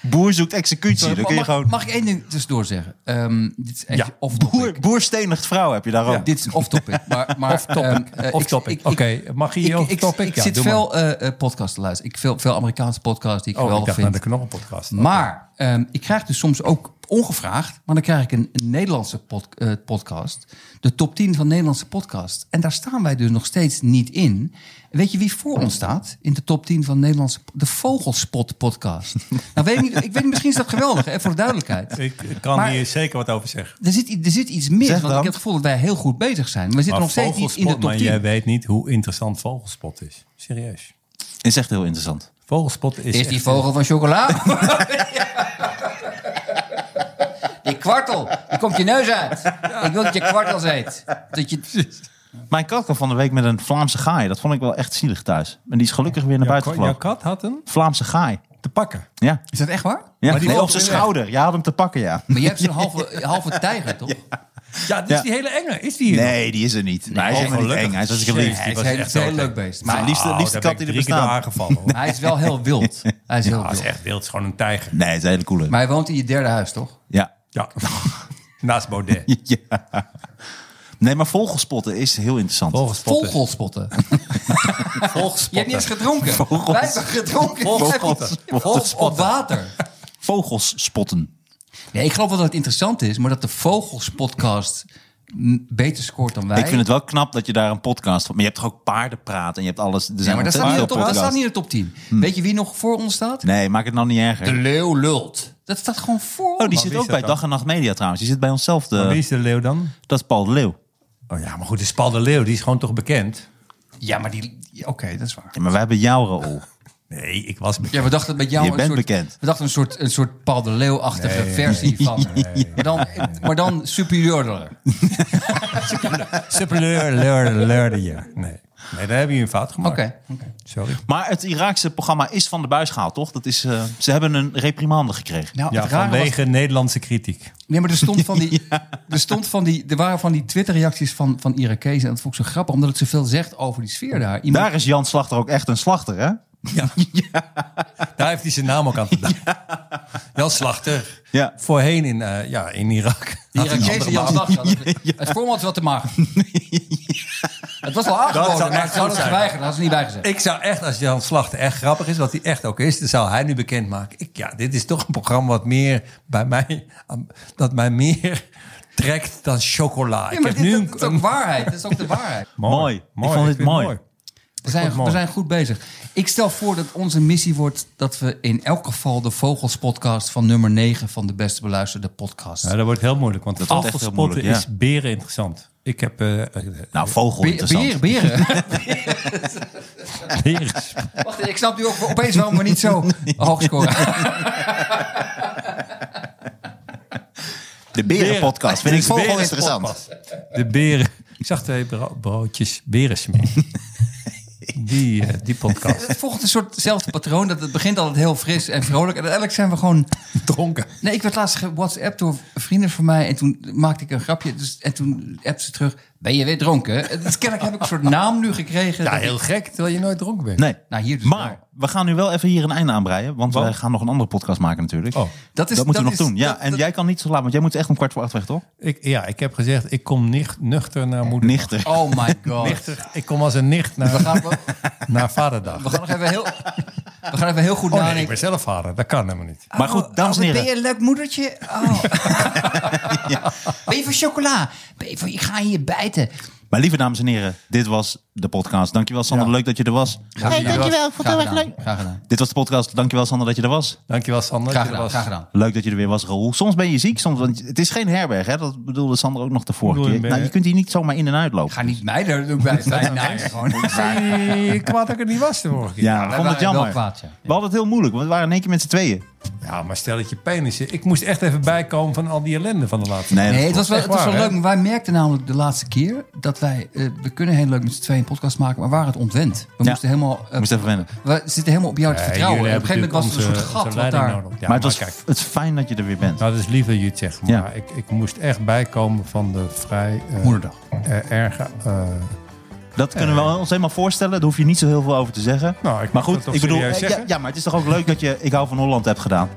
Speaker 4: boer zoekt executie. Dan kun je
Speaker 3: mag,
Speaker 4: gewoon...
Speaker 3: mag ik één ding tussendoor zeggen? Ehm, dit is echt
Speaker 2: Ja.
Speaker 3: off
Speaker 4: Boer, boer stenigt vrouw heb je daar ook.
Speaker 3: Ja. Dit is off-topic. Maar, maar, ehm, eh, ik-
Speaker 2: Off-topic.
Speaker 3: ik- ik-
Speaker 2: Oké, mag je
Speaker 3: ik-
Speaker 2: hier
Speaker 3: ik-
Speaker 2: off-topic?
Speaker 3: Ik
Speaker 2: Ja,
Speaker 3: zit
Speaker 2: doe maar.
Speaker 3: veel eh, eh, podcasts te luisteren. Ik veel, veel Amerikaanse podcasts die ik
Speaker 2: Oh, ik
Speaker 3: geweldig
Speaker 2: dacht naar
Speaker 3: vind.
Speaker 2: de Knorrenpodcast.
Speaker 3: Maar ehm, ik krijg dus soms ook ongevraagd, maar dan krijg ik een, een Nederlandse pod- eh, podcast. De top 10 van Nederlandse podcast. En daar staan wij dus nog steeds niet in. En Weet je wie voor ons staat in de top 10 van Nederlandse... po- De Vogelspot podcast. nou, weet ik, niet, ik weet niet, misschien is dat geweldig, hè, voor de duidelijkheid.
Speaker 2: Ik ik kan
Speaker 3: Maar-
Speaker 2: hier zeker wat over zeggen.
Speaker 3: Er zit, i- er zit iets mis,
Speaker 4: Zeg
Speaker 3: want ik
Speaker 4: dan.
Speaker 3: heb het gevoel dat wij heel goed bezig zijn. Maar we zitten
Speaker 2: Maar
Speaker 3: nog steeds niet in de
Speaker 2: vogelspot,
Speaker 3: top
Speaker 2: maar jij
Speaker 3: 10.
Speaker 2: weet niet hoe interessant vogelspot is. Serieus.
Speaker 4: Is echt heel interessant.
Speaker 2: Vogelspot is,
Speaker 3: Is eh,
Speaker 2: echt-
Speaker 3: die vogel van chocola? Die kwartel, die komt je neus uit. Ik wil dat je kwartels eet. Dat je...
Speaker 4: Mijn kat kwam van de week met een Vlaamse gaai. Dat vond ik wel echt zielig thuis. En die is gelukkig weer naar
Speaker 2: Jouw
Speaker 4: buiten
Speaker 2: ka- Jouw
Speaker 4: gevlogen.
Speaker 2: kat had hem
Speaker 4: Vlaamse gaai.
Speaker 2: te pakken.
Speaker 4: Ja.
Speaker 3: Is dat echt waar?
Speaker 4: ja.
Speaker 2: Maar die
Speaker 4: Nee,
Speaker 2: loopt
Speaker 4: op zijn
Speaker 2: weer weg.
Speaker 4: schouder. Je had hem te pakken, ja.
Speaker 3: Maar jij hebt zo'n halve, halve tijger, toch?
Speaker 2: Ja, dus
Speaker 4: Ja.
Speaker 2: die hele enge. Is die hier?
Speaker 4: Nee, die is er niet. Maar hij is
Speaker 2: oh,
Speaker 4: helemaal niet
Speaker 2: gelukkig.
Speaker 4: eng. Hij is als ik
Speaker 2: Jezus.
Speaker 4: lief.
Speaker 3: Hij is
Speaker 2: was
Speaker 3: heel,
Speaker 2: echt
Speaker 3: heel
Speaker 2: zo
Speaker 3: leuk
Speaker 2: gek.
Speaker 3: beest.
Speaker 4: Maar
Speaker 3: Maar
Speaker 4: liefste,
Speaker 2: Oh,
Speaker 4: liefste
Speaker 2: daar
Speaker 4: kat die
Speaker 2: ben
Speaker 4: er
Speaker 2: ik drie keer door
Speaker 4: bestaat.
Speaker 2: aangevallen. hoor.
Speaker 3: hij is wel heel wild. Hij is heel
Speaker 2: Ja, het
Speaker 3: wild.
Speaker 2: is echt wild. Het is gewoon een tijger.
Speaker 4: Nee, het is een hele coole.
Speaker 3: Maar hij woont in je derde huis, toch?
Speaker 4: Ja.
Speaker 2: Ja. Naast Baudet.
Speaker 4: ja. Nee, maar vogelspotten is heel interessant.
Speaker 2: Vogelspot is-
Speaker 3: Vogelspotten. Je hebt niet eens gedronken. Wij hebben gedronken.
Speaker 4: Vogelspotten.
Speaker 3: Vogelspotten. Op water.
Speaker 4: Vogels spotten.
Speaker 3: Nee, ik geloof wel dat het interessant is, maar dat de Vogelspodcast m, beter scoort dan wij.
Speaker 4: Ik vind het wel knap dat je daar een podcast van... Maar je hebt toch ook paardenpraat en je hebt alles... Er zijn
Speaker 3: ja, maar dat staat, niet in
Speaker 4: ontzettend
Speaker 3: de top,
Speaker 4: veel
Speaker 3: dat staat niet
Speaker 4: podcasts.
Speaker 3: in de top 10. Weet je wie nog voor ons staat?
Speaker 4: Hm. Nee, maak het nou niet erger.
Speaker 3: De leeuw lult. Dat staat gewoon voor
Speaker 4: Oh,
Speaker 3: ons.
Speaker 4: die
Speaker 2: wie
Speaker 4: zit
Speaker 2: is
Speaker 4: ook
Speaker 2: dat
Speaker 4: bij
Speaker 2: dan?
Speaker 4: Dag en Nacht Media trouwens. Die zit bij onszelf. De,
Speaker 2: Wie is de leeuw dan?
Speaker 4: Dat is Paul de Leeuw.
Speaker 2: Oh ja, maar goed, de Spal de Leeuw, die is gewoon toch bekend?
Speaker 3: Ja, maar die... ja, Oké, dat is waar.
Speaker 4: Ja, maar wij hebben jou, Raoul.
Speaker 2: Nee, ik was bekend.
Speaker 3: Ja, we dachten met jou
Speaker 4: Je
Speaker 3: een
Speaker 4: bent
Speaker 3: soort,
Speaker 4: bekend.
Speaker 3: We dachten een soort, een soort Paul de Leeuw-achtige versie van. Maar, dan, maar dan superieurder.
Speaker 2: Suppleur, leur, leurde je. Nee. nee, daar hebben jullie een fout gemaakt.
Speaker 3: Oké.
Speaker 2: Sorry.
Speaker 4: Maar het Iraakse programma is van de buis gehaald, toch? Dat is, eh, ze hebben een reprimande gekregen.
Speaker 3: Nou,
Speaker 2: Ja,
Speaker 3: het rare was
Speaker 2: vanwege Nederlandse kritiek.
Speaker 3: Nee, maar er stond van die, er stond van die, er waren van die Twitter-reacties van, van Irakezen. En dat vond ik zo grappig, omdat het zoveel zegt over die sfeer daar. Iemand,
Speaker 4: Daar is Jan Slachter ook echt een slachter, hè?
Speaker 2: Ja. Daar heeft hij zijn naam ook aan gedaan. Jan Slachter.
Speaker 4: Ja.
Speaker 2: Voorheen in, eh, ja, in Irak.
Speaker 3: die
Speaker 2: Had hij een
Speaker 3: Irakezen,
Speaker 2: andere
Speaker 3: Jan
Speaker 2: naam.
Speaker 3: Slachter. Het, het format was wat te maag. Het was wel aangeboden,
Speaker 2: zou
Speaker 3: maar
Speaker 2: echt
Speaker 3: ze hadden
Speaker 2: goed
Speaker 3: het
Speaker 2: zijn.
Speaker 3: geweigerd. Dat hadden ze niet bijgezegd.
Speaker 2: Ik zou echt, als Jan Slachter echt grappig is, wat hij echt ook is, dan zou hij nu bekendmaken. Ik, ja, dit is toch een programma wat meer bij mij, aan- dat mij meer trekt dan chocola.
Speaker 3: Ja,
Speaker 2: ik
Speaker 3: maar
Speaker 2: heb
Speaker 3: dit,
Speaker 2: nu
Speaker 3: dat,
Speaker 2: een-
Speaker 3: dat is ook waarheid. Dat is ook de waarheid.
Speaker 4: Mooi. Ik vond dit
Speaker 2: vind het
Speaker 4: mooi.
Speaker 3: We zijn, we
Speaker 2: mooi.
Speaker 3: zijn goed bezig. Ik stel voor dat onze missie wordt dat we in elk geval de Vogels podcast van nummer 9 van de best beluisterde podcast.
Speaker 2: Ja, dat wordt heel moeilijk, want
Speaker 4: Dat
Speaker 2: het
Speaker 4: wordt echt heel
Speaker 2: vogelspotten
Speaker 4: moeilijk, ja.
Speaker 2: is beren interessant. Ik heb eh, eh,
Speaker 4: Nou, vogel
Speaker 3: Be-
Speaker 4: interessant.
Speaker 3: beren, beren.
Speaker 2: beren.
Speaker 3: Wacht, ik snap nu ook opeens waarom we niet zo hoog scoren.
Speaker 4: De berenpodcast. Vind ik
Speaker 2: Dit is
Speaker 4: vogel
Speaker 2: beren
Speaker 4: interessant.
Speaker 2: podcast. De beren. Ik zag twee bro- broodjes beren smeren. Die, eh, die podcast.
Speaker 3: Het volgt een soortzelfde patroon. Dat het begint altijd heel fris en vrolijk. En uiteindelijk zijn we gewoon...
Speaker 2: Dronken.
Speaker 3: Nee, ik werd laatst WhatsApp door vrienden van mij. En toen maakte ik een grapje. Dus, en toen appte ze terug. Ben je weer dronken? Dus kennelijk heb ik een soort naam nu gekregen.
Speaker 2: Ja,
Speaker 3: dat ik-
Speaker 2: heel gek, terwijl je nooit dronken bent.
Speaker 4: Nee.
Speaker 3: Nou, hier dus wel.
Speaker 4: Maar we gaan nu wel even hier een einde aanbreien. Want wij gaan nog een andere podcast maken natuurlijk.
Speaker 2: Oh.
Speaker 3: Dat is-
Speaker 4: dat moeten we
Speaker 3: dat
Speaker 4: nog
Speaker 3: is-
Speaker 4: doen. Ja,
Speaker 3: dat-
Speaker 4: en
Speaker 3: dat-
Speaker 4: jij kan niet zo laat, want jij moet echt om kwart voor acht weg, toch?
Speaker 2: Ik, ja, ik heb gezegd, ik kom nicht, nuchter naar moeder.
Speaker 4: Nichter.
Speaker 3: Oh my god.
Speaker 2: Nichter. Ik kom als een nicht naar,
Speaker 3: We gaan, we,
Speaker 2: naar vaderdag.
Speaker 3: we gaan nog even heel... We gaan even heel goed
Speaker 2: Oh nee, ik
Speaker 3: nadenken.
Speaker 2: ben zelf vader. Dat kan helemaal niet.
Speaker 4: Maar goed, dames en
Speaker 3: Oh, Ben
Speaker 4: heren.
Speaker 3: je een leuk moedertje? Oh. Ben je van chocola? Ben je van, ik ga hier bijten.
Speaker 4: Maar lieve dames en heren, dit was de podcast. Dankjewel Sander,
Speaker 2: Ja.
Speaker 4: leuk dat je er was.
Speaker 3: Hey, dankjewel. Ik vond het heel erg leuk. Graag gedaan.
Speaker 4: Dit was de podcast. Dankjewel Sander dat je er was.
Speaker 2: Dankjewel Sander.
Speaker 3: Graag
Speaker 2: dat je
Speaker 3: gedaan.
Speaker 2: er was.
Speaker 3: Graag gedaan.
Speaker 4: Leuk dat je er weer was, Raoul. Soms ben je ziek, soms, want het is geen herberg. Hè? Dat bedoelde Sander ook nog de vorige
Speaker 2: Bedoel je
Speaker 4: keer.
Speaker 2: ben-
Speaker 4: Nou, je kunt hier niet zomaar in en uit lopen.
Speaker 3: Ga niet mij daar doen bij zijn naam gewoon.
Speaker 2: Ik zei kwaad dat ik het niet was de vorige keer.
Speaker 4: Ja, ik vond het
Speaker 3: waren wel
Speaker 4: jammer.
Speaker 3: kwaad, ja.
Speaker 4: We hadden het heel moeilijk, want we waren in één keer met z'n tweeën.
Speaker 2: Ja, maar stel dat je penissen. Ik moest echt even bijkomen van al die ellende van de laatste.
Speaker 4: Nee,
Speaker 3: Nee, het was wel,
Speaker 2: Echt
Speaker 3: het was wel
Speaker 2: waar, hè?
Speaker 3: leuk. maar Wij merkten namelijk de laatste keer dat wij... eh, we kunnen heel leuk met z'n tweeën een podcast maken, maar we waren het ontwend. We
Speaker 4: Ja.
Speaker 3: moesten helemaal... eh,
Speaker 4: moest even wennen.
Speaker 3: we zitten helemaal op jou te
Speaker 2: Nee,
Speaker 3: vertrouwen.
Speaker 2: jullie
Speaker 3: En op een gegeven
Speaker 2: hebben
Speaker 3: moment was er een soort
Speaker 2: natuurlijk
Speaker 3: gat
Speaker 2: onze-
Speaker 3: wat
Speaker 2: onze leiding
Speaker 3: daar...
Speaker 2: nodig. Ja,
Speaker 4: maar het, was,
Speaker 2: kijk.
Speaker 4: het is fijn dat je er weer bent.
Speaker 2: Nou, dat is lief dat je het zegt. Maar
Speaker 4: Ja.
Speaker 2: ik, ik moest echt bijkomen van de vrij... eh,
Speaker 3: Moederdag.
Speaker 2: eh, erge... eh,
Speaker 4: Dat kunnen we ons helemaal voorstellen. Daar hoef je niet zo heel veel over te zeggen.
Speaker 2: Nou, ik mag
Speaker 4: maar
Speaker 2: dat
Speaker 4: goed,
Speaker 2: toch
Speaker 4: ik bedoel,
Speaker 2: serieus
Speaker 4: eh, ja,
Speaker 2: zeggen?
Speaker 4: ja, maar het is toch ook leuk dat je Ik hou van Holland hebt gedaan.